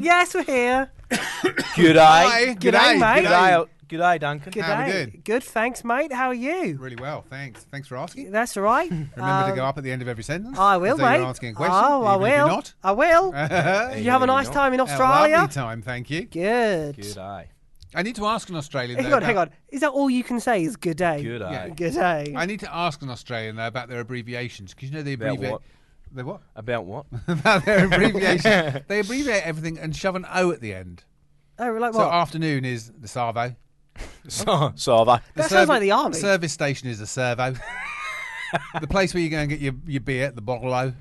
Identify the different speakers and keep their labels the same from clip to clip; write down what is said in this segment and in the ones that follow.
Speaker 1: guess we're here.
Speaker 2: G'day.
Speaker 3: G'day.
Speaker 1: G'day, mate.
Speaker 2: G'day, G'day, Duncan.
Speaker 1: Good
Speaker 3: How we
Speaker 1: day.
Speaker 3: doing?
Speaker 1: Good, thanks, mate. How are you?
Speaker 3: Really well, thanks. Thanks for asking.
Speaker 1: That's all right.
Speaker 3: Remember to
Speaker 1: Um,
Speaker 3: go up at the end of every sentence.
Speaker 1: I will,
Speaker 3: as though
Speaker 1: mate.
Speaker 3: You're asking a question.
Speaker 1: oh, I
Speaker 3: even if
Speaker 1: will.
Speaker 3: You're not.
Speaker 1: I will.
Speaker 3: A
Speaker 1: Did you have a
Speaker 2: Maybe
Speaker 1: nice
Speaker 2: not.
Speaker 1: time in Australia?
Speaker 3: lovely time, thank you.
Speaker 1: Good.
Speaker 2: G'day.
Speaker 3: I need to ask an Australian.
Speaker 1: Hang
Speaker 3: though,
Speaker 1: on, hang
Speaker 3: about-
Speaker 1: on. Is that all you can say? Is good day?
Speaker 2: G'day.
Speaker 1: Good day.
Speaker 3: I need to ask an Australian though about their abbreviations because you know they
Speaker 2: About
Speaker 3: abbreviate.
Speaker 2: what?
Speaker 3: They what?
Speaker 2: About what?
Speaker 3: about their abbreviations. they abbreviate everything and shove an O at the end.
Speaker 1: oh, like
Speaker 3: So uh,
Speaker 1: what?
Speaker 3: afternoon is the Savo.
Speaker 2: So- Sava.
Speaker 3: The
Speaker 1: That sounds
Speaker 3: serv-
Speaker 1: like the army.
Speaker 3: Service station is a servo. the place where you go and get your, your beer, the bottle-o.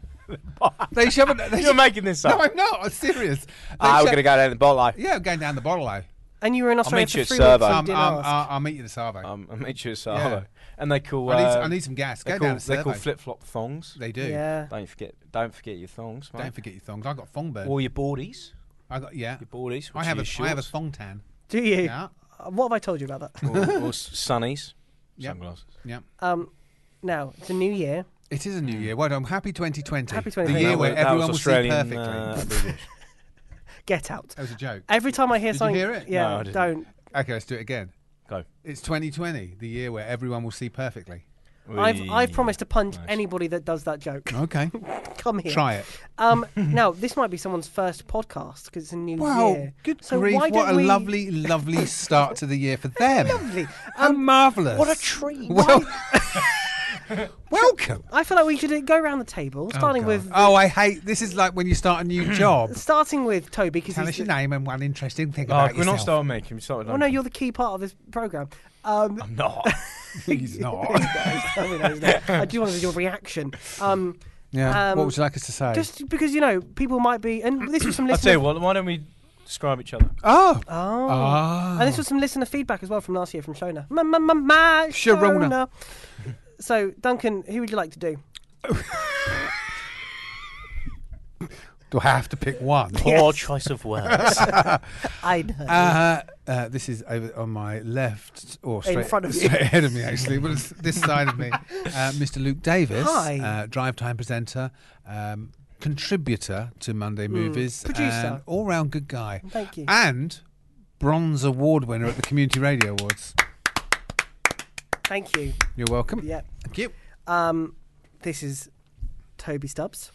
Speaker 3: they shove an, they
Speaker 2: You're
Speaker 3: shove-
Speaker 2: making this
Speaker 3: No,
Speaker 2: up.
Speaker 3: I'm not. I'm serious. They
Speaker 2: Ah, we're
Speaker 3: shove-
Speaker 2: going to go down the bottle. eh?
Speaker 3: Yeah, I'm going down the bottle though.
Speaker 1: and you were in Australia
Speaker 2: meet you
Speaker 1: for
Speaker 2: at
Speaker 1: three
Speaker 2: servo.
Speaker 1: weeks.
Speaker 3: Um,
Speaker 1: and you didn't
Speaker 3: um,
Speaker 1: ask.
Speaker 3: I'll, I'll meet you at the Savo.
Speaker 2: Um, I made you a
Speaker 3: Yeah.
Speaker 2: Savo. And they call.
Speaker 3: I, need,
Speaker 2: uh,
Speaker 3: I need some gas. Go
Speaker 2: They
Speaker 3: down
Speaker 2: call,
Speaker 3: to
Speaker 2: they call
Speaker 3: Servo.
Speaker 2: flip-flop thongs.
Speaker 3: They do.
Speaker 1: yeah.
Speaker 2: Don't forget, don't forget your thongs, mate.
Speaker 3: Don't forget your thongs. I got thongbird.
Speaker 2: Or your boardies.
Speaker 3: I got yeah.
Speaker 2: Your boardies. Which
Speaker 3: I have
Speaker 2: are
Speaker 3: a
Speaker 2: your
Speaker 3: I have a
Speaker 2: shorts.
Speaker 3: thong tan.
Speaker 1: Do you?
Speaker 3: Yeah.
Speaker 1: Uh, What have I told you about that?
Speaker 2: or, or s- sunnies.
Speaker 3: Yep.
Speaker 2: Sunglasses.
Speaker 3: Yeah.
Speaker 1: Um, now it's a new year.
Speaker 3: It is a new year. Well done. Happy 2020.
Speaker 1: Mm. Happy
Speaker 3: The
Speaker 1: 2020.
Speaker 3: year
Speaker 2: That
Speaker 3: where
Speaker 2: was- that was
Speaker 3: everyone will see
Speaker 2: Australian,
Speaker 3: perfectly.
Speaker 2: uh, abbreviation.
Speaker 1: Get out.
Speaker 3: that was a joke.
Speaker 1: Every time I hear
Speaker 3: Oh, Did you
Speaker 1: something,
Speaker 3: hear it?
Speaker 1: yeah,
Speaker 2: No, I didn't.
Speaker 1: don't.
Speaker 3: Okay, let's do it again.
Speaker 2: Go.
Speaker 3: It's 2020, the year where everyone will see perfectly.
Speaker 1: I've I've
Speaker 2: Wee.
Speaker 1: promised to punch
Speaker 2: Nice.
Speaker 1: anybody that does that joke.
Speaker 3: Okay.
Speaker 1: Come here.
Speaker 3: Try it.
Speaker 1: Um, now this might be someone's first podcast because it's a new
Speaker 3: Wow.
Speaker 1: year.
Speaker 3: Good
Speaker 1: so
Speaker 3: grief.
Speaker 1: Why
Speaker 3: What
Speaker 1: don't
Speaker 3: a
Speaker 1: we...
Speaker 3: lovely, lovely start to the year for them.
Speaker 1: Lovely. Um,
Speaker 3: How marvellous.
Speaker 1: What a treat.
Speaker 3: Well, welcome.
Speaker 1: I feel like we should go around the table, starting
Speaker 3: oh, God.
Speaker 1: with
Speaker 3: Oh, I hate. This is like when you start a new job.
Speaker 1: starting with Toby because
Speaker 3: Tell
Speaker 1: he's
Speaker 3: us
Speaker 1: the-
Speaker 3: your name and one interesting thing
Speaker 2: Oh,
Speaker 3: about
Speaker 2: we're not
Speaker 3: yourself.
Speaker 2: starting, mate. Can we start with
Speaker 1: Well, no, you're the key part of this program. Um,
Speaker 2: I'm not.
Speaker 3: He's not.
Speaker 1: I, mean, I was there. I do want to do your reaction. Um,
Speaker 3: yeah.
Speaker 1: Um,
Speaker 3: what would you like us to say?
Speaker 1: just because you know people might be, and this was some
Speaker 2: I'll
Speaker 1: listener.
Speaker 2: tell you what, why don't we describe each other?
Speaker 3: oh.
Speaker 1: Oh.
Speaker 3: Ah.
Speaker 1: And this was some listener feedback as well from last year from Shona. Ma, ma, ma, ma,
Speaker 3: Sharona.
Speaker 1: Shona. So, Duncan, who would you like to do?
Speaker 3: Do I have to pick one?
Speaker 2: Poor choice of words.
Speaker 1: I know.
Speaker 3: Uh, uh, this is over on my left or straight,
Speaker 1: front of you.
Speaker 3: straight ahead of me, actually. Well, it's this side of me, uh, Mr. Luke Davis,
Speaker 1: Hi.
Speaker 3: Uh, drive time presenter, um, contributor to Monday Movies,
Speaker 1: Hmm. Producer.
Speaker 3: and all round good guy,
Speaker 1: Thank you.
Speaker 3: and bronze award winner at the Community Radio Awards.
Speaker 1: Thank you.
Speaker 3: You're welcome.
Speaker 1: Yeah.
Speaker 3: Thank you.
Speaker 1: Um, this is Toby Stubbs.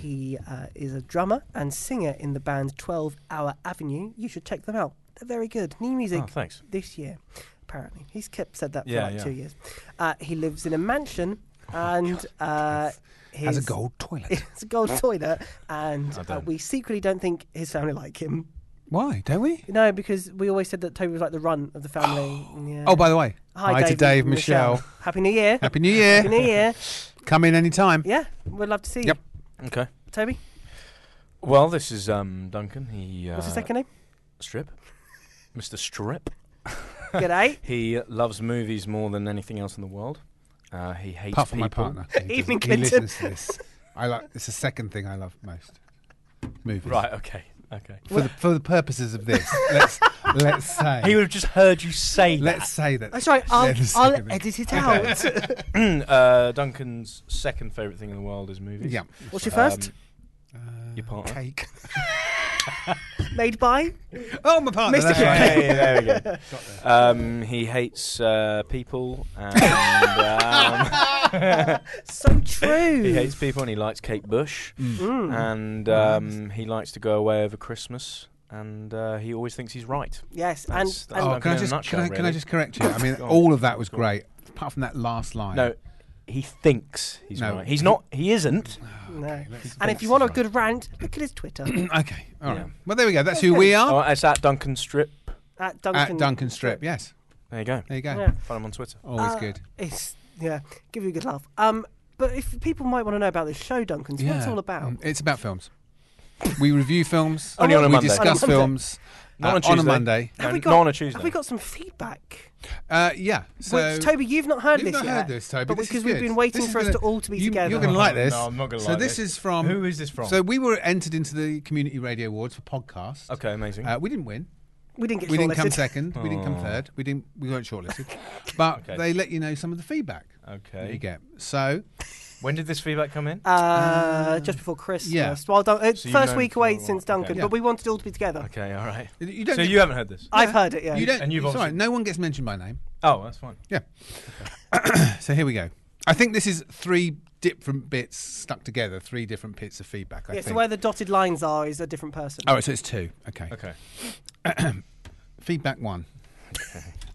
Speaker 1: He uh, is a drummer and singer in the band 12 Hour Avenue. You should check them out. They're very good. New music
Speaker 2: Oh, thanks.
Speaker 1: this year, apparently. He's kept said that for
Speaker 2: Yeah,
Speaker 1: like
Speaker 2: yeah.
Speaker 1: two years. Uh, he lives in a mansion and uh,
Speaker 3: Has a
Speaker 1: his-
Speaker 3: gold toilet.
Speaker 1: It's a gold toilet, and uh,
Speaker 2: don't.
Speaker 1: we secretly don't think his family like him.
Speaker 3: Why don't we?
Speaker 1: No, because we always said that Toby was like the run of the family. yeah.
Speaker 3: Oh, by the way,
Speaker 1: hi,
Speaker 3: to Dave Michelle.
Speaker 1: Happy New Year.
Speaker 3: Happy New Year.
Speaker 1: Happy New Year.
Speaker 3: Come in anytime.
Speaker 1: Yeah, we'd love to see you.
Speaker 3: Yep.
Speaker 2: Okay.
Speaker 1: Toby,
Speaker 2: Well, this is um, Duncan. He uh,
Speaker 1: what's his second name?
Speaker 2: Strip, Mr. Strip.
Speaker 1: G'day.
Speaker 2: He loves movies more than anything else in the world. Uh, he hates
Speaker 3: Apart from my
Speaker 2: people.
Speaker 3: partner. He
Speaker 1: Evening,
Speaker 3: doesn't- he
Speaker 1: Clinton.
Speaker 3: listens to this. I like. It's the second thing I love most. Movies.
Speaker 2: Right. Okay. Okay.
Speaker 3: For the, for the purposes of this, let's let's say
Speaker 2: He would have just heard you say
Speaker 3: let's say that.
Speaker 1: That's right. Oh, I'll,
Speaker 3: they're the
Speaker 1: I'll
Speaker 3: second thing.
Speaker 1: edit it out.
Speaker 2: that. uh, Duncan's second favorite thing in the world is movies.
Speaker 3: Yeah.
Speaker 1: What's your first?
Speaker 2: Um, your partner.
Speaker 3: Cake. um,
Speaker 1: Made by?
Speaker 3: Oh, my partner.
Speaker 1: Mr.
Speaker 2: Um, Hey, there
Speaker 1: Cake.
Speaker 3: that's right.
Speaker 2: we go. Um, he hates uh, people and. Um,
Speaker 1: So true. Mm,
Speaker 2: He hates people and he likes Kate Bush.
Speaker 3: Uh,
Speaker 2: And um, he likes to go away over Christmas. And uh, he always thinks he's right.
Speaker 1: Yes, and,
Speaker 2: That's- that's
Speaker 1: and
Speaker 3: Oh,
Speaker 2: Duncan
Speaker 3: can
Speaker 2: in
Speaker 3: I
Speaker 2: a
Speaker 3: just
Speaker 2: nutshell,
Speaker 3: can I, can I
Speaker 2: really.
Speaker 3: just correct you? I mean,
Speaker 2: Go on.
Speaker 3: all of that was
Speaker 2: Go on.
Speaker 3: great, apart from that last line.
Speaker 2: No, he thinks he's
Speaker 3: No.
Speaker 2: right. He's not. He isn't.
Speaker 3: Oh.
Speaker 1: no.
Speaker 3: let's-
Speaker 1: and if
Speaker 3: let's
Speaker 1: you want a
Speaker 3: right.
Speaker 1: good rant, look at his Twitter
Speaker 3: Okay. All right.
Speaker 2: Yeah.
Speaker 3: Well, there we go. That's who we are
Speaker 2: Oh, it's at Duncan Strip.
Speaker 1: at Duncan.
Speaker 3: at Duncan Strip. Yes.
Speaker 2: There you go.
Speaker 3: There you go.
Speaker 1: Yeah.
Speaker 2: Find him on Twitter.
Speaker 3: Always
Speaker 1: Uh,
Speaker 3: good.
Speaker 1: It's yeah, give you a good laugh. Um, but if people might want to know about this show, Duncan, so what's it all about?
Speaker 3: Mm, It's about films. We review films.
Speaker 2: Only on a
Speaker 3: we
Speaker 2: Monday.
Speaker 3: discuss
Speaker 1: On a Monday.
Speaker 3: films
Speaker 2: Not
Speaker 3: uh,
Speaker 2: on Tuesday.
Speaker 3: Monday.
Speaker 2: No,
Speaker 1: we
Speaker 2: n-
Speaker 1: got-
Speaker 2: not on a Tuesday.
Speaker 1: Have we got some feedback?
Speaker 3: Uh, yeah. So
Speaker 1: Which Toby, you've not heard
Speaker 3: You've
Speaker 1: this
Speaker 3: not
Speaker 1: yet,
Speaker 3: heard this, Toby.
Speaker 1: but
Speaker 3: This is
Speaker 1: because we've
Speaker 3: good.
Speaker 1: been waiting
Speaker 3: This is
Speaker 1: for us
Speaker 3: gonna-
Speaker 1: to all to be
Speaker 3: you-
Speaker 1: together.
Speaker 3: You're going to like
Speaker 2: No,
Speaker 3: this.
Speaker 2: I'm not gonna
Speaker 3: so
Speaker 2: like
Speaker 3: this.
Speaker 2: this.
Speaker 3: is from.
Speaker 2: Who is this from?
Speaker 3: So we were entered into the Community Radio Awards for podcasts.
Speaker 2: Okay, amazing.
Speaker 3: Uh, we didn't win.
Speaker 1: we didn't get
Speaker 3: We didn't come
Speaker 1: shortlisted.
Speaker 3: second. We didn't come third. We didn't. We weren't shortlisted. But
Speaker 2: Okay.
Speaker 3: they let you know some of the feedback that
Speaker 2: okay.
Speaker 3: you get. So
Speaker 2: When did this feedback come in?
Speaker 1: Uh, just before Christmas.
Speaker 3: yeah.
Speaker 1: Well, Dun- it's
Speaker 2: So you've
Speaker 1: first
Speaker 2: known
Speaker 1: week
Speaker 2: for a
Speaker 1: away
Speaker 2: while.
Speaker 1: since
Speaker 2: Okay.
Speaker 1: Duncan,
Speaker 3: Yeah.
Speaker 1: but we wanted it all to be together.
Speaker 2: Okay, all right.
Speaker 3: You don't.
Speaker 2: so
Speaker 3: get- Uh,
Speaker 2: you haven't heard this?
Speaker 1: I've
Speaker 3: Yeah.
Speaker 1: heard it. Yeah.
Speaker 3: you don't.
Speaker 2: and you've
Speaker 3: it's all right.
Speaker 2: obviously-
Speaker 3: No one gets mentioned by name.
Speaker 2: Oh, that's fine.
Speaker 3: So here we go. I think this is three different bits stuck together. Three different bits of feedback. I
Speaker 1: Yeah,
Speaker 3: think. Oh.
Speaker 1: so where the dotted lines are is a different person.
Speaker 3: All right, so it's two. Okay.
Speaker 2: Okay.
Speaker 3: Feedback one.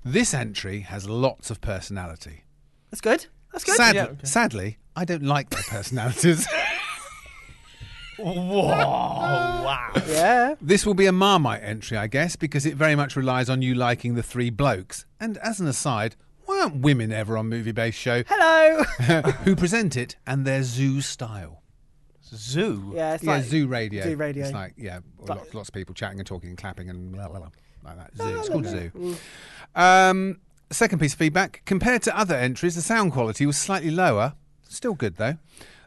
Speaker 3: This entry has lots of personality.
Speaker 1: That's good. That's good.
Speaker 3: Sad-
Speaker 2: Yeah, okay.
Speaker 3: Sadly, I don't like their personalities.
Speaker 2: Whoa! wow.
Speaker 1: Yeah.
Speaker 3: this will be a Marmite entry, I guess, because it very much relies on you liking the three blokes. And as an aside, why aren't women ever on movie based show
Speaker 1: Hello.
Speaker 3: who present it and their zoo style?
Speaker 2: Zoo.
Speaker 1: yeah. It's
Speaker 3: yeah,
Speaker 1: like
Speaker 3: zoo radio.
Speaker 1: Zoo radio.
Speaker 3: It's like yeah, lots, lots of people chatting and talking and clapping and blah, blah, blah, like that. Zoo. It's called zoo. Um, second piece of feedback. Compared to other entries, the sound quality was slightly lower. Still good though.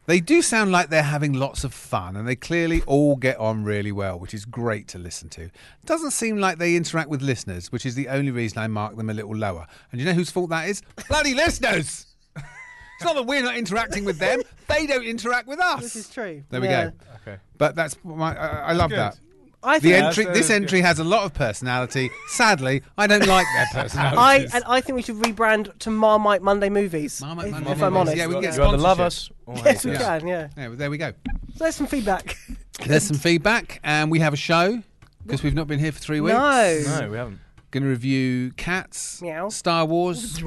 Speaker 3: They do sound like they're having lots of fun, and they clearly all get on really well, which is great to listen to. Doesn't seem like they interact with listeners, which is the only reason I mark them a little lower. And you know whose fault that is? Bloody listeners! It's not that we're not interacting with them; they don't interact with us.
Speaker 1: This is true.
Speaker 3: There we
Speaker 1: Yeah.
Speaker 3: go.
Speaker 2: Okay.
Speaker 3: But that's my. I, I love
Speaker 2: Good.
Speaker 3: that.
Speaker 1: I
Speaker 3: The
Speaker 1: think
Speaker 3: entry.
Speaker 2: so
Speaker 3: This
Speaker 2: good.
Speaker 3: entry has a lot of personality. Sadly, I don't like their
Speaker 1: I
Speaker 3: personalities.
Speaker 1: and I think we should rebrand to Marmite Monday Movies.
Speaker 3: Marmite
Speaker 1: if,
Speaker 3: Monday
Speaker 1: if I'm
Speaker 3: Movies.
Speaker 1: honest.
Speaker 3: Yeah, we
Speaker 2: you
Speaker 3: can get
Speaker 2: either love us
Speaker 3: sponsorship.
Speaker 2: or hate
Speaker 1: yes, we
Speaker 2: us.
Speaker 3: Yeah.
Speaker 1: can. Yeah.
Speaker 3: Yeah, well, there we go.
Speaker 1: So there's some feedback.
Speaker 3: There's some feedback, and we have a show because we've not been here for three weeks.
Speaker 1: No.
Speaker 2: No, we haven't.
Speaker 3: Going to review Cats,
Speaker 1: Meow.
Speaker 3: Star
Speaker 2: Mm-hmm.
Speaker 3: Wars.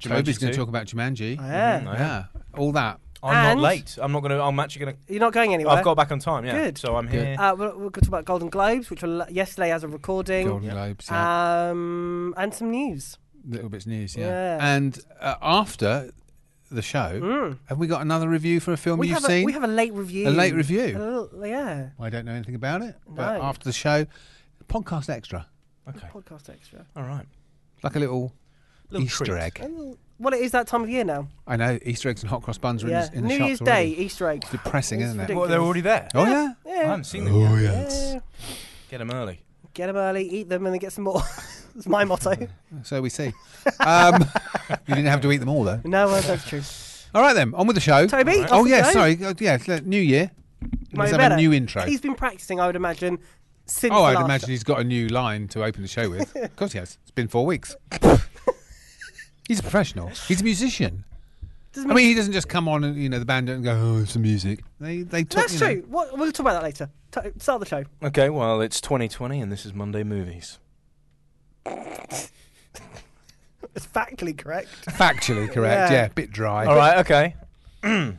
Speaker 3: Toby's
Speaker 2: Jumanji
Speaker 3: going to
Speaker 2: too.
Speaker 3: talk about Jumanji.
Speaker 1: Yeah.
Speaker 2: No.
Speaker 3: yeah, all that.
Speaker 2: I'm
Speaker 1: And-
Speaker 2: not late. I'm not going to. I'm actually going to.
Speaker 1: You're not going anywhere.
Speaker 2: I've got back on time. Yeah.
Speaker 1: Good.
Speaker 2: So I'm
Speaker 3: Good.
Speaker 2: here.
Speaker 1: Uh, we're, we're going to talk about Golden Globes, which were l- yesterday as a recording.
Speaker 3: Golden Globes. Yeah.
Speaker 1: Uh, Um, and some news.
Speaker 3: Little bits news. Yeah.
Speaker 1: yeah. Mm.
Speaker 3: And uh, after the show, have we got another review for a film
Speaker 1: we
Speaker 3: you've
Speaker 1: have
Speaker 3: seen?
Speaker 1: a we have a late review.
Speaker 3: a late review.
Speaker 1: A little- yeah.
Speaker 3: I don't know anything about it, but
Speaker 1: No.
Speaker 3: after the show, podcast extra,
Speaker 2: Okay.
Speaker 1: Podcast extra.
Speaker 2: All right.
Speaker 3: like a little,
Speaker 2: Little
Speaker 3: Easter
Speaker 2: treat.
Speaker 1: A
Speaker 3: egg.
Speaker 1: little- Mm, Well, it is that time of year now.
Speaker 3: I know Easter eggs and hot cross buns are
Speaker 1: yeah.
Speaker 3: in the, in the
Speaker 1: New
Speaker 3: shops
Speaker 1: Year's
Speaker 3: already.
Speaker 1: Day Easter egg.
Speaker 3: It's depressing,
Speaker 1: It's
Speaker 3: isn't it?
Speaker 1: ridiculous.
Speaker 2: Well, they're already there.
Speaker 3: Oh yeah. Oh,
Speaker 2: I
Speaker 1: Yeah.
Speaker 2: haven't seen them yet.
Speaker 1: yeah.
Speaker 2: Get them early.
Speaker 1: Get them early, eat them, and then get some more. That's my motto.
Speaker 3: So we see. Um, you didn't have to eat them all though.
Speaker 1: No, well, that's true.
Speaker 3: All right then, on with the show.
Speaker 1: Toby, off
Speaker 3: Oh
Speaker 1: we
Speaker 3: yeah,
Speaker 1: go.
Speaker 3: sorry. Uh, Yeah, it's, uh, New Year.
Speaker 1: Might
Speaker 3: Let's
Speaker 1: be
Speaker 3: have
Speaker 1: better.
Speaker 3: a new intro.
Speaker 1: He's been practicing, I would imagine, since.
Speaker 3: Oh, I'd
Speaker 1: last-
Speaker 3: imagine he's got a new line to open the show with. of course he has. It's been four weeks. he's a professional. He's a musician.
Speaker 1: Doesn't
Speaker 3: I
Speaker 1: mean-
Speaker 3: mean, he doesn't just come on and you know the band don't go. Oh, it's the music. They they talk.
Speaker 1: that's
Speaker 3: you know.
Speaker 1: true. What, we'll talk about that later. To- start the show.
Speaker 2: Okay. Well, it's 2020, and this is Monday movies.
Speaker 1: It's factually correct.
Speaker 3: Factually
Speaker 1: Yeah.
Speaker 3: correct. Yeah, bit dry.
Speaker 2: All right. Okay.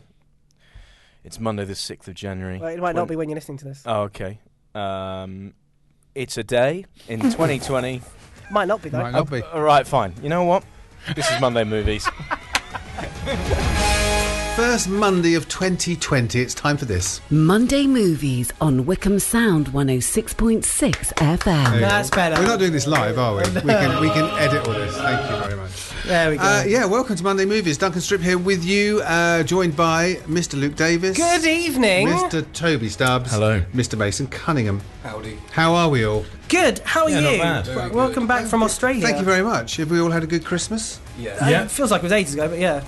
Speaker 2: it's Monday, the 6th of January.
Speaker 1: Well, it might not
Speaker 2: Twen-
Speaker 1: be when you're listening to this.
Speaker 2: Oh, okay. Um, it's a day in 2020.
Speaker 1: Might not be though.
Speaker 3: Might not be.
Speaker 2: All right, fine. You know what? This is Monday movies.
Speaker 3: First Monday of 2020. It's time for this.
Speaker 4: Monday Movies on Wickham Sound 106.6 FM.
Speaker 1: That's better.
Speaker 3: We're not doing this live, are we? We can we can edit all this. Thank you very much.
Speaker 1: There we go.
Speaker 3: Uh, yeah, welcome to Monday Movies. Duncan Strip here with you, uh, joined by Mr. Luke Davis.
Speaker 1: Good evening.
Speaker 3: Mr. Toby Stubbs.
Speaker 2: Hello.
Speaker 3: Mr. Mason Cunningham. Howdy. How are we all?
Speaker 1: Good. How are
Speaker 2: Yeah,
Speaker 1: you?
Speaker 2: not bad. Very
Speaker 1: W- Welcome back from Australia.
Speaker 3: Thank you very much. Have we all had a good Christmas?
Speaker 1: Uh, It feels like it was ages ago, but yeah.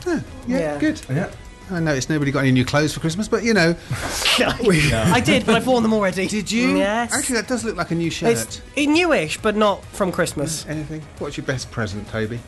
Speaker 1: Yeah.
Speaker 3: good. Yeah. I noticed nobody got any new clothes for Christmas, but you know, we,
Speaker 1: I did, but I've worn them already.
Speaker 3: did you?
Speaker 1: Yes.
Speaker 3: Actually, that does look like a new shirt.
Speaker 1: it's it's newish, but not from Christmas.
Speaker 3: Anything? What's your best present, Toby?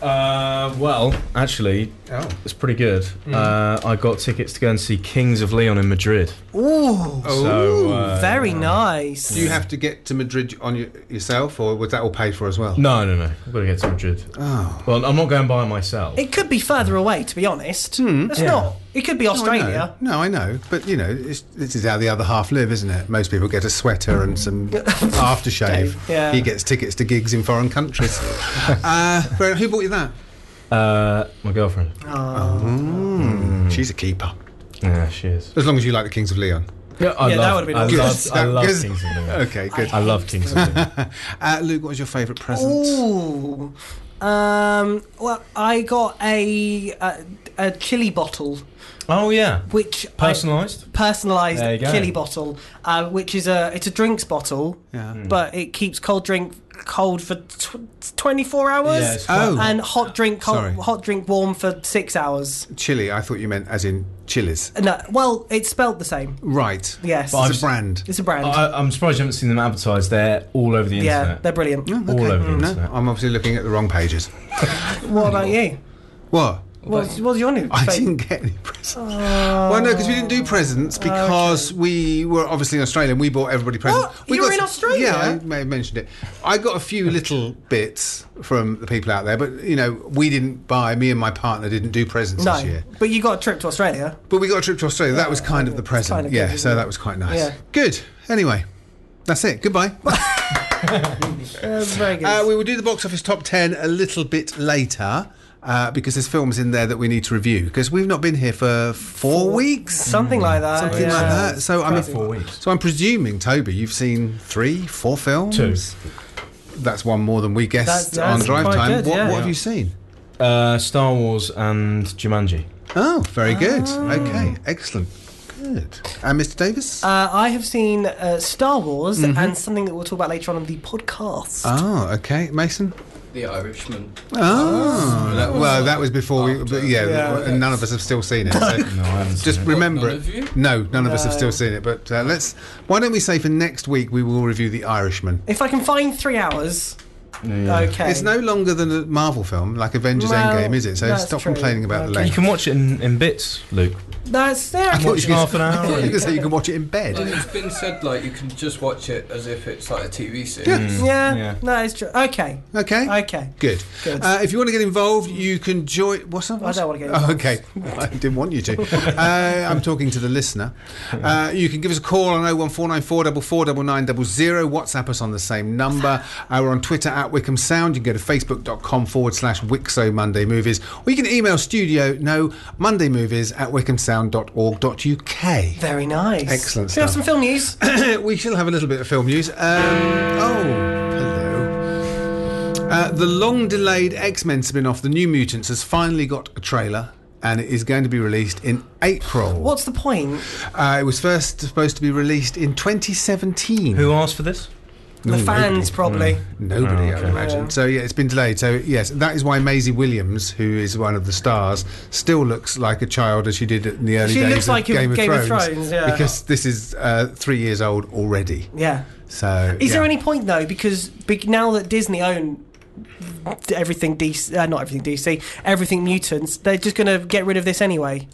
Speaker 5: Uh, well, actually,
Speaker 3: Oh.
Speaker 5: it's pretty good. Uh, I got tickets to go and see Kings of Leon in Madrid.
Speaker 1: Ooh,
Speaker 5: So, uh,
Speaker 1: very nice.
Speaker 3: Do you have to get to Madrid on your, yourself, or was that all paid for as well?
Speaker 5: no, no, no. I've got to get to Madrid. Oh. Well, I'm not going by myself.
Speaker 1: It could be further away, to be honest.
Speaker 3: Hmm.
Speaker 1: It's not. It could be
Speaker 3: Oh,
Speaker 1: Australia.
Speaker 3: No, I know, no, I know. but you know, it's, this is how the other half live, isn't it? Most people get a sweater and some aftershave.
Speaker 1: yeah.
Speaker 3: He gets tickets to gigs in foreign countries. uh, well, who bought you that?
Speaker 5: Uh, my girlfriend. Hmm.
Speaker 3: She's a keeper.
Speaker 5: Yeah, she is.
Speaker 3: As long as you like the Kings of Leon.
Speaker 5: Yeah, I
Speaker 1: Yeah, that
Speaker 5: love,
Speaker 1: would've been
Speaker 5: I
Speaker 1: awesome.
Speaker 5: love, I
Speaker 3: That-
Speaker 5: love
Speaker 3: good.
Speaker 5: Kings of Leon.
Speaker 3: Okay, good.
Speaker 5: I love Kings of Leon.
Speaker 3: Uh, Luke, what was your favourite present?
Speaker 1: Ooh. Um, well, I got a uh, a chili bottle,
Speaker 2: Oh yeah,
Speaker 1: which I-
Speaker 2: personalised.
Speaker 1: personalized
Speaker 2: There you go.
Speaker 1: chili bottle, uh, which is a it's a drinks bottle, but it keeps cold drink cold for tw- twenty four hours.
Speaker 2: Yeah, it's
Speaker 3: Oh. quite-
Speaker 1: and hot drink
Speaker 3: Sorry.
Speaker 1: cold, hot drink warm for six hours.
Speaker 3: Chili, I thought you meant as in chilies.
Speaker 1: No, well, it's spelt the same.
Speaker 3: Right.
Speaker 1: Yes,
Speaker 3: It's
Speaker 2: I've-
Speaker 3: a brand.
Speaker 1: it's a brand.
Speaker 2: Oh, I, I'm surprised you haven't seen them advertised. They're all over the
Speaker 1: yeah,
Speaker 2: internet.
Speaker 1: they're brilliant.
Speaker 3: Oh,
Speaker 2: All over the
Speaker 3: No,
Speaker 2: internet.
Speaker 3: I'm obviously looking at the wrong pages.
Speaker 1: What about you?
Speaker 3: What?
Speaker 1: What's, what's your new?
Speaker 3: I
Speaker 1: favourite?
Speaker 3: didn't get any presents.
Speaker 1: Oh.
Speaker 3: well, no, because we didn't do presents because we were obviously in Australia and we bought everybody presents.
Speaker 1: What?
Speaker 3: We
Speaker 1: You were
Speaker 3: got
Speaker 1: in
Speaker 3: s-
Speaker 1: Australia?
Speaker 3: Yeah, I may have mentioned it. I got a few little bits from the people out there, but you know, we didn't buy. Me and my partner didn't do presents
Speaker 1: no,
Speaker 3: this year.
Speaker 1: but you got a trip to Australia.
Speaker 3: But we got a trip to Australia. that was kind of the present.
Speaker 1: kind of
Speaker 3: yeah,
Speaker 1: good, isn't
Speaker 3: so
Speaker 1: it?
Speaker 3: that was quite nice.
Speaker 1: Yeah.
Speaker 3: Good. Anyway, that's it. Goodbye.
Speaker 1: Uh, very good.
Speaker 3: Uh, we will do the box office top 10 a little bit later uh, because there's films in there that we need to review because we've not been here for four weeks.
Speaker 1: something like that.
Speaker 3: Something
Speaker 1: yeah.
Speaker 3: like that. So I mean,
Speaker 2: Four weeks.
Speaker 3: So I'm presuming, Toby, you've seen three, four films.
Speaker 2: Two.
Speaker 3: That's one more than we guessed
Speaker 1: That's- that's
Speaker 3: on drive
Speaker 1: quite
Speaker 3: time.
Speaker 1: good,
Speaker 3: what
Speaker 1: yeah.
Speaker 3: what have you seen?
Speaker 2: Uh, Star Wars and Jumanji.
Speaker 3: Oh, very good. Okay, excellent. Good. And Mr. Davis.
Speaker 1: Ah. Uh, I have seen uh, Star Wars
Speaker 3: Mm-hmm.
Speaker 1: and something that we'll talk about later on in the podcast.
Speaker 3: oh, okay, Mason.
Speaker 6: The Irishman.
Speaker 3: Oh, that- well, that was before we.
Speaker 6: After.
Speaker 3: But yeah,
Speaker 1: Yeah.
Speaker 3: and none of us have still seen it. So
Speaker 2: No, I haven't seen
Speaker 3: just
Speaker 2: it.
Speaker 3: remember
Speaker 6: None
Speaker 3: it.
Speaker 6: of you?
Speaker 3: No, none of us have
Speaker 1: No.
Speaker 3: still seen it. But uh, let's. Why don't we say for next week we will review The Irishman?
Speaker 1: if I can find three hours,
Speaker 2: Yeah.
Speaker 1: okay.
Speaker 3: It's no longer than a Marvel film, like Avengers
Speaker 1: Well,
Speaker 3: Endgame, is it? So
Speaker 1: that's
Speaker 3: stop
Speaker 1: true.
Speaker 3: complaining about the
Speaker 1: Okay.
Speaker 2: You
Speaker 3: length.
Speaker 2: can watch it in, in bits, Luke.
Speaker 1: That's there.
Speaker 3: I thought
Speaker 2: watch
Speaker 3: you could-
Speaker 2: half an hour
Speaker 3: I thought you
Speaker 2: and-
Speaker 3: could say you can watch it in
Speaker 6: Like,
Speaker 3: bed.
Speaker 6: it's been said like you can just watch it as if it's like a TV series.
Speaker 1: Yeah,
Speaker 2: Yeah.
Speaker 1: that is true. Okay,
Speaker 3: Okay.
Speaker 1: okay.
Speaker 3: Good.
Speaker 1: Good.
Speaker 3: Uh, if you want to get involved, you can join. What's up?
Speaker 1: I don't want to get
Speaker 3: Oh,
Speaker 1: involved.
Speaker 3: okay. I didn't want you to. Uh, I'm talking to the listener. Uh, you can give us a call on 01494 449900. WhatsApp us on the same number. Uh, we're on Twitter at Wickham Sound. You can go to facebook.com forward slash Wixo Monday Movies. Or you can email studio no Monday Movies at wickhamsound.org.uk.
Speaker 1: Very nice.
Speaker 3: Excellent
Speaker 1: Should we have
Speaker 3: stuff.
Speaker 1: some film news?
Speaker 3: we shall have a little bit of film news. Um, oh, hello. Uh, the long delayed X Men spin off, The New Mutants, has finally got a trailer. And it is going to be released in April.
Speaker 1: What's the point?
Speaker 3: Uh, it was first supposed to be released in 2017.
Speaker 2: Who asked for this?
Speaker 1: The fans,
Speaker 3: nobody.
Speaker 1: probably.
Speaker 3: Nobody,
Speaker 2: Oh,
Speaker 3: I
Speaker 2: okay.
Speaker 3: would imagine. So yeah, it's been delayed. So yes, that is why Maisie Williams, who is one of the stars, still looks like a child as she did in the early
Speaker 1: She
Speaker 3: days
Speaker 1: looks
Speaker 3: of
Speaker 1: like in
Speaker 3: Game, of,
Speaker 1: Game of
Speaker 3: Thrones,
Speaker 1: Thrones, yeah.
Speaker 3: Because this is uh, three years old already.
Speaker 1: Yeah.
Speaker 3: So
Speaker 1: Is there
Speaker 3: yeah.
Speaker 1: any point though? Because big, now that Disney own d- everything DC, uh, not everything DC, everything mutants, they're just going to get rid of this anyway.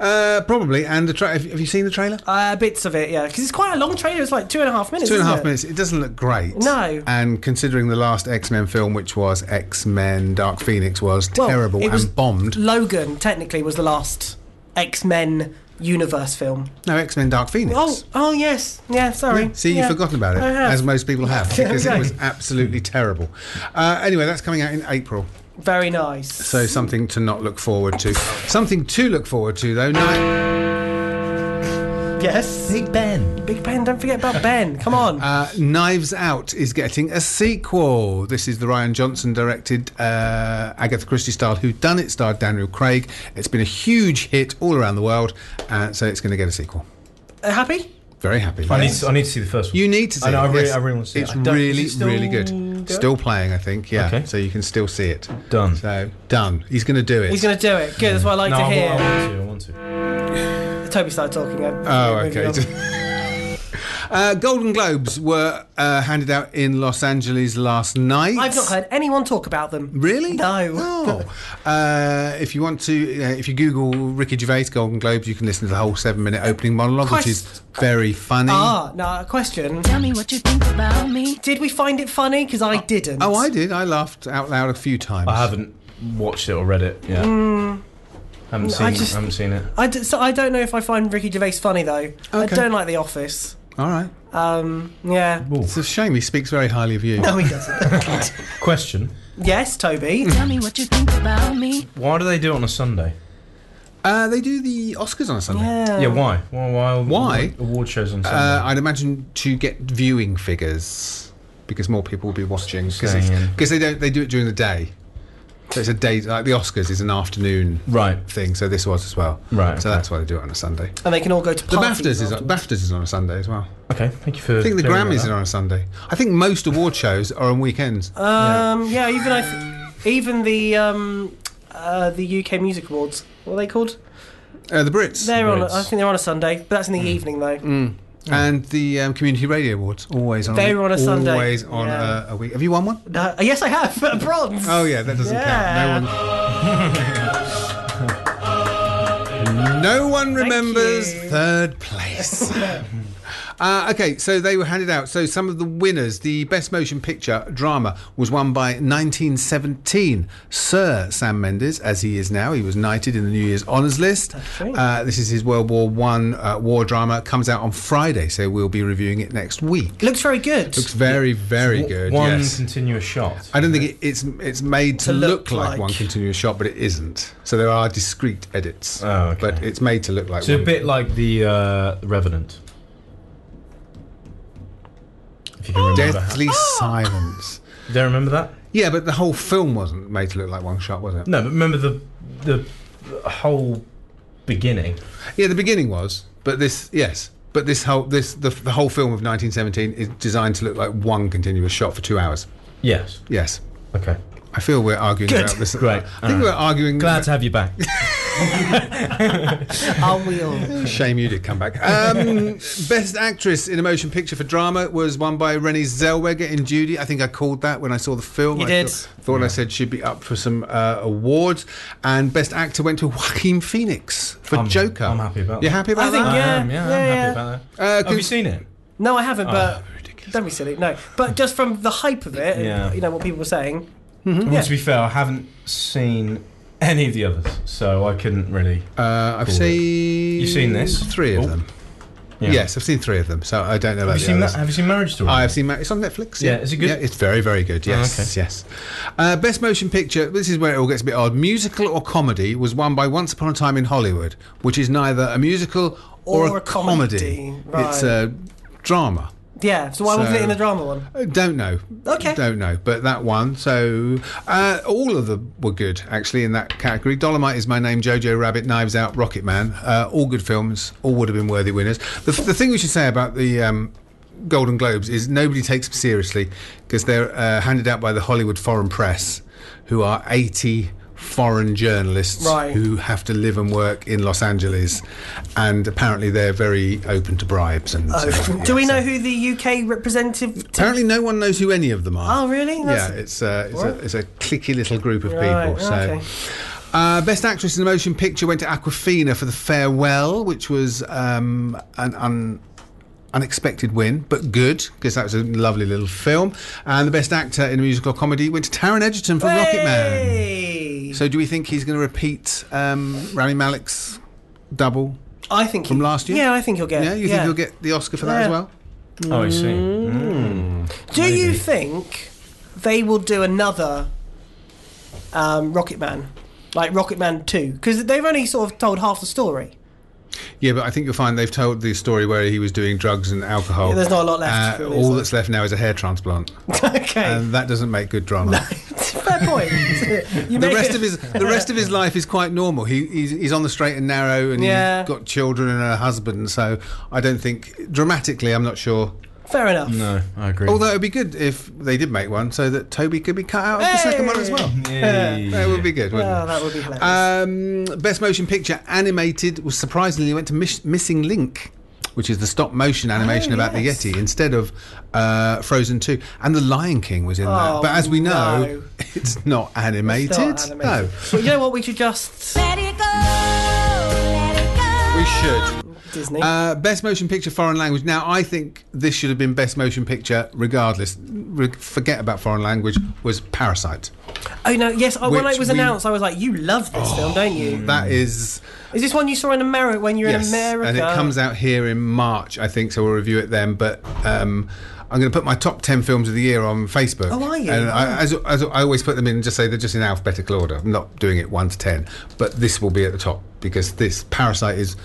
Speaker 3: Uh, probably. And the tra- have, have you seen the trailer?
Speaker 1: Uh, bits of it, yeah, because it's quite a long trailer. It's like two and a half minutes.
Speaker 3: Two and a
Speaker 1: isn't
Speaker 3: half
Speaker 1: it?
Speaker 3: minutes. It doesn't look great.
Speaker 1: No.
Speaker 3: And considering the last X Men film, which was X Men Dark Phoenix, was
Speaker 1: Well,
Speaker 3: terrible
Speaker 1: it was-
Speaker 3: and bombed.
Speaker 1: Logan technically was the last X Men universe film.
Speaker 3: No, X Men Dark Phoenix.
Speaker 1: Oh, oh yes, yeah. Sorry.
Speaker 3: Yeah, See,
Speaker 1: Yeah.
Speaker 3: you've forgotten about it,
Speaker 1: I have.
Speaker 3: as most people have, because it
Speaker 1: Okay.
Speaker 3: was absolutely terrible. Uh, anyway, that's coming out in April,
Speaker 1: Very nice.
Speaker 3: so something to not look forward to. Something to look forward to, though. Night.
Speaker 1: Yes.
Speaker 2: Big Ben.
Speaker 1: Big Ben. Don't forget about Ben. Come on.
Speaker 3: Uh, Knives Out is getting a sequel. This is the Ryan Johnson directed uh, Agatha Christie style Who Done It starred Daniel Craig. It's been a huge hit all around the world, uh, so it's going to get a sequel.
Speaker 1: Uh, happy?
Speaker 3: Very happy.
Speaker 2: I need,
Speaker 3: Yes.
Speaker 2: to, I need to see the first one.
Speaker 3: You need to see
Speaker 2: I know,
Speaker 3: it.
Speaker 2: I really-
Speaker 3: yes.
Speaker 2: I really want to see it.
Speaker 3: It's
Speaker 2: I don't- is it
Speaker 3: really,
Speaker 2: still
Speaker 3: really good.
Speaker 2: going?
Speaker 3: Still playing, I think. Yeah.
Speaker 2: Okay.
Speaker 3: So you can still see it.
Speaker 2: Done.
Speaker 3: So done. He's going to do it.
Speaker 1: He's going to do it. Good. That's what I like
Speaker 2: no,
Speaker 1: to
Speaker 2: I,
Speaker 1: hear.
Speaker 2: want, I want to. I want to.
Speaker 1: Toby started talking.
Speaker 3: Oh, okay. uh, Golden Globes were uh, handed out in Los Angeles last night.
Speaker 1: I've not heard anyone talk about them.
Speaker 3: Really?
Speaker 1: No.
Speaker 3: Oh. Uh, if you want to, uh, if you Google Ricky Gervais Golden Globes, you can listen to the whole seven-minute opening monologue,
Speaker 1: Christ.
Speaker 3: which is very funny.
Speaker 1: Ah, now a question.
Speaker 7: Tell me what you think about me.
Speaker 1: Did we find it funny? Because I didn't.
Speaker 3: Oh, I did. I laughed out loud a few times.
Speaker 2: I haven't watched it or read it. Yeah. Haven't seen.
Speaker 1: Mm. I just-
Speaker 2: haven't seen it.
Speaker 1: I d- so I don't know if I find Ricky Gervais funny though. I
Speaker 3: Okay.
Speaker 1: don't like The Office.
Speaker 3: All right.
Speaker 1: Um, yeah.
Speaker 3: It's a shame. He speaks very highly of you.
Speaker 1: No, he doesn't.
Speaker 2: Question:
Speaker 1: yes, Toby.
Speaker 7: Tell me what you think about me.
Speaker 2: Why do they do it on a Sunday?
Speaker 3: Uh, they do the Oscars on a Sunday.
Speaker 1: Yeah.
Speaker 2: Yeah. Why? Why? Why? are
Speaker 3: Why?
Speaker 2: Award shows on Sunday.
Speaker 3: Uh, I'd imagine to get viewing figures because more people will be watching because
Speaker 2: Staying in.
Speaker 3: they don't they do it during the day. So it's a day like the Oscars is an afternoon
Speaker 2: Right.
Speaker 3: thing. So this was as well.
Speaker 2: Right,
Speaker 3: So
Speaker 2: okay.
Speaker 3: that's why they do it on a Sunday.
Speaker 1: and they can all go to
Speaker 3: The
Speaker 1: parties
Speaker 3: BAFTAs is
Speaker 1: afterwards.
Speaker 3: BAFTAs is on a Sunday as well.
Speaker 2: Okay, thank you for.
Speaker 3: I think the
Speaker 2: clearing
Speaker 3: Grammys
Speaker 2: that
Speaker 3: are on a Sunday. I think most award shows are on weekends.
Speaker 1: Um, yeah. even I, th- even the um, uh, the UK Music Awards. What are they called?
Speaker 3: Uh, the Brits
Speaker 1: They're on. A,
Speaker 2: Awards.
Speaker 1: I think they're on a Sunday, but
Speaker 3: Mm.
Speaker 1: that's in the evening though.
Speaker 3: and the um, Community Radio Awards always on.
Speaker 1: They're on a Sunday.
Speaker 3: Always on
Speaker 1: Yeah.
Speaker 3: a, a week. Have you won one?
Speaker 1: Uh, yes, I have a bronze.
Speaker 3: Oh yeah, that doesn't count. No one. No one remembers
Speaker 1: you.
Speaker 3: third place. Uh, okay, so they were handed out. So some of the winners, the best motion picture drama was won by 1917 Sir Sam Mendes, as he is now. He was knighted in the New Year's Honours List. Uh, this is his World War One uh, war drama. Comes out on Friday, so we'll be reviewing it next week.
Speaker 1: Looks very good.
Speaker 3: Looks very, very
Speaker 2: out.
Speaker 3: good.
Speaker 2: One
Speaker 3: yes.
Speaker 2: continuous shot.
Speaker 3: I don't think it, it's it's made to, look,
Speaker 1: look
Speaker 3: like,
Speaker 1: like.
Speaker 3: one continuous shot, but it isn't. So there are discrete edits,
Speaker 2: Oh, okay.
Speaker 3: but it's made to look like
Speaker 2: So a
Speaker 3: one.
Speaker 2: bit like the uh, Revenant. If you
Speaker 3: Oh.
Speaker 2: can remember. How. Do
Speaker 3: Deathly silence.
Speaker 2: you remember that?
Speaker 3: Yeah, but the whole film wasn't made to look like one shot, was it?
Speaker 2: No, but remember the the whole beginning.
Speaker 3: Yeah, the beginning was, but this yes, but this whole this the, the whole film of 1917 is designed to look like one continuous shot for two hours.
Speaker 2: Yes.
Speaker 3: Yes,
Speaker 2: Okay.
Speaker 3: I feel we're arguing
Speaker 1: Good.
Speaker 3: about this.
Speaker 2: Great.
Speaker 3: I think we're arguing.
Speaker 2: Glad to have you back.
Speaker 1: Are we all?
Speaker 3: Shame you did come back. Um, best actress in a motion picture for drama was won by Renée Zellweger in Judy. I think I called that when I saw the film.
Speaker 1: You
Speaker 3: I
Speaker 1: did.
Speaker 3: Thought, thought I said she'd be up for some uh, awards. And best actor went to Joaquin Phoenix for
Speaker 2: I'm-
Speaker 3: Joker.
Speaker 2: I'm happy about
Speaker 3: You
Speaker 2: that.
Speaker 3: happy about
Speaker 1: I think-
Speaker 3: that?
Speaker 2: I
Speaker 1: Yeah,
Speaker 2: am, yeah,
Speaker 1: yeah,
Speaker 2: I'm
Speaker 1: yeah.
Speaker 2: happy about that.
Speaker 3: Uh,
Speaker 2: have you
Speaker 3: cons-
Speaker 2: seen it?
Speaker 1: No, I haven't. But
Speaker 3: Oh, ridiculous.
Speaker 1: don't be silly. No, but just from the hype of it, and,
Speaker 2: Yeah.
Speaker 1: you know what people were saying.
Speaker 3: Hmm?
Speaker 2: Well, to be fair, I haven't seen any of the others, so I couldn't really.
Speaker 3: Uh, I've
Speaker 2: Cool.
Speaker 3: seen.
Speaker 2: You've seen this?
Speaker 3: Three of
Speaker 2: Oh.
Speaker 3: them.
Speaker 2: Yeah.
Speaker 3: Yes, I've seen three of them. So I don't know
Speaker 2: Have you
Speaker 3: about the
Speaker 2: seen that?
Speaker 3: others.
Speaker 2: Have you seen Marriage Story?
Speaker 3: I have Oh, seen that. It's on Netflix.
Speaker 2: Yeah, is it good? Oh,
Speaker 3: Yeah, it's very, very good. Yes,
Speaker 2: okay.
Speaker 3: yes. Uh, best motion picture. This is where it all gets a bit odd. Musical or comedy was won by Once Upon a Time in Hollywood, which is neither a musical or,
Speaker 1: Or a
Speaker 3: a
Speaker 1: comedy,
Speaker 3: comedy.
Speaker 1: right.
Speaker 3: It's a drama.
Speaker 1: Yeah. So why wasn't
Speaker 3: So-
Speaker 1: it in the drama one?
Speaker 3: Uh, Don't know.
Speaker 1: Okay.
Speaker 3: Don't know. But that one. So uh, all of them were good, actually, in that category. Dolomite is my name. Jojo Rabbit, Knives Out, Rocket Man. Uh, all good films. All would have been worthy winners. The, the thing we should say about the um, Golden Globes is nobody takes them seriously because they're uh, handed out by the Hollywood Foreign Press, who are eighty. Foreign journalists
Speaker 1: Right.
Speaker 3: who have to live and work in Los Angeles, and apparently they're very open to bribes. And
Speaker 1: Oh,
Speaker 3: uh,
Speaker 1: do we
Speaker 3: yeah, so-
Speaker 1: know who the UK representative?
Speaker 3: Apparently, no one knows who any of them are.
Speaker 1: Oh, really?
Speaker 3: yeah,
Speaker 1: That's-
Speaker 3: it's a, it's, a, it's a clicky little group of people.
Speaker 1: Right,
Speaker 3: so.
Speaker 1: okay.
Speaker 3: Uh, best actress in a motion picture went to Aquafina for The Farewell, which was um, an un- unexpected win, but good, because that was a lovely little film. And the best actor in a musical comedy went to Taron Egerton for Rocket Man.
Speaker 1: Hey!
Speaker 3: So, do we think he's going to repeat um, Rami Malek's double?
Speaker 1: I think
Speaker 3: From
Speaker 1: he-
Speaker 3: last year?
Speaker 1: Yeah, I think he'll get.
Speaker 3: Yeah, you think he'll get the Oscar for that as
Speaker 1: Yeah.
Speaker 3: well?
Speaker 2: Oh, I see.
Speaker 1: Mm. Do you think they will do another um, Rocket Man, like Rocket Man Two? Because they've only sort of told half the story.
Speaker 3: Yeah, but I think you'll find they've told the story where he was doing drugs and alcohol.
Speaker 1: Yeah, there's not a lot left,
Speaker 3: Uh,
Speaker 1: really, is
Speaker 3: all
Speaker 1: there?
Speaker 3: that's left now is a hair transplant,
Speaker 1: okay,
Speaker 3: and that doesn't make good drama.
Speaker 1: fair point. You
Speaker 3: the
Speaker 1: make
Speaker 3: rest
Speaker 1: it-
Speaker 3: of his the rest of his life is quite normal. He, he's, he's on the straight and narrow, and
Speaker 1: Yeah.
Speaker 3: he's got children and a husband. So I don't think dramatically. I'm not sure.
Speaker 1: fair enough. Oh,
Speaker 2: No, I agree.
Speaker 3: Although it'd be good if they did make one, so that Toby could be cut out of the second one as well.
Speaker 2: Yay.
Speaker 3: That would be good, wouldn't
Speaker 1: Oh,
Speaker 3: it?
Speaker 1: that would be hilarious.
Speaker 3: Um, best motion picture animated was surprisingly went to Mish- Missing Link, which is the stop motion animation about
Speaker 1: Oh, yes.
Speaker 3: the Yeti instead of uh, Frozen Two, and The Lion King was in that.
Speaker 1: Oh,
Speaker 3: But as we know,
Speaker 1: no.
Speaker 3: it's not animated.
Speaker 1: It's not
Speaker 3: No,
Speaker 1: animated. But you know what? We should just
Speaker 7: Let it go, let it go.
Speaker 3: we should.
Speaker 1: Disney.
Speaker 3: Uh, best motion picture foreign language. Now I think this should have been best motion picture regardless. Re- forget about foreign language. Was Parasite.
Speaker 1: oh no, yes. I, when
Speaker 3: which
Speaker 1: it was
Speaker 3: we- Oh,
Speaker 1: announced, I was like, "You love this film, don't you?"
Speaker 3: That is
Speaker 1: Is this one you saw in America when you were in America?
Speaker 3: And it comes out here in March, I think, so we'll review it then. But um, I'm going to put my top 10 films of the year on Facebook.
Speaker 1: Oh, are you?
Speaker 3: And I, as, as I always put them in and just say they're just in alphabetical order. I'm not doing it 1 to 10. But this will be at the top because this Parasite is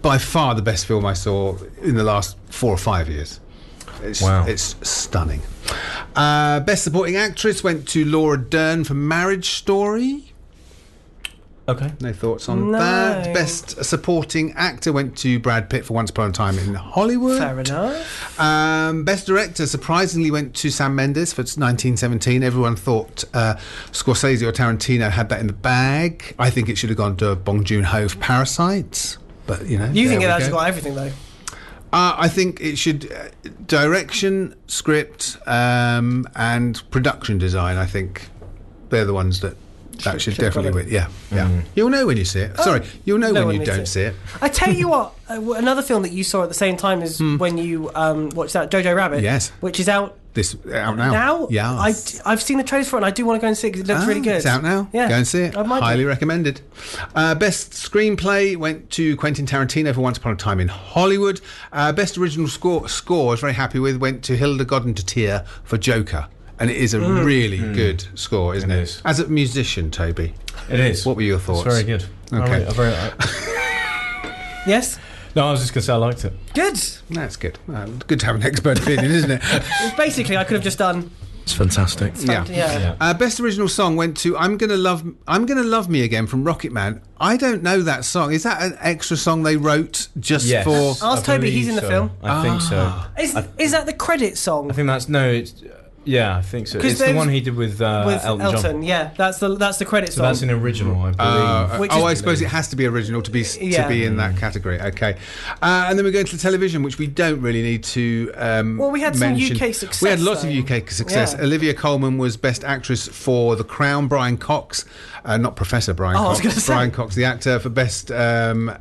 Speaker 3: by far the best film I saw in the last four or five years. It's,
Speaker 2: Wow.
Speaker 3: It's stunning. Uh, best supporting actress went to Laura Dern for Marriage Story.
Speaker 2: Okay.
Speaker 3: No thoughts on
Speaker 1: No.
Speaker 3: that. Best supporting actor went to Brad Pitt for Once Upon a Time in Hollywood.
Speaker 1: Fair enough.
Speaker 3: Um, best director surprisingly went to Sam Mendes for 1917. Everyone thought uh, Scorsese or Tarantino had that in the bag. I think it should have gone to Bong Joon Ho for Parasite. But you know,
Speaker 1: You think it
Speaker 3: there we
Speaker 1: actually
Speaker 3: go.
Speaker 1: got everything though?
Speaker 3: Uh, I think it should uh, direction, script, um, and production design. I think they're the ones that that
Speaker 1: should
Speaker 3: should,
Speaker 1: have
Speaker 3: definitely
Speaker 1: got Oh,
Speaker 3: win. Yeah, yeah. You'll know when you see it. Sorry, you'll know
Speaker 1: no one
Speaker 3: when you
Speaker 1: needs
Speaker 3: don't
Speaker 1: it.
Speaker 3: see it.
Speaker 1: I tell you what, uh, w- another film that you saw at the same time is when you um, watched that Jojo Rabbit.
Speaker 3: Hmm. Yes.
Speaker 1: Which is out
Speaker 3: This out now.
Speaker 1: now.
Speaker 3: yeah.
Speaker 1: I, have seen the trailer for it and I do want to go and see it because it looks
Speaker 3: Ah,
Speaker 1: really good.
Speaker 3: It's out now.
Speaker 1: Yeah.
Speaker 3: Go and see it.
Speaker 1: I might do.
Speaker 3: Highly recommended. Uh, best screenplay went to Quentin Tarantino for Once Upon a Time in Hollywood. Uh, best original score, score I was very happy with, went to Hilda Godden Tatir for Joker. And it is a
Speaker 1: Mm.
Speaker 3: really good score, isn't it?
Speaker 2: Mm. It is.
Speaker 3: As a musician, Toby.
Speaker 2: It is.
Speaker 3: What were your thoughts?
Speaker 2: It's very good.
Speaker 3: Okay.
Speaker 2: I really- I very- I-
Speaker 1: Yes.
Speaker 2: no, I was just going to say I liked it.
Speaker 1: Good. It's
Speaker 3: That's good. Um, good to have an expert opinion, isn't it?
Speaker 1: Basically, I could have just done.
Speaker 2: It's fantastic.
Speaker 3: yeah.
Speaker 1: Yeah.
Speaker 2: Yeah.
Speaker 3: Uh, best original song went to "I'm Gonna Love I'm Gonna Love Me Again" from Rocket Man. I don't know that song. Is that an extra song they wrote just
Speaker 2: Yes.
Speaker 3: for? Ah.
Speaker 2: I
Speaker 1: Ask Toby, he's
Speaker 2: believe
Speaker 1: in the
Speaker 2: so.
Speaker 1: film.
Speaker 2: I think so.
Speaker 1: Is, is that the credit song
Speaker 2: I think that's no. It's yeah, I think so.
Speaker 1: 'Cause
Speaker 2: It's the
Speaker 1: those-
Speaker 2: one he did with, uh,
Speaker 1: with
Speaker 2: Elton,
Speaker 1: Elton?
Speaker 2: John.
Speaker 1: Yeah, that's the that's the credit
Speaker 2: So
Speaker 1: song.
Speaker 2: that's an original, I believe.
Speaker 3: Uh,
Speaker 1: Which
Speaker 3: oh,
Speaker 1: is-
Speaker 3: I suppose it has to be original to be s to
Speaker 1: Yeah.
Speaker 3: be in that category. Okay, uh, and then we go into the television, which we don't really need to. Um,
Speaker 1: Well, we had some
Speaker 3: mention.
Speaker 1: UK success,
Speaker 3: We had lots
Speaker 1: though.
Speaker 3: of UK success.
Speaker 1: Yeah.
Speaker 3: Olivia Coleman was best actress for The Crown. Brian Cox, uh, not Professor Brian.
Speaker 1: Oh, I was
Speaker 3: Cox,
Speaker 1: gonna say.
Speaker 3: Brian Cox, the actor for best. Um,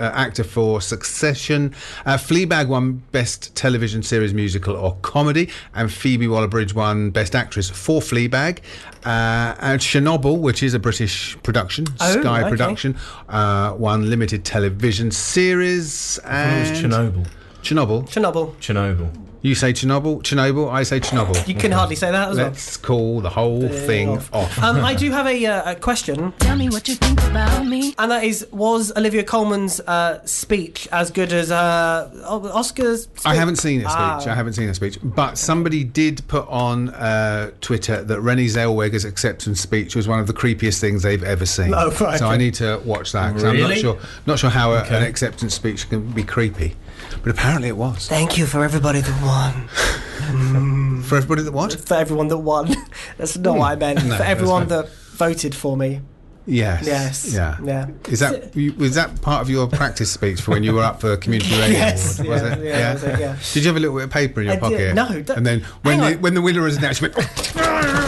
Speaker 3: uh, actor for Succession, uh, Fleabag won Best Television Series Musical or Comedy, and Phoebe Waller-Bridge won Best Actress for Fleabag, uh, and Chernobyl, which is a British production,
Speaker 1: Oh,
Speaker 3: Sky
Speaker 1: okay.
Speaker 3: production, uh, one limited television series.
Speaker 2: it
Speaker 3: And
Speaker 2: was Chernobyl.
Speaker 3: Chernobyl.
Speaker 1: Chernobyl.
Speaker 2: Chernobyl.
Speaker 3: You say Chernobyl, Chernobyl. I say Chernobyl.
Speaker 1: You can hardly say that as well.
Speaker 3: Let's call the whole thing off.
Speaker 1: Um, I do have a, uh, a question,
Speaker 7: Tell me what you think about me.
Speaker 1: and that is: Was Olivia Coleman's uh, speech as good as uh, O- Oscar's? Speech?
Speaker 3: I haven't seen a speech.
Speaker 1: Ah.
Speaker 3: I haven't seen a speech. But somebody did put on uh, Twitter that Renée Zellweger's acceptance speech was one of the creepiest things they've ever seen.
Speaker 1: Oh, right,
Speaker 3: So I
Speaker 1: okay.
Speaker 3: need to watch that 'cause I'm not
Speaker 2: Really?
Speaker 3: sure, not sure how a, an
Speaker 2: Okay.
Speaker 3: acceptance speech can be creepy. But apparently it was.
Speaker 1: Thank you for everybody that won.
Speaker 3: For everybody that what?
Speaker 1: For everyone that won. That's not what I meant.
Speaker 3: Hmm. No,
Speaker 1: for everyone
Speaker 3: that's
Speaker 1: that voted for me.
Speaker 3: Yes.
Speaker 1: Yes.
Speaker 3: Yeah.
Speaker 1: Yeah.
Speaker 3: Is that you- was that part of your practice speech for when you were up for the community radio
Speaker 1: Yes,
Speaker 3: award? Was
Speaker 1: yeah,
Speaker 3: it?
Speaker 1: yeah, that was it, yeah.
Speaker 3: Did you have a little bit of paper in your
Speaker 1: I did-
Speaker 3: pocket?
Speaker 1: no, don't-
Speaker 3: and then when
Speaker 1: hang
Speaker 3: the,
Speaker 1: on.
Speaker 3: when the winner is announced, you went, "Oh,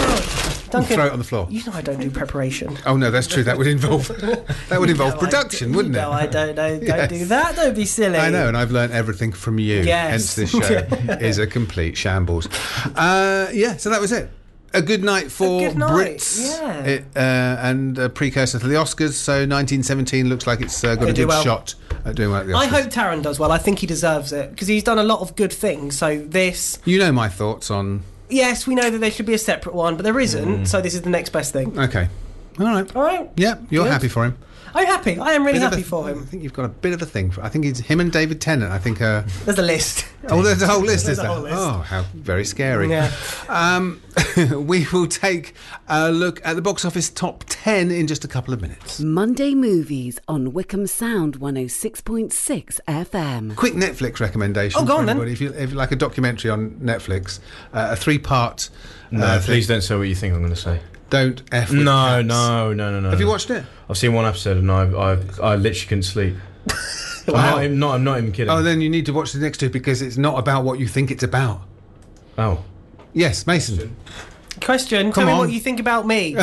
Speaker 1: Duncan,
Speaker 3: throw it on the floor.
Speaker 1: you know I don't do preparation.
Speaker 3: Oh no, that's true. That would involve that would involve
Speaker 1: No, I
Speaker 3: production,
Speaker 1: do-
Speaker 3: wouldn't
Speaker 1: no, I
Speaker 3: it?
Speaker 1: don't know. Don't
Speaker 3: Yes.
Speaker 1: do that. Don't be silly.
Speaker 3: I know, and I've learned everything from you.
Speaker 1: Yes.
Speaker 3: Hence, this show is a complete shambles. Uh, yeah, so that was it. A good night for
Speaker 1: good night,
Speaker 3: Brits,
Speaker 1: yeah.
Speaker 3: It, uh, and a precursor to the Oscars. So 1917 looks like it's uh, got
Speaker 1: Gonna
Speaker 3: a
Speaker 1: do
Speaker 3: good
Speaker 1: well.
Speaker 3: shot at doing well at the Oscars.
Speaker 1: I hope Taron does well. I think he deserves it because he's done a lot of good things. So this,
Speaker 3: you know my thoughts on.
Speaker 1: yes, we know that there should be a separate one, but there isn't.
Speaker 3: Mm.
Speaker 1: So this is the next best thing.
Speaker 3: Okay, all right.
Speaker 1: All right.
Speaker 3: Yeah, you're
Speaker 1: Good.
Speaker 3: happy for him.
Speaker 1: I'm happy. I am really
Speaker 3: Bit of a-
Speaker 1: happy for
Speaker 3: I
Speaker 1: him.
Speaker 3: think you've got a bit of a thing. For, I think it's him and David Tennant. I think. Uh,
Speaker 1: There's a list.
Speaker 3: oh, there's a whole list, is
Speaker 1: a
Speaker 3: there?
Speaker 1: whole list.
Speaker 3: Oh, how very scary.
Speaker 1: Yeah.
Speaker 3: Um, we will take a look at the box office top 10 in just a couple of minutes.
Speaker 4: Monday movies on Wickham Sound 106.6 FM.
Speaker 3: Quick Netflix recommendation.
Speaker 1: Oh, go
Speaker 3: for
Speaker 1: on then.
Speaker 3: everybody. If you, if you like a documentary on Netflix, uh, a three part.
Speaker 2: No, please don't say what you think I'm going to say.
Speaker 3: Don't F. with
Speaker 2: No,
Speaker 3: cats.
Speaker 2: no, no, no, no.
Speaker 3: Have you watched it?
Speaker 2: I've seen one episode and I, I, I literally couldn't sleep. I'm, not, even- not, I'm not even kidding.
Speaker 3: Oh, then you need to watch the next two because it's not about what you think it's about.
Speaker 2: oh.
Speaker 3: Yes, Mason.
Speaker 1: Question.
Speaker 3: Come
Speaker 1: tell me
Speaker 3: on.
Speaker 1: what you think about me.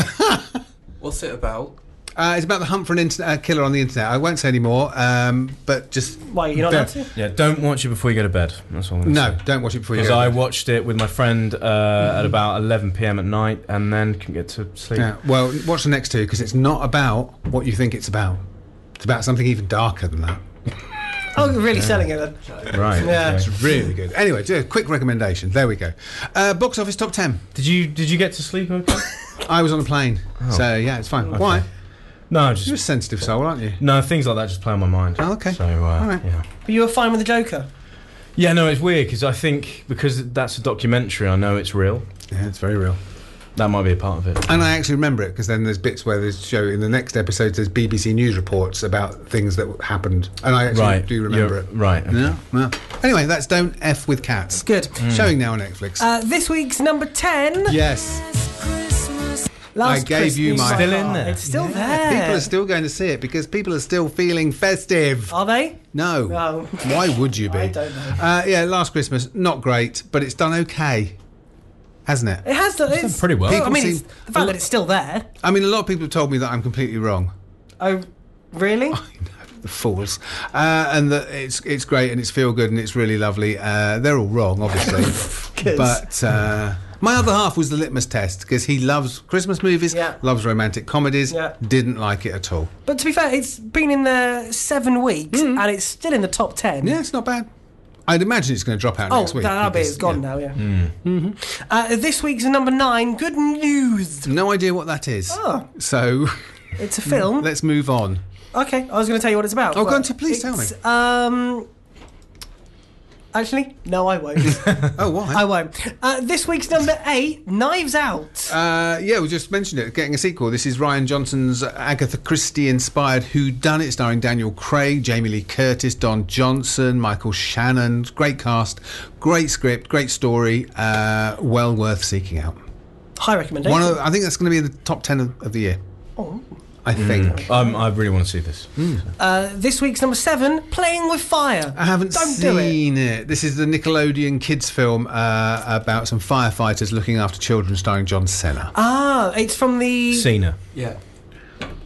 Speaker 6: What's it about?
Speaker 3: Uh, it's about the hunt for an internet, uh, killer on the internet. I won't say any more, um, but just.
Speaker 1: Why you're not
Speaker 3: Don't-
Speaker 1: allowed to?
Speaker 2: Yeah, don't watch it before you go to bed. That's all I'm going to
Speaker 3: No, don't watch it before you
Speaker 2: Because
Speaker 3: go.
Speaker 2: I watched it with my friend uh,
Speaker 1: Mm-hmm.
Speaker 2: at about 11 p.m. at night and then couldn't get to sleep.
Speaker 3: Yeah, well, watch the next two because it's not about what you think it's about. It's about something even darker than that.
Speaker 1: Oh, you're really selling it. Then.
Speaker 2: Right.
Speaker 1: Yeah.
Speaker 2: okay.
Speaker 3: It's really good. Anyway, do a quick recommendation. There we go. Uh, box office top 10.
Speaker 2: Did you did you get to sleep okay?
Speaker 3: I was on a plane. So, yeah, it's fine. Why?
Speaker 2: no,
Speaker 3: You're a
Speaker 2: just
Speaker 3: sensitive soul, aren't you?
Speaker 2: no things like that just play on my mind.
Speaker 3: Oh, okay.
Speaker 2: So uh,
Speaker 3: All right.
Speaker 2: yeah.
Speaker 1: But you were fine with the Joker.
Speaker 2: Yeah, no, it's weird because I think because that's a documentary, I know it's real.
Speaker 3: Yeah.
Speaker 2: it's very real. That might be a part of it.
Speaker 3: And I actually remember it because then there's bits where there's show in the next episode there's BBC news reports about things that happened, and I actually
Speaker 2: right,
Speaker 3: do remember
Speaker 2: you're-
Speaker 3: it.
Speaker 2: Right. okay.
Speaker 3: Yeah, yeah. Anyway, that's Don't F with Cats.
Speaker 1: Good.
Speaker 3: Showing now on Netflix.
Speaker 1: Uh, this week's number 10.
Speaker 3: yes.
Speaker 1: Last
Speaker 3: I gave you
Speaker 1: Christmas.
Speaker 3: my-
Speaker 2: Still in there.
Speaker 1: It's still
Speaker 3: Yeah,
Speaker 1: there.
Speaker 3: People are still going to see it because people are still feeling festive.
Speaker 1: Are they?
Speaker 3: No.
Speaker 1: No.
Speaker 3: Why would you be?
Speaker 1: I don't know.
Speaker 3: Uh, yeah, last Christmas, not great, but it's done okay, hasn't it?
Speaker 1: It has done. It's,
Speaker 3: done pretty well.
Speaker 1: I mean,
Speaker 3: People
Speaker 1: it's,
Speaker 3: seem-
Speaker 1: the fact that it's still there.
Speaker 3: I mean, a lot of people have told me that I'm completely wrong.
Speaker 1: Oh, really?
Speaker 3: The fools, uh, and that it's it's great and it's feel good and it's really lovely. Uh, they're all wrong, obviously, but. Uh, my other half was the litmus test because he loves Christmas movies,
Speaker 1: Yeah.
Speaker 3: loves romantic comedies,
Speaker 1: Yeah.
Speaker 3: didn't like it at all.
Speaker 1: But to be fair, it's been in there seven weeks
Speaker 3: Mm.
Speaker 1: and it's still in the top ten.
Speaker 3: Yeah, it's not bad. I'd imagine it's going to drop out
Speaker 1: Oh,
Speaker 3: next week.
Speaker 1: that'll be
Speaker 3: because-
Speaker 1: it's gone
Speaker 3: yeah. Hmm.
Speaker 1: now. Yeah. Mm-hmm. Uh, this week's number nine. Good news.
Speaker 3: No idea what that is.
Speaker 1: Oh.
Speaker 3: So
Speaker 1: It's a film.
Speaker 3: let's move on.
Speaker 1: Okay, I was going to tell you what it's about.
Speaker 3: Mm. Oh,
Speaker 1: but
Speaker 3: go on, t- please tell me.
Speaker 1: it's, Um, actually, no, I won't.
Speaker 3: Oh, why?
Speaker 1: I won't. Uh, this week's number eight, Knives Out.
Speaker 3: Uh, yeah, we just mentioned it. Getting a sequel. This is Ryan Johnson's Agatha Christie-inspired Who Done It, starring Daniel Craig, Jamie Lee Curtis, Don Johnson, Michael Shannon. Great cast, great script, great story. Uh, well worth seeking out.
Speaker 1: High recommendation.
Speaker 3: One of, I think that's going to be in the top ten of, of the year.
Speaker 1: Oh.
Speaker 3: I think.
Speaker 1: Mm.
Speaker 2: Um, I really want to see this.
Speaker 1: uh, this week's number seven, Playing with Fire.
Speaker 3: I haven't
Speaker 1: Don't do it.
Speaker 3: seen it. This is the Nickelodeon kids film uh, about some firefighters looking after children, starring John Cena.
Speaker 1: Ah, it's from the.
Speaker 2: Cena.
Speaker 6: Yeah.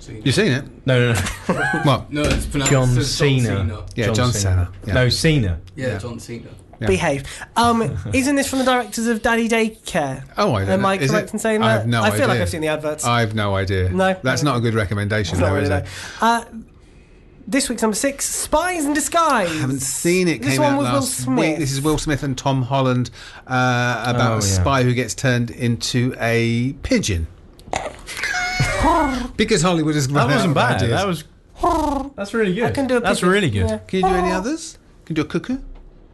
Speaker 3: you seen it?
Speaker 2: No, no, no.
Speaker 3: Well,
Speaker 6: No, it's pronounced
Speaker 2: John
Speaker 6: as
Speaker 2: Cena.
Speaker 6: John Cena.
Speaker 3: Yeah, John Cena. Yeah.
Speaker 2: No, Cena.
Speaker 6: Yeah,
Speaker 3: Yeah.
Speaker 6: John Cena.
Speaker 1: Behave. Um, isn't this from the directors of Daddy Daycare?
Speaker 3: Oh, I don't
Speaker 1: Am
Speaker 3: know.
Speaker 1: I
Speaker 3: Is
Speaker 1: correct
Speaker 3: it?
Speaker 1: in saying that?
Speaker 3: I have no
Speaker 1: I feel like
Speaker 3: idea.
Speaker 1: I've seen the adverts.
Speaker 3: I've no idea.
Speaker 1: No.
Speaker 3: that's not a good recommendation,
Speaker 1: It's not
Speaker 3: though,
Speaker 1: really
Speaker 3: is
Speaker 1: though.
Speaker 3: it?
Speaker 1: Uh, this week's number six, Spies in Disguise.
Speaker 3: I haven't seen it.
Speaker 1: This
Speaker 3: Came
Speaker 1: one
Speaker 3: out
Speaker 1: with Will
Speaker 3: last
Speaker 1: Smith.
Speaker 3: week. This is Will Smith and Tom Holland uh, about
Speaker 2: Oh,
Speaker 3: a
Speaker 2: yeah.
Speaker 3: spy who gets turned into a pigeon. because Hollywood has run
Speaker 2: That wasn't
Speaker 3: out of
Speaker 2: bad.
Speaker 3: ideas.
Speaker 2: That was. That's really good.
Speaker 1: can do a
Speaker 2: That's
Speaker 1: picture-
Speaker 2: really good.
Speaker 1: yeah.
Speaker 3: Can you do any others? Can you do a cuckoo?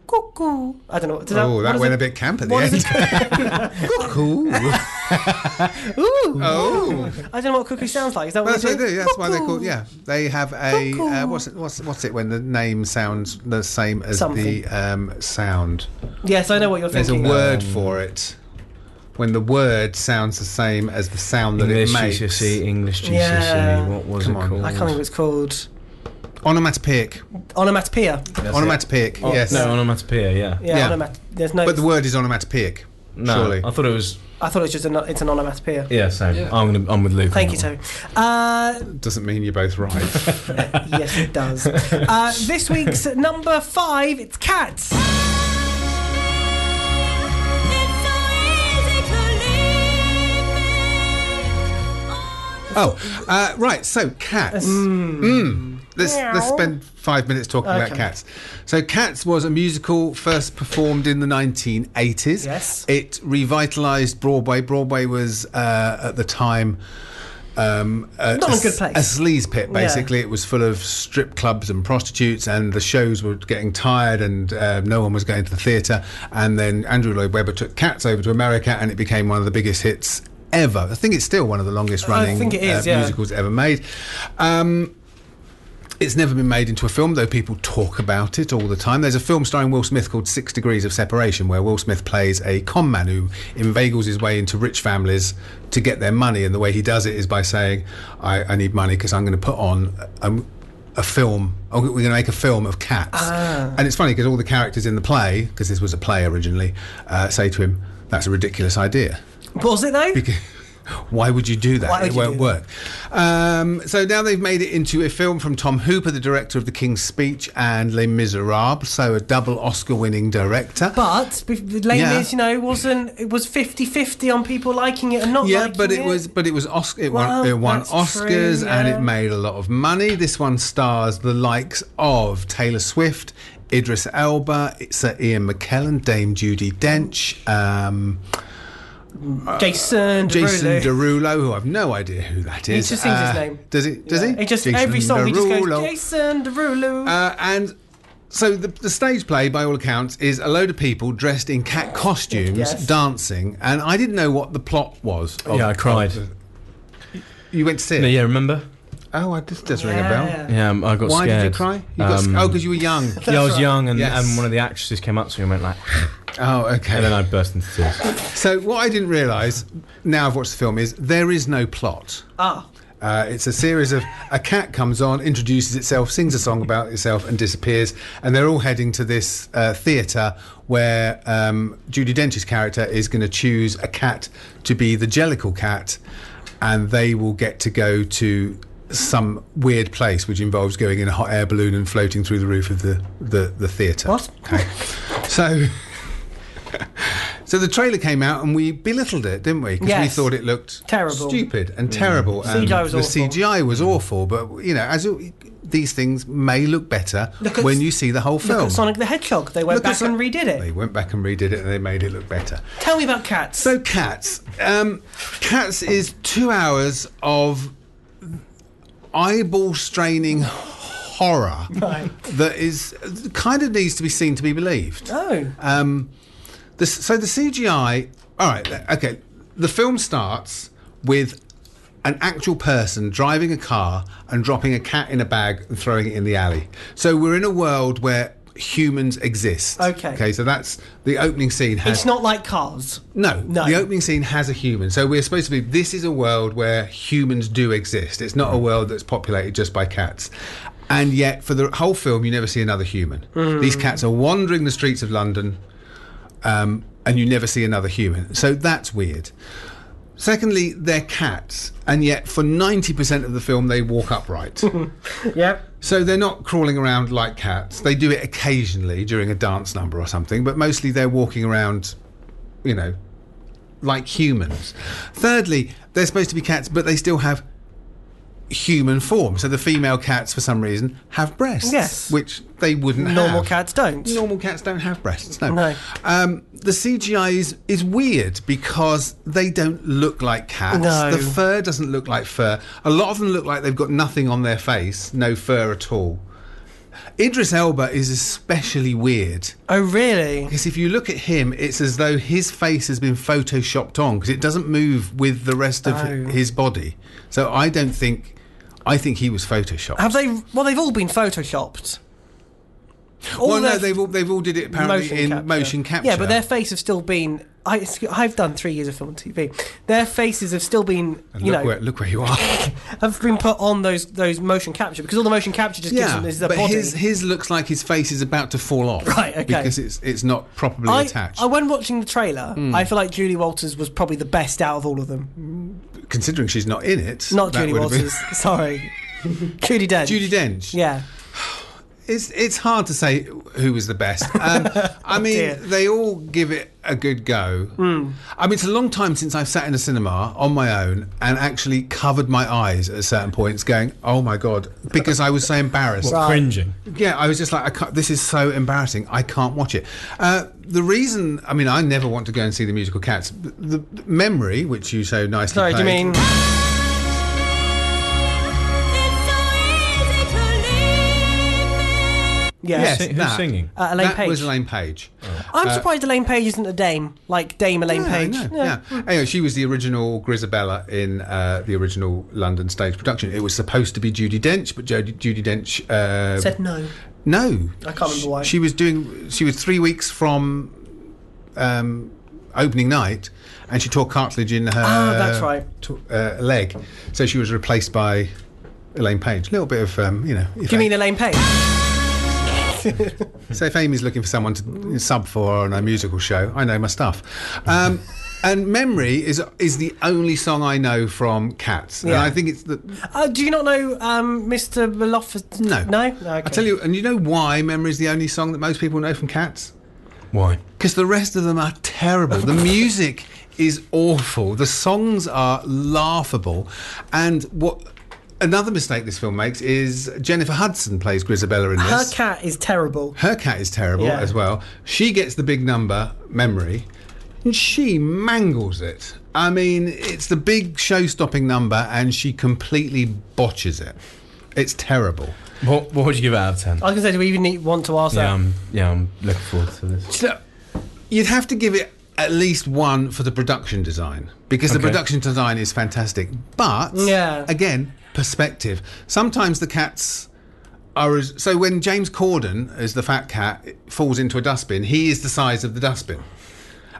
Speaker 1: Cuckoo. I don't know. Does
Speaker 3: Oh,
Speaker 1: what
Speaker 3: that
Speaker 1: is
Speaker 3: went
Speaker 1: it?
Speaker 3: a bit camp at the
Speaker 1: what
Speaker 3: end.
Speaker 1: is it?
Speaker 3: Cool. Oh,
Speaker 1: I don't know what cuckoo sounds like. Is that what
Speaker 3: well, that's
Speaker 1: they
Speaker 3: what
Speaker 1: do?
Speaker 3: they do. That's why they're
Speaker 1: Cuckoo.
Speaker 3: called. Yeah, they have a uh, what's it? What's what's it when the name sounds the same as
Speaker 1: Something.
Speaker 3: the um, sound?
Speaker 1: Yes, I know what you're
Speaker 3: There's a
Speaker 1: thinking.
Speaker 3: word for it when the word sounds the same as the sound that
Speaker 2: English
Speaker 3: it makes.
Speaker 2: GCSE, E, English GCSE.
Speaker 1: Yeah.
Speaker 2: What was
Speaker 3: Come
Speaker 2: it
Speaker 3: on.
Speaker 2: called?
Speaker 1: I can't think what it's called.
Speaker 3: Onomatopoeic.
Speaker 1: Onomatopoeia.
Speaker 2: That's it.
Speaker 3: Onomatopoeic.
Speaker 2: Oh,
Speaker 3: yes.
Speaker 2: No, onomatopoeia. Yeah.
Speaker 1: Yeah,
Speaker 3: Yeah.
Speaker 1: onomat- there's no.
Speaker 3: but the word is onomatopoeic.
Speaker 2: No,
Speaker 3: Surely.
Speaker 2: I thought it was.
Speaker 1: I thought it was just an, it's an onomatopoeia.
Speaker 2: Yeah, same.
Speaker 6: Yeah.
Speaker 2: I'm gonna. I'm with Luke. on
Speaker 1: Thank you,
Speaker 2: that one.
Speaker 1: Toby. Uh,
Speaker 3: Doesn't mean you're both right.
Speaker 1: yes, it does. Uh, this week's number five, it's cats.
Speaker 3: Oh, uh, right. So cats. Mm. Let's let's spend five minutes talking about
Speaker 1: Okay.
Speaker 3: cats. So cats was a musical first performed in the 1980s.
Speaker 1: Yes.
Speaker 3: It revitalised Broadway. Broadway was uh, at the time. Um, a,
Speaker 1: Not a good
Speaker 3: s-
Speaker 1: place.
Speaker 3: a sleaze pit, basically. It was full of strip clubs and prostitutes, and the shows were getting tired, and uh, no one was going to the theatre. And then Andrew Lloyd Webber took Cats over to America, and it became one of the biggest hits ever. I think it's still one of the longest running
Speaker 1: think it is,
Speaker 3: uh,
Speaker 1: yeah.
Speaker 3: musicals ever made. Um, it's never been made into a film, though people talk about it all the time. There's a film starring Will Smith called Six Degrees of Separation, where Will Smith plays a con man who inveigles his way into rich families to get their money. And the way he does it is by saying, I, I need money because I'm going to put on a, a film. oh, We're going to make a film of cats.
Speaker 1: Ah.
Speaker 3: And it's funny because all the characters in the play, because this was a play originally, uh, say to him, That's a ridiculous idea.
Speaker 1: Was it though?
Speaker 3: Why would you do that?
Speaker 1: Why would
Speaker 3: it
Speaker 1: you
Speaker 3: won't
Speaker 1: do
Speaker 3: work. Um, so now they've made it into a film from Tom Hooper, the director of The King's Speech and Les Miserables, so a double Oscar winning director.
Speaker 1: But be- Les
Speaker 3: Yeah.
Speaker 1: Mis, you know, wasn't it was 50-50 on people liking it and not
Speaker 3: yeah,
Speaker 1: liking
Speaker 3: but it
Speaker 1: it
Speaker 3: was but it was Oscar it
Speaker 1: Well,
Speaker 3: won it won
Speaker 1: that's true,
Speaker 3: Oscars and
Speaker 1: yeah.
Speaker 3: it made a lot of money. This one stars the likes of Taylor Swift, Idris Elba, Sir Ian McKellen, Dame Judy Dench, um,
Speaker 1: Uh, Jason
Speaker 3: Jason
Speaker 1: Derulo.
Speaker 3: Derulo, who I've no idea who that is. Uh,
Speaker 1: just sings his name.
Speaker 3: Does he? Does
Speaker 1: Yeah.
Speaker 3: he?
Speaker 1: He just
Speaker 3: Jason
Speaker 1: every song he just goes
Speaker 3: Derulo.
Speaker 1: Jason Derulo.
Speaker 3: Uh, and So the, the stage play, by all accounts, is a load of people dressed in cat costumes
Speaker 1: Yes.
Speaker 3: dancing, and I didn't know what the plot was. of-
Speaker 2: Yeah, I cried.
Speaker 3: of the- you went to see it.
Speaker 2: Yeah, remember?
Speaker 3: Oh, I, this does ring a
Speaker 1: Yeah.
Speaker 3: bell.
Speaker 2: Yeah, um, I got
Speaker 3: Why
Speaker 2: scared.
Speaker 3: did you cry? You got,
Speaker 2: Um,
Speaker 3: sc- oh, because you were young.
Speaker 2: yeah, I was young, and,
Speaker 3: Yes.
Speaker 2: and one of the actresses came up to me and went like,
Speaker 3: oh, okay.
Speaker 2: and then I burst into tears.
Speaker 3: So what I didn't realise now I've watched the film is there is no plot.
Speaker 1: Ah,
Speaker 3: Uh, it's a series of a cat comes on, introduces itself, sings a song about itself, and disappears. And they're all heading to this uh, theatre where um, Judy Dench's character is going to choose a cat to be the Jellicle cat, and they will get to go to some weird place, which involves going in a hot air balloon and floating through the roof of the the, the theatre.
Speaker 1: What?
Speaker 3: Okay. So. So the trailer came out and we belittled it, didn't we? Because we
Speaker 1: Yes.
Speaker 3: thought it looked
Speaker 1: Terrible.
Speaker 3: stupid and terrible. And
Speaker 1: CGI was
Speaker 3: the
Speaker 1: awful.
Speaker 3: CGI was awful, but you know, as it, these things may look better
Speaker 1: Look at-
Speaker 3: when you see the whole
Speaker 1: look
Speaker 3: film.
Speaker 1: at Sonic the Hedgehog. They went
Speaker 3: Look at
Speaker 1: back and
Speaker 3: Son-
Speaker 1: redid it.
Speaker 3: They went back and redid it and they made it look better.
Speaker 1: Tell me about cats.
Speaker 3: So cats, um, cats is two hours of eyeball straining horror that is kind of needs to be seen to be believed.
Speaker 1: oh,
Speaker 3: Um, the, so the CGI. All right. th- Okay. The film starts with an actual person driving a car and dropping a cat in a bag and throwing it in the alley. So we're in a world where humans exist.
Speaker 1: Okay.
Speaker 3: Okay. So that's the opening scene. Has
Speaker 1: it's not like cars.
Speaker 3: no,
Speaker 1: No.
Speaker 3: The opening scene has a human. So we're supposed to be. This is a world where humans do exist. It's not a world that's populated just by cats. And yet, for the whole film, you never see another human. These cats are wandering the streets of London, um, and you never see another human. So that's weird. Secondly, they're cats, and yet for 90% of the film, they walk upright.
Speaker 1: Yep.
Speaker 3: So they're not crawling around like cats. They do it occasionally during a dance number or something, but mostly they're walking around, you know, like humans. Thirdly, they're supposed to be cats, but they still have human form. So the female cats, for some reason, have breasts.
Speaker 1: Yes.
Speaker 3: Which they wouldn't
Speaker 1: Normal
Speaker 3: have.
Speaker 1: cats don't.
Speaker 3: Normal cats don't have breasts. No.
Speaker 1: No.
Speaker 3: Um, the CGI is, is weird because they don't look like cats.
Speaker 1: No.
Speaker 3: The fur doesn't look like fur. A lot of them look like they've got nothing on their face, no fur at all. Idris Elba is especially weird
Speaker 1: Oh, really?
Speaker 3: because if you look at him, it's as though his face has been photoshopped on because it doesn't move with the rest of
Speaker 1: Oh.
Speaker 3: his body. So I don't think, I think he was photoshopped.
Speaker 1: Have they? Well, they've all been photoshopped. All
Speaker 3: well, no,
Speaker 1: their
Speaker 3: they've all, they've all did it apparently in motion capture.
Speaker 1: Yeah, but their face have still been. I, I've done three years of film and TV. Their faces have still been,
Speaker 3: And
Speaker 1: you
Speaker 3: look
Speaker 1: know,
Speaker 3: where look where you are.
Speaker 1: have been put on those those motion capture because all the motion capture just gives them is their
Speaker 3: but
Speaker 1: body.
Speaker 3: his his looks like his face is about to fall off.
Speaker 1: Right, okay.
Speaker 3: Because it's it's not properly
Speaker 1: I,
Speaker 3: attached. Hmm.
Speaker 1: I, when watching the trailer, I feel like Julie Walters was probably the best out of all of them.
Speaker 3: Considering she's not in it.
Speaker 1: Not
Speaker 3: that
Speaker 1: Julie
Speaker 3: would have been-
Speaker 1: Walters, sorry, Judy Dench.
Speaker 3: Judy Dench.
Speaker 1: yeah,
Speaker 3: It's it's hard to say who was the best. Um, I mean,
Speaker 1: Oh, dear. Hmm.
Speaker 3: they all give it a good go. I mean, it's a long time since I've sat in a cinema on my own and actually covered my eyes at certain points, going, "Oh my god," because I was so embarrassed.
Speaker 2: Cringing.
Speaker 3: Yeah, I was just like, I can't, this is so embarrassing. I can't watch it. Uh, the reason, I mean, I never want to go and see the musical Cats. The, the memory, which you so nicely.
Speaker 1: sorry. Do you
Speaker 3: played-
Speaker 1: mean yeah?
Speaker 3: Yes,
Speaker 2: Sing- who's
Speaker 3: that.
Speaker 2: singing?
Speaker 1: Uh, Elaine
Speaker 3: that was
Speaker 1: Page.
Speaker 3: Elaine Page.
Speaker 1: I'm surprised Elaine Page isn't a dame like Dame Elaine
Speaker 3: Yeah, I
Speaker 1: Page.
Speaker 3: know, Yeah. Anyway, she was the original Grisabella in uh, the original London stage production. It was supposed to be Judy Dench, but Jodie, Judy Dench uh,
Speaker 1: said no.
Speaker 3: no.
Speaker 1: I can't remember why.
Speaker 3: She was doing. She was three weeks from um, opening night, and she tore cartilage in her.
Speaker 1: Ah, that's right.
Speaker 3: t- uh, leg, so she was replaced by Elaine Page. A little bit of um, you know. If
Speaker 1: Do you mean Elaine Page?
Speaker 3: so if Amy's looking for someone to sub for on a musical show, I know my stuff. Um, and Memory is is the only song I know from Cats, and
Speaker 1: Yeah.
Speaker 3: I think it's the
Speaker 1: Uh, do you not know um, Mr. Malofis?
Speaker 3: no,
Speaker 1: No? Okay.
Speaker 3: I tell you, and you know why Memory is the only song that most people know from Cats.
Speaker 2: Why?
Speaker 3: because the rest of them are terrible. The music is awful. The songs are laughable, and what another mistake this film makes is Jennifer Hudson plays Grisabella in
Speaker 1: Her
Speaker 3: this.
Speaker 1: cat is terrible.
Speaker 3: Her cat is terrible
Speaker 1: Yeah.
Speaker 3: as well. She gets the big number memory, and she mangles it. I mean, it's the big show-stopping number, and she completely botches it. It's terrible.
Speaker 2: What, what would you give it out of 10?
Speaker 1: I was gonna say, do we even need, want to ask
Speaker 2: yeah,
Speaker 1: that?
Speaker 2: I'm, yeah, I'm looking forward to this.
Speaker 3: So, you'd have to give it at least one for the production design because the
Speaker 2: Okay.
Speaker 3: production design is fantastic. But
Speaker 1: Yeah.
Speaker 3: again, perspective. Sometimes the cats are as so when James Corden as the fat cat falls into a dustbin, he is the size of the dustbin.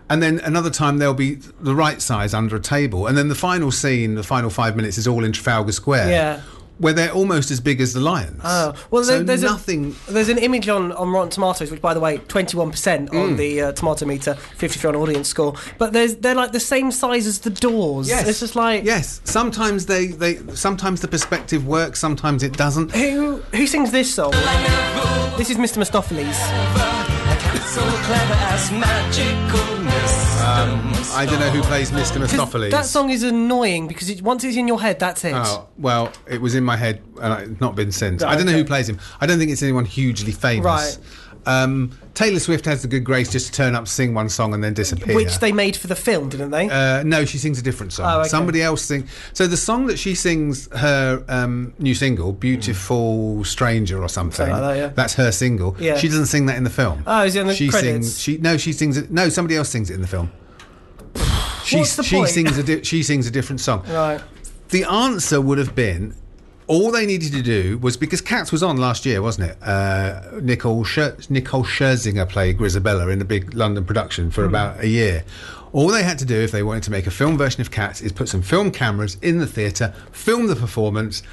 Speaker 3: And then another time there'll be the right size under a table. And then the final scene, the final five minutes, is all in Trafalgar Square.
Speaker 1: Yeah.
Speaker 3: Where they're almost as big as the lions.
Speaker 1: Oh, well,
Speaker 3: so
Speaker 1: there- there's a-
Speaker 3: nothing.
Speaker 1: There's an image on, on Rotten Tomatoes, which, by the way, 21%
Speaker 3: Mm.
Speaker 1: on the uh, tomato meter, 53 on audience score. But there's they're like the same size as the doors.
Speaker 3: Yes.
Speaker 1: It's just like
Speaker 3: Yes, sometimes they, they sometimes the perspective works, sometimes it doesn't.
Speaker 1: who who sings this song? This is Mr. Mistopheles.
Speaker 3: I don't know who plays Mr.
Speaker 1: 'Cause
Speaker 3: Mistopheles.
Speaker 1: That song is annoying because it, once it's in your head, that's it.
Speaker 3: Oh well, it was in my head and it's not been since. I don't know
Speaker 1: okay.
Speaker 3: who plays him. I don't think it's anyone hugely famous.
Speaker 1: Right.
Speaker 3: Um, Taylor Swift has the good grace just to turn up, sing one song, and then disappear.
Speaker 1: Which they made for the film, didn't they?
Speaker 3: Uh, no, she sings a different song.
Speaker 1: Oh, okay.
Speaker 3: Somebody else sing. So the song that she sings, her um, new single, "Beautiful Stranger" or something.
Speaker 1: Something like that, yeah.
Speaker 3: That's her single.
Speaker 1: Yeah.
Speaker 3: She doesn't sing that in the film.
Speaker 1: Oh, is it in the
Speaker 3: she
Speaker 1: credits?
Speaker 3: Sings, she no, she sings it. No, somebody else sings it in the film. She,
Speaker 1: What's the
Speaker 3: she
Speaker 1: point?
Speaker 3: sings a di- she sings a different song.
Speaker 1: right.
Speaker 3: The answer would have been all they needed to do was because Cats was on last year, wasn't it? Uh, Nicole Scher- Nicole Scherzinger played Grisabella in a big London production
Speaker 1: Hmm.
Speaker 3: for about a year. All they had to do if they wanted to make a film version of Cats is put some film cameras in the theatre, film the performance,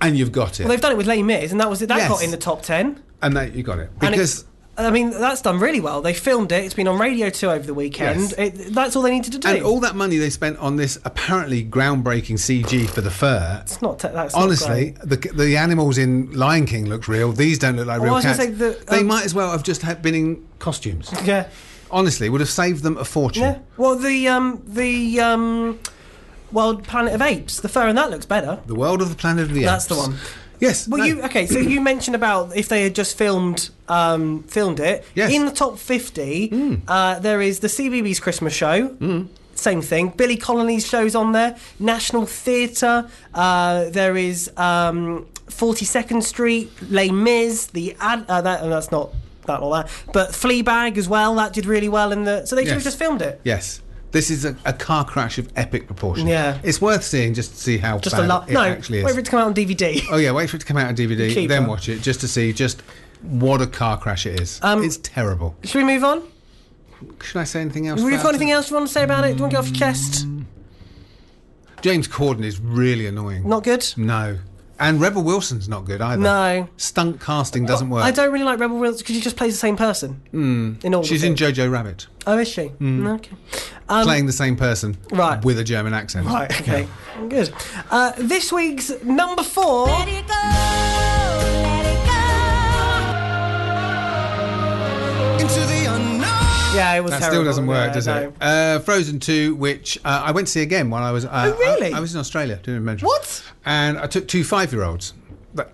Speaker 3: and you've got it.
Speaker 1: Well, they've done it with Les Mis, and that was it. That
Speaker 3: Yes.
Speaker 1: got in the top ten.
Speaker 3: and that you got it
Speaker 1: And
Speaker 3: because
Speaker 1: it's, I mean, that's done really well. They filmed it. It's been on Radio Two over the weekend.
Speaker 3: Yes.
Speaker 1: It, that's all they needed to do.
Speaker 3: and all that money they spent on this apparently groundbreaking CG for the fur.
Speaker 1: it's not. te- That's not
Speaker 3: Honestly,
Speaker 1: great.
Speaker 3: the the animals in Lion King looked real. These don't look like
Speaker 1: Well,
Speaker 3: real
Speaker 1: I was gonna
Speaker 3: cats.
Speaker 1: say the-
Speaker 3: they
Speaker 1: um,
Speaker 3: might as well have just had been in costumes.
Speaker 1: yeah.
Speaker 3: Honestly, would have saved them a fortune.
Speaker 1: Yeah. Well, the um the um, Wild Planet of Apes, the fur in that looks better.
Speaker 3: The world of the planet of the
Speaker 1: That's the
Speaker 3: apes.
Speaker 1: one.
Speaker 3: Yes.
Speaker 1: Well,
Speaker 3: no.
Speaker 1: you okay? So you mentioned about if they had just filmed um, filmed it
Speaker 3: Yes. Mm.
Speaker 1: in the top fifty. Uh, there is the CBBS Christmas show. Same thing. Billy Connolly's shows on there. National Theatre. Uh, there is um, 42nd Street. Les Mis. The ad. Uh, that, uh, that's not that all that. But Fleabag as well. That did really well in the. So they should have
Speaker 3: Yes.
Speaker 1: just filmed it.
Speaker 3: Yes. This is a, a car crash of epic proportion.
Speaker 1: Yeah.
Speaker 3: It's worth seeing just to see how
Speaker 1: Just a
Speaker 3: bad
Speaker 1: lot.
Speaker 3: it
Speaker 1: No, wait for
Speaker 3: actually is.
Speaker 1: it to come out on DVD.
Speaker 3: oh yeah, wait for it to come out on DVD,
Speaker 1: Cheaper.
Speaker 3: then watch it just to see just what a car crash it is.
Speaker 1: Um,
Speaker 3: it's terrible.
Speaker 1: should we move on?
Speaker 3: Should I say anything else?
Speaker 1: Have you
Speaker 3: about
Speaker 1: got anything
Speaker 3: it?
Speaker 1: else you want to say about it? Do you want to get off your chest?
Speaker 3: James Corden is really annoying.
Speaker 1: Not good.
Speaker 3: No. And Rebel Wilson's not good either.
Speaker 1: No.
Speaker 3: Stunk casting doesn't work. Hmm.
Speaker 1: I don't really like Rebel Wilson because she just plays the same person in all.
Speaker 3: She's
Speaker 1: of
Speaker 3: in Hmm.
Speaker 1: it.
Speaker 3: Jojo Rabbit,
Speaker 1: Oh, is she? Okay.
Speaker 3: playing the same person
Speaker 1: Um, Right.
Speaker 3: with a German accent.
Speaker 1: Right. Okay. Good. Uh, this week's number four. Yeah, it was.
Speaker 3: That still
Speaker 1: terrible.
Speaker 3: doesn't work,
Speaker 1: Yeah,
Speaker 3: does
Speaker 1: no.
Speaker 3: it? Uh, Frozen 2, which uh, I went to see again when I was. Uh, oh,
Speaker 1: really?
Speaker 3: I, I was in Australia doing adventure.
Speaker 1: What?
Speaker 3: And I took two five year olds.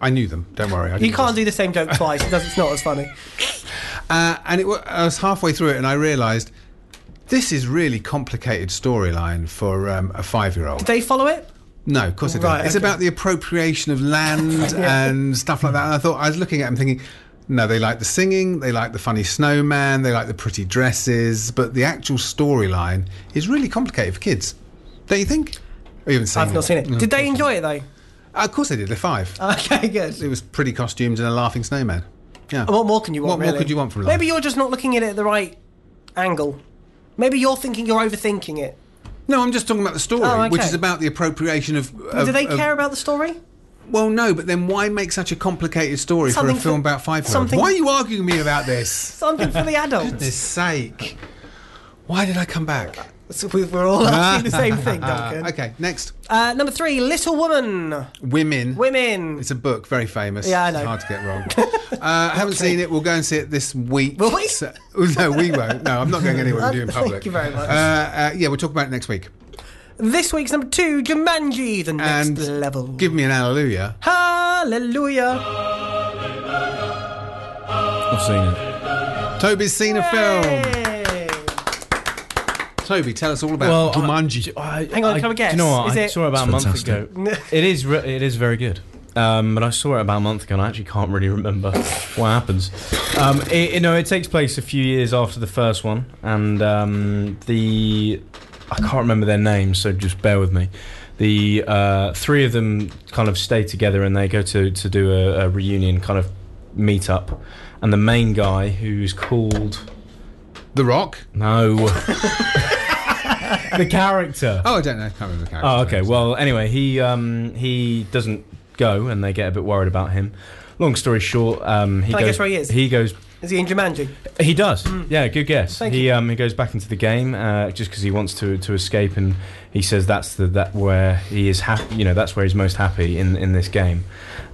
Speaker 3: I knew them, don't worry. I
Speaker 1: You
Speaker 3: didn't-
Speaker 1: can't do the same joke twice. It does, it's not as funny.
Speaker 3: Uh, and it, wa- I was halfway through it and I realised this is really complicated storyline for um, a five year old.
Speaker 1: They follow it.
Speaker 3: No, of course it
Speaker 1: Right,
Speaker 3: didn't. It's
Speaker 1: okay.
Speaker 3: about the appropriation of land and stuff like that. And I thought I was looking at them thinking, no, they like the singing, they like the funny snowman, they like the pretty dresses, but the actual storyline is really complicated for kids. Don't you think? Or you haven't seen
Speaker 1: I've not seen it.
Speaker 3: No,
Speaker 1: Did
Speaker 3: of
Speaker 1: they Oh.
Speaker 3: course
Speaker 1: enjoy it though?
Speaker 3: not. Of course they did. They're five.
Speaker 1: Okay, good.
Speaker 3: it was pretty costumes and a laughing snowman. Yeah.
Speaker 1: What more can you want?
Speaker 3: What more
Speaker 1: really?
Speaker 3: could you want from life?
Speaker 1: Maybe you're just not looking at it at the right angle. Maybe you're thinking you're overthinking it.
Speaker 3: No, I'm just talking about the story,
Speaker 1: Oh, okay.
Speaker 3: which is about the appropriation of. of
Speaker 1: Do they
Speaker 3: of-
Speaker 1: care about the story?
Speaker 3: Well, no, but then why make such a complicated story
Speaker 1: Something
Speaker 3: for
Speaker 1: for-
Speaker 3: a film about five?
Speaker 1: something-
Speaker 3: Why are you arguing with me about this?
Speaker 1: Something for the adults.
Speaker 3: goodness sake. Why did I come back?
Speaker 1: So we- we're all asking the same thing, Uh, Duncan.
Speaker 3: Okay, next.
Speaker 1: Uh, number three, Little Woman.
Speaker 3: Women.
Speaker 1: Women.
Speaker 3: It's a book, very famous.
Speaker 1: Yeah, I know.
Speaker 3: It's hard to get wrong. uh, haven't seen it. We'll go and see it this week.
Speaker 1: Will we?
Speaker 3: So- oh, no, we won't. No, I'm not going anywhere with you in
Speaker 1: Thank
Speaker 3: public.
Speaker 1: you very much.
Speaker 3: Uh, uh, yeah, we'll talk about it next week.
Speaker 1: This week's number two, Jumanji, the next
Speaker 3: And
Speaker 1: level.
Speaker 3: Give me an hallelujah.
Speaker 1: Hallelujah.
Speaker 2: I've seen it.
Speaker 3: Toby's seen a film.
Speaker 1: Yay.
Speaker 3: Toby, tell us all about
Speaker 2: Well, I-
Speaker 3: Jumanji.
Speaker 2: I,
Speaker 1: Hang on,
Speaker 2: I,
Speaker 1: can I guess?
Speaker 2: Do you know what?
Speaker 1: Is
Speaker 2: I
Speaker 1: it-
Speaker 2: saw it about a month ago. it is. Re- it is very good. um, but I saw it about a month ago, and I actually can't really remember what happens. Um, it, you know, it takes place a few years after the first one, and um, the I can't remember their names, so just bear with me. The uh, three of them kind of stay together, and they go to to do a, a reunion kind of meet up, and the main guy who's called
Speaker 3: The Rock.
Speaker 2: no. The character.
Speaker 3: Oh, I don't know. Can't remember the character.
Speaker 2: Oh, okay. Well, anyway, he um, he doesn't go, and they get a bit worried about him. Long story short, um, he
Speaker 1: Can I
Speaker 2: goes.
Speaker 1: guess where he is?
Speaker 2: He goes.
Speaker 1: Is he in Jumanji?
Speaker 2: He does. Yeah, good guess.
Speaker 1: Thank
Speaker 2: he um, he goes back into the game uh, just because he wants to to escape, and he says that's the that where he is happy. You know, that's where he's most happy in in this game,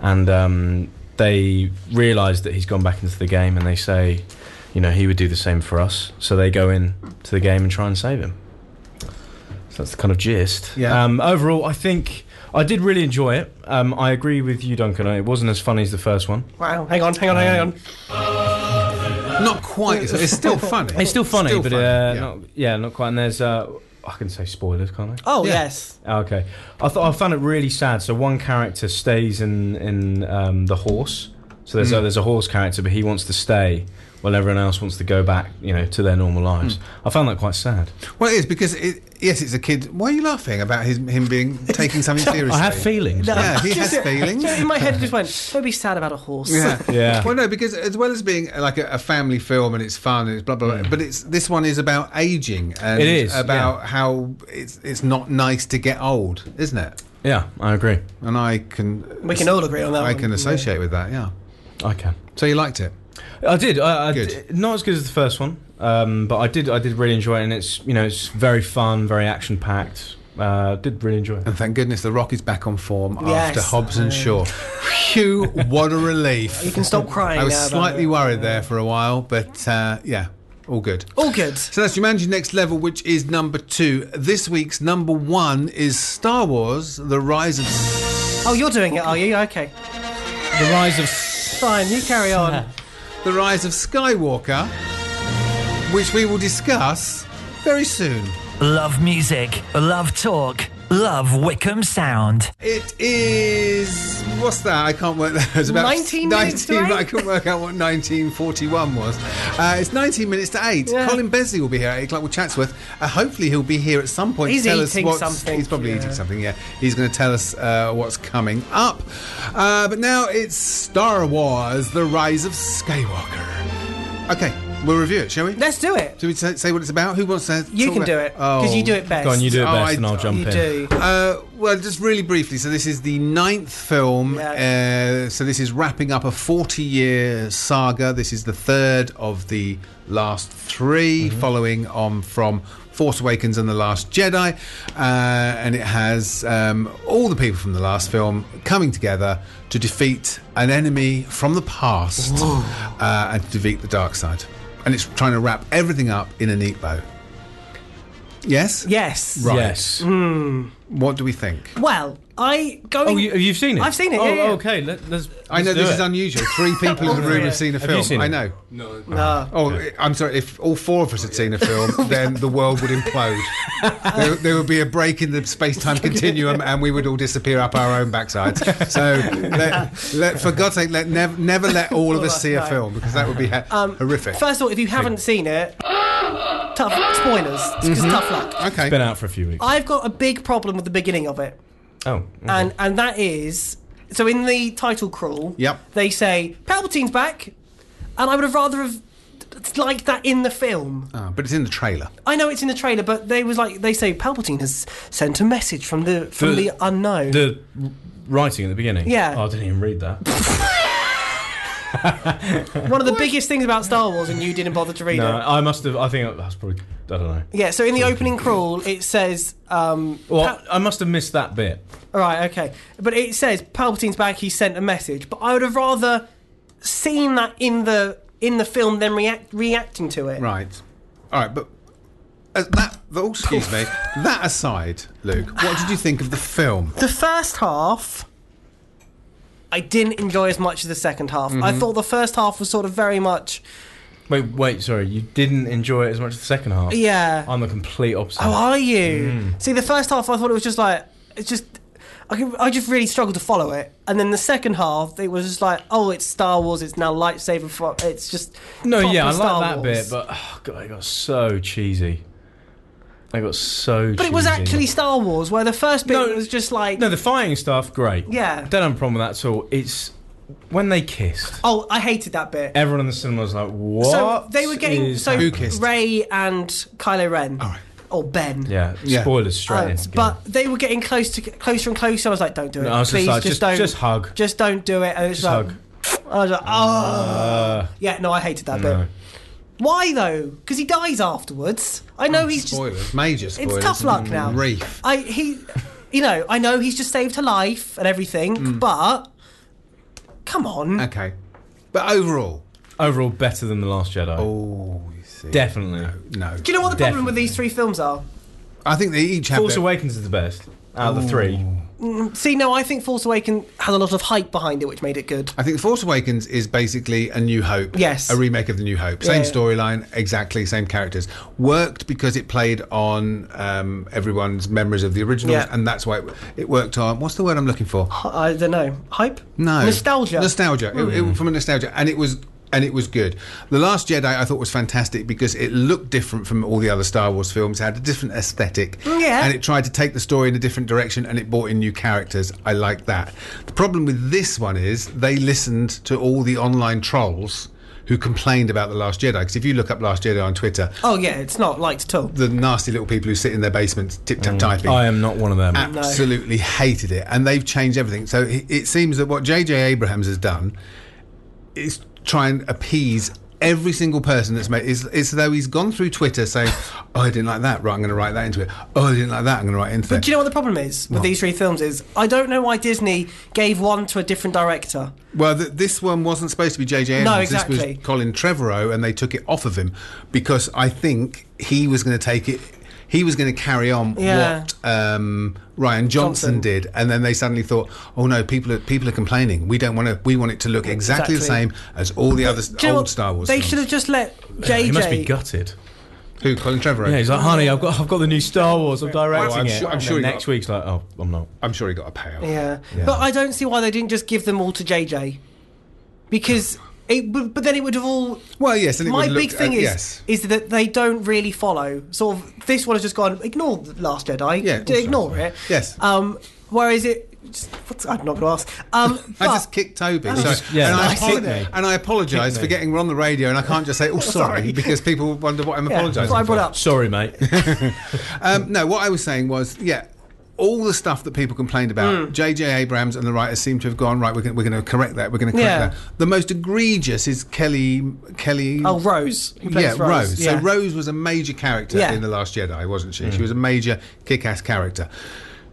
Speaker 2: and um, they realise that he's gone back into the game, and they say. You know, he would do the same for us. So they go in to the game and try and save him. So that's the kind of gist.
Speaker 3: Yeah.
Speaker 2: Um, overall, I think I did really enjoy it. Um, I agree with you, Duncan. It wasn't as funny as the first one.
Speaker 1: Wow. Hang on, hang on, hang
Speaker 3: Um,
Speaker 1: on.
Speaker 3: Not quite. It's, it's still funny.
Speaker 2: It's still funny,
Speaker 3: Still
Speaker 2: but
Speaker 3: funny,
Speaker 2: uh,
Speaker 3: yeah.
Speaker 2: Not, yeah, not quite. And there's uh, I can say spoilers, can't I? Ah,
Speaker 1: Oh,
Speaker 3: Yeah.
Speaker 1: yes.
Speaker 2: Okay, I thought I found it really sad. So one character stays in in um, the horse. So there's
Speaker 3: Mm.
Speaker 2: a, there's a horse character, but he wants to stay while everyone else wants to go back, you know, to their normal lives.
Speaker 3: Mm.
Speaker 2: I found that quite sad.
Speaker 3: Well, it is because it, yes, it's a kid. Why are you laughing about his, him being taking something seriously?
Speaker 2: I have feelings.
Speaker 3: Yeah, he has feelings.
Speaker 1: In my head, it just went, don't be sad about a horse.
Speaker 3: Yeah.
Speaker 2: Yeah.
Speaker 3: Well, no, because as well as being uh, like a, a family film and it's fun and it's blah blah, blah but it's this one is about aging and
Speaker 2: Hmm. It is,
Speaker 3: about
Speaker 2: yeah.
Speaker 3: how it's it's not nice to get old, isn't it?
Speaker 2: Yeah, I agree.
Speaker 3: And I can
Speaker 1: We can all agree on that
Speaker 3: I
Speaker 1: one.
Speaker 3: can associate with that. Yeah.
Speaker 2: I can.
Speaker 3: So you liked it?
Speaker 2: I did. I, I
Speaker 3: Good.
Speaker 2: d- not as good as the first one, um, but I did. I did really enjoy it, and it's you know it's very fun, very action packed. Uh, did really enjoy it.
Speaker 3: And thank goodness The Rock is back on form
Speaker 1: Yes. Mm.
Speaker 3: after Hobbs and Shaw. Phew, what a relief.
Speaker 1: You can stop crying
Speaker 3: I was
Speaker 1: now about
Speaker 3: slightly
Speaker 1: it.
Speaker 3: worried there for a while, but uh, yeah, all good.
Speaker 1: All good.
Speaker 3: So that's Jumanji Next Level, which is number two. This week's number one is Star Wars The Rise of.
Speaker 1: Oh, you're doing it, are you? Okay.
Speaker 2: The rise of
Speaker 1: Fine, you carry on.
Speaker 3: The Rise of Skywalker, which we will discuss very soon.
Speaker 8: Love music, love talk, love Wickham Sound.
Speaker 3: It is what's that? I can't work that. It's about
Speaker 1: 19 minutes to
Speaker 3: 19, but
Speaker 1: eight?
Speaker 3: I couldn't work out what 1941 was. Uh, it's 19 minutes to eight.
Speaker 1: Yeah.
Speaker 3: Colin Besley will be here at eight o'clock with Chatsworth. Uh, hopefully, he'll be here at some point.
Speaker 1: He's
Speaker 3: to tell
Speaker 1: eating
Speaker 3: us what's,
Speaker 1: something,
Speaker 3: He's probably
Speaker 1: yeah.
Speaker 3: eating something. Yeah, he's going to tell us uh, what's coming up. Uh, but now it's Star Wars: The Rise of Skywalker. Okay, we'll review it, shall we?
Speaker 1: Let's do it.
Speaker 3: Do we say say what it's about? Who wants to?
Speaker 1: You
Speaker 3: talk
Speaker 1: can
Speaker 3: about-
Speaker 1: do it. Because you do it best.
Speaker 2: Go on, you do it
Speaker 3: Oh,
Speaker 2: best,
Speaker 3: I-
Speaker 2: and I'll jump
Speaker 1: You
Speaker 2: in.
Speaker 1: do.
Speaker 3: Uh, well, just really briefly. So this is the ninth film. Uh, so this is wrapping up a forty-year saga. This is the third of the last 3 following on from Force Awakens and the Last Jedi, uh, and it has um, all the people from the last film coming together to defeat an enemy from the past uh, and to defeat the dark side. And it's trying to wrap everything up in a neat bow. Yes.
Speaker 1: Yes.
Speaker 3: Right.
Speaker 2: Yes.
Speaker 3: What do we think?
Speaker 1: Well, I going.
Speaker 2: Oh, you, you've seen it?
Speaker 1: I've seen it,
Speaker 2: Oh,
Speaker 1: yeah, yeah.
Speaker 2: okay. Let, let's.
Speaker 3: I know
Speaker 2: let's do
Speaker 3: this is
Speaker 2: it.
Speaker 3: unusual. Three people in the room have seen a
Speaker 2: Have
Speaker 3: film.
Speaker 2: you seen
Speaker 3: I
Speaker 2: it?
Speaker 3: know.
Speaker 6: No.
Speaker 1: No.
Speaker 3: Oh, I'm sorry. If all four of us had seen a film, then the world would implode. there, there would be a break in the space-time continuum, and we would all disappear up our own backsides. So, let, let, for God's sake, let never, never let all of us see a
Speaker 1: No.
Speaker 3: film because that would be ha- horrific.
Speaker 1: First of all, if you haven't seen it, tough spoilers. It's just
Speaker 2: Mm-hmm.
Speaker 1: tough luck.
Speaker 3: okay.
Speaker 2: Been out for a few weeks.
Speaker 1: I've got a big problem with the beginning of it,
Speaker 2: oh. okay.
Speaker 1: and and that is so in the title crawl.
Speaker 3: Yep.
Speaker 1: They say Palpatine's back, and I would have rather have liked that in the film.
Speaker 2: Uh.
Speaker 3: Ah, but it's in the trailer.
Speaker 1: I know it's in the trailer, but they was like they say Palpatine has sent a message from the from the,
Speaker 2: The-
Speaker 1: unknown.
Speaker 2: the writing at the beginning.
Speaker 1: Yeah.
Speaker 2: Oh, I didn't even read that.
Speaker 1: One of the biggest things about Star Wars, and you didn't bother to read
Speaker 2: no,
Speaker 1: it.
Speaker 2: I must have. I think that's probably. I don't know.
Speaker 1: Yeah, so in the opening crawl, it says um,
Speaker 2: Well, I must have missed that bit.
Speaker 1: All right, okay. But it says Palpatine's back. He sent a message. But I would have rather seen that in the in the film than react reacting to it.
Speaker 3: Right. All right, but uh, that. Oh, excuse me. That aside, Luke, what did you think of the film?
Speaker 1: The first half, I didn't enjoy as much as the second half. I
Speaker 2: Mm-hmm.
Speaker 1: thought the first half was sort of very much,
Speaker 2: Wait, wait. Sorry, you didn't enjoy it as much as the second half.
Speaker 1: yeah. Oh,
Speaker 2: I'm the complete opposite. Mm.
Speaker 1: How are you? See, the first half, I thought it was just like it's just. I, could, I just really struggled to follow it. And then the second half, it was just like, oh, it's Star Wars. It's now lightsaber. Fro- it's just
Speaker 2: No,
Speaker 1: proper
Speaker 2: yeah, I
Speaker 1: Star
Speaker 2: like that
Speaker 1: Wars.
Speaker 2: bit, but oh god, it got so cheesy. It got so.
Speaker 1: But it was
Speaker 2: cheesy.
Speaker 1: actually Star Wars, where the first bit
Speaker 2: No,
Speaker 1: was just like,
Speaker 2: no the fighting stuff. Great.
Speaker 1: Yeah.
Speaker 2: Don't have a problem with that at all. It's when they kissed.
Speaker 1: oh, I hated that bit.
Speaker 2: Everyone in the cinema was like, Eh, "What?"
Speaker 1: so they were getting
Speaker 2: is
Speaker 1: so
Speaker 3: Who kissed?
Speaker 1: Ray and Kylo Ren
Speaker 2: Oh.
Speaker 1: or Ben.
Speaker 2: Yeah,
Speaker 3: Yeah.
Speaker 2: spoilers straight
Speaker 1: Um,
Speaker 2: in.
Speaker 1: but they were getting close to closer and closer. I was like, "Don't do it,
Speaker 2: No, I was just
Speaker 1: please,
Speaker 2: like,
Speaker 1: just,
Speaker 2: just-
Speaker 1: don't,
Speaker 2: just hug.
Speaker 1: just don't do it." And it's
Speaker 2: Just
Speaker 1: like,
Speaker 2: hug.
Speaker 1: I was like, "Oh,
Speaker 2: Uh,
Speaker 1: yeah." No, I hated that
Speaker 2: no.
Speaker 1: bit. Why though? Because he dies afterwards. I know he's just
Speaker 3: Spoilers, major spoilers.
Speaker 1: it's tough luck now.
Speaker 3: Reef.
Speaker 1: I he, you know, I know he's just saved her life and everything,
Speaker 2: Mm.
Speaker 1: but come on,
Speaker 3: Okay, but overall,
Speaker 2: overall better than the Last Jedi.
Speaker 3: oh, you see,
Speaker 2: Definitely.
Speaker 3: no.
Speaker 1: do you know what the problem with
Speaker 2: definitely.
Speaker 1: these three films are?
Speaker 3: I think they each have.
Speaker 2: Force
Speaker 3: their-
Speaker 2: Awakens is the best out of the three.
Speaker 1: See, no, I think Force Awakens had a lot of hype behind it, which made it good.
Speaker 3: I think Force Awakens is basically a New Hope.
Speaker 1: Yes.
Speaker 3: A remake of the New Hope. Same
Speaker 1: Yeah.
Speaker 3: storyline, exactly same characters. Worked because it played on um, everyone's memories of the originals,
Speaker 1: Yeah.
Speaker 3: and that's why it, it worked on. What's the word I'm looking for?
Speaker 1: I don't know, hype,
Speaker 3: No.
Speaker 1: nostalgia, Hmm.
Speaker 3: Nostalgia. It- It, from a nostalgia, and it was. And it was good. The Last Jedi I thought was fantastic because it looked different from all the other Star Wars films, had a different aesthetic.
Speaker 1: Mm, Yeah.
Speaker 3: And it tried to take the story in a different direction and it brought in new characters. I like that. The problem with this one is they listened to all the online trolls who complained about The Last Jedi. Because if you look up Last Jedi on Twitter,
Speaker 1: Oh yeah, it's not liked at all.
Speaker 3: the nasty little people who sit in their basements tip
Speaker 1: Mm.
Speaker 3: tap
Speaker 1: Oh,
Speaker 3: typing
Speaker 2: I am not one of them.
Speaker 3: Um, absolutely hated it, and they've changed everything. So it, it seems that what J.J. Abrams has done is try and appease every single person that's made. It's, it's as though he's gone through Twitter saying, "Oh, I didn't like that. Right, I'm going to write that into it. Oh, I didn't like that. I'm going to write it into
Speaker 1: But
Speaker 3: it."
Speaker 1: do you know what the problem is with these three films? Is I don't know why Disney gave one to a different director.
Speaker 3: well, th- this one wasn't supposed to be J.J. Abrams.
Speaker 1: No,
Speaker 3: This
Speaker 1: exactly.
Speaker 3: was Colin Trevorrow, and they took it off of him because I think he was going to take it. He was going to carry on
Speaker 1: Yeah.
Speaker 3: what um, Ryan Johnson,
Speaker 1: Johnson.
Speaker 3: did, and then they suddenly thought, "Oh no, people are people are complaining. We don't want to. We want it to look exactly, the
Speaker 1: Exactly.
Speaker 3: same as all the other
Speaker 1: Do you know
Speaker 3: old
Speaker 1: what?
Speaker 3: Star Wars."
Speaker 1: They
Speaker 3: films.
Speaker 1: should have just let JJ.
Speaker 2: He must be gutted.
Speaker 3: Who Colin Trevorrow?
Speaker 2: Yeah, he's like, honey, I've got, I've got the new Star Wars. I'm directing
Speaker 3: I'm
Speaker 2: it.
Speaker 3: sure- I'm
Speaker 2: And
Speaker 3: sure
Speaker 2: then
Speaker 3: he
Speaker 2: next
Speaker 3: got-
Speaker 2: week's like, oh, I'm not.
Speaker 3: I'm sure he got a payout.
Speaker 1: yeah. but I don't see why they didn't just give them all to JJ, because it. would- But then it would have all.
Speaker 3: Well, yes. And it
Speaker 1: My
Speaker 3: would look-
Speaker 1: big thing
Speaker 3: uh,
Speaker 1: is
Speaker 3: yes.
Speaker 1: is that they don't really follow. Sort of this one has just gone ignore the Last Jedi.
Speaker 3: Yeah, of course
Speaker 1: ignore
Speaker 3: not.
Speaker 1: it.
Speaker 3: Yes.
Speaker 1: Um, whereas it. Just, what's, I'm not going to ask. Um,
Speaker 3: I
Speaker 1: but-
Speaker 3: just kicked Toby,
Speaker 1: Oh.
Speaker 3: so,
Speaker 1: Just-
Speaker 2: yeah,
Speaker 3: and, I
Speaker 2: nice.
Speaker 3: apolo-
Speaker 2: Kick me.
Speaker 3: and I apologise
Speaker 2: Kick
Speaker 3: for
Speaker 2: me.
Speaker 3: getting we're on the radio, and I can't just say, "Oh, sorry," because people wonder what I'm
Speaker 1: yeah, that's
Speaker 3: apologising.
Speaker 1: what I brought
Speaker 3: for.
Speaker 1: up.
Speaker 2: Sorry, mate.
Speaker 3: Um, no, what I was saying was, yeah, all the stuff that people complained
Speaker 1: Mm.
Speaker 3: about, J.J. Abrams and the writers seem to have gone right. We're going, we're going to correct that. We're going to correct
Speaker 1: Yeah.
Speaker 3: that. The most egregious is Kelly. Kelly.
Speaker 1: Oh, Rose. Who plays
Speaker 3: yeah, Rose.
Speaker 1: Yeah.
Speaker 3: So Rose was a major character
Speaker 1: Yeah.
Speaker 3: in The Last Jedi, wasn't she?
Speaker 2: Mm.
Speaker 3: She was a major kick-ass character.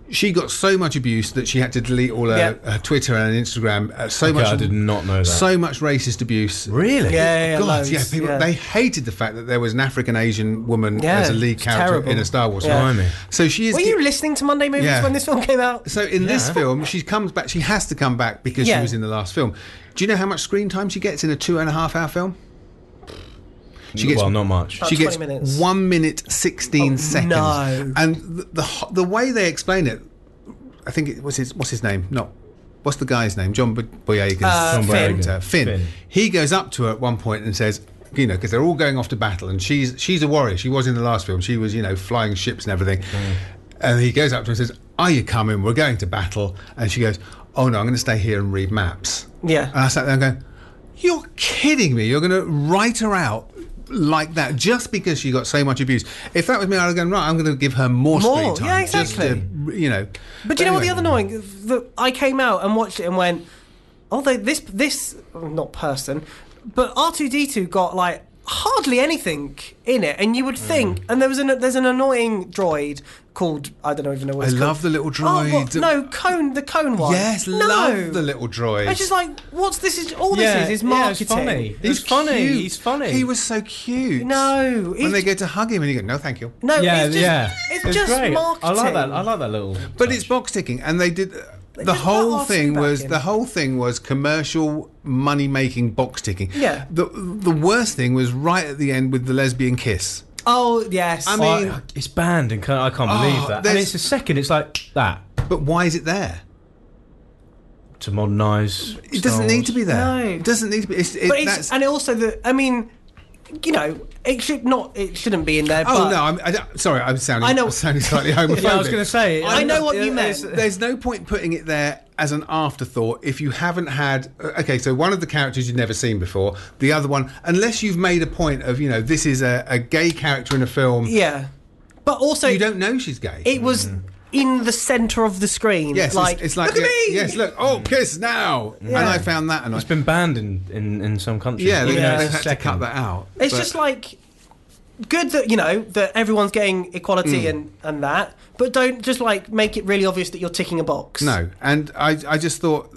Speaker 3: She got so much abuse that she had to delete all her,
Speaker 1: Yeah.
Speaker 3: her Twitter and Instagram. Uh, so
Speaker 2: Okay,
Speaker 3: much.
Speaker 2: I did not know that.
Speaker 3: So much racist abuse.
Speaker 2: really?
Speaker 1: Yeah, yeah, yeah,
Speaker 3: God,
Speaker 1: loads,
Speaker 3: yeah, people,
Speaker 1: yeah.
Speaker 3: they hated the fact that there was an African Asian woman
Speaker 1: Yeah,
Speaker 3: as a lead
Speaker 1: it's
Speaker 3: character
Speaker 1: terrible.
Speaker 3: in a Star Wars
Speaker 1: Yeah.
Speaker 3: film.
Speaker 2: Blimey.
Speaker 3: So she is.
Speaker 1: Were you listening to Monday Movies
Speaker 3: Yeah.
Speaker 1: when this film came out?
Speaker 3: so in this film, she comes back. She has to come back because
Speaker 1: Yeah.
Speaker 3: she was in the last film. Do you know how much screen time she gets in a two and a half hour film? She gets
Speaker 2: well, not much.
Speaker 3: she
Speaker 1: 20
Speaker 3: gets
Speaker 1: minutes. Oh,
Speaker 3: one minute sixteen seconds.
Speaker 1: no.
Speaker 3: And the, the ho- the way they explain it, I think it was his what's his name? Not what's the guy's name? John Boy- Boyega's
Speaker 1: John Uh, Finn.
Speaker 3: character, Finn.
Speaker 2: Finn.
Speaker 3: He goes up to her at one point and says. You know, because they're all going off to battle, and she's she's a warrior. She was in the last film. She was, you know, flying ships and everything. And he goes up to her and says, "Are you coming? We're going to battle." And she goes, "Oh no, I'm going to stay here and read maps."
Speaker 1: Yeah.
Speaker 3: And I sat there and going, You're kidding me. You're going to write her out like that just because she got so much abuse. If that was me, I would have gone, Right, I'm going to give her more,
Speaker 1: More,
Speaker 3: screen time.
Speaker 1: yeah,
Speaker 3: just to,
Speaker 1: exactly.
Speaker 3: you know.
Speaker 1: But do you know what the other
Speaker 3: anyway.
Speaker 1: annoying? The, I came out and watched it and went, although this this not person, but R two D two got like hardly anything in it, and you
Speaker 3: Mm.
Speaker 1: would think, and there was an there's an annoying droid called I don't even know what
Speaker 3: I
Speaker 1: it's
Speaker 3: love the
Speaker 1: called.
Speaker 3: little
Speaker 1: Oh, what?
Speaker 3: droid.
Speaker 1: no cone the cone one.
Speaker 3: Yes,
Speaker 1: no.
Speaker 3: love the little droid.
Speaker 1: I was just like, what's this? Is all
Speaker 2: Yeah,
Speaker 1: this is is
Speaker 2: yeah, it's
Speaker 1: marketing.
Speaker 2: funny.
Speaker 3: He was
Speaker 2: He's funny,
Speaker 3: cute.
Speaker 2: he's funny.
Speaker 3: He was so cute.
Speaker 1: No,
Speaker 3: When
Speaker 1: it's-
Speaker 3: they go to hug him and you go, No, thank you.
Speaker 1: No,
Speaker 2: yeah,
Speaker 1: it's just,
Speaker 2: yeah.
Speaker 1: It's, just
Speaker 2: great.
Speaker 1: marketing.
Speaker 2: I like that. I like that little.
Speaker 3: But it's box ticking, and they did. uh, The
Speaker 1: just put
Speaker 3: whole
Speaker 1: our
Speaker 3: thing
Speaker 1: food back
Speaker 3: was
Speaker 1: in.
Speaker 3: the whole thing was commercial money making box ticking.
Speaker 1: Yeah.
Speaker 3: The the worst thing was right at the end with the lesbian kiss.
Speaker 1: Oh yes.
Speaker 3: I mean-
Speaker 2: I- it's banned and can't, I can't believe that. And
Speaker 3: Oh, there's-
Speaker 2: it's a second. It's like that.
Speaker 3: But why is it there?
Speaker 2: to modernise.
Speaker 3: It doesn't need to be there.
Speaker 1: No.
Speaker 3: It doesn't need to be. It's, it,
Speaker 1: But
Speaker 3: that's,
Speaker 1: it's, and also the I mean, you know, it should not. It shouldn't be in there.
Speaker 3: oh
Speaker 1: but
Speaker 3: no, I'm I, don't- sorry. I'm sounding.
Speaker 1: I know-
Speaker 3: I'm sounding slightly homophobic.
Speaker 2: Yeah, I was going to say.
Speaker 1: I know what you
Speaker 2: yeah,
Speaker 1: meant.
Speaker 2: it's-
Speaker 3: There's no point putting it there as an afterthought if you haven't had. uh, Okay, so one of the characters you've never seen before, the other one, unless you've made a point of, you know, this is a, a gay character in a film,
Speaker 1: Yeah, but also
Speaker 3: you don't know she's gay.
Speaker 1: it was in the center of the screen.
Speaker 3: yes,
Speaker 1: like
Speaker 3: it's, it's like
Speaker 1: look at
Speaker 3: yeah,
Speaker 1: me.
Speaker 3: Yes, look, oh, kiss now, and I found that, and I,
Speaker 2: It's been banned in, in, in some countries.
Speaker 3: yeah, they,
Speaker 2: Even though
Speaker 3: they
Speaker 2: it's a
Speaker 3: had to cut
Speaker 2: second.
Speaker 3: that out.
Speaker 1: It's
Speaker 3: But-
Speaker 1: just like good that you know that everyone's getting equality
Speaker 3: Mm.
Speaker 1: and and that, but don't just like make it really obvious that you're ticking a box.
Speaker 3: No, and I, I just thought,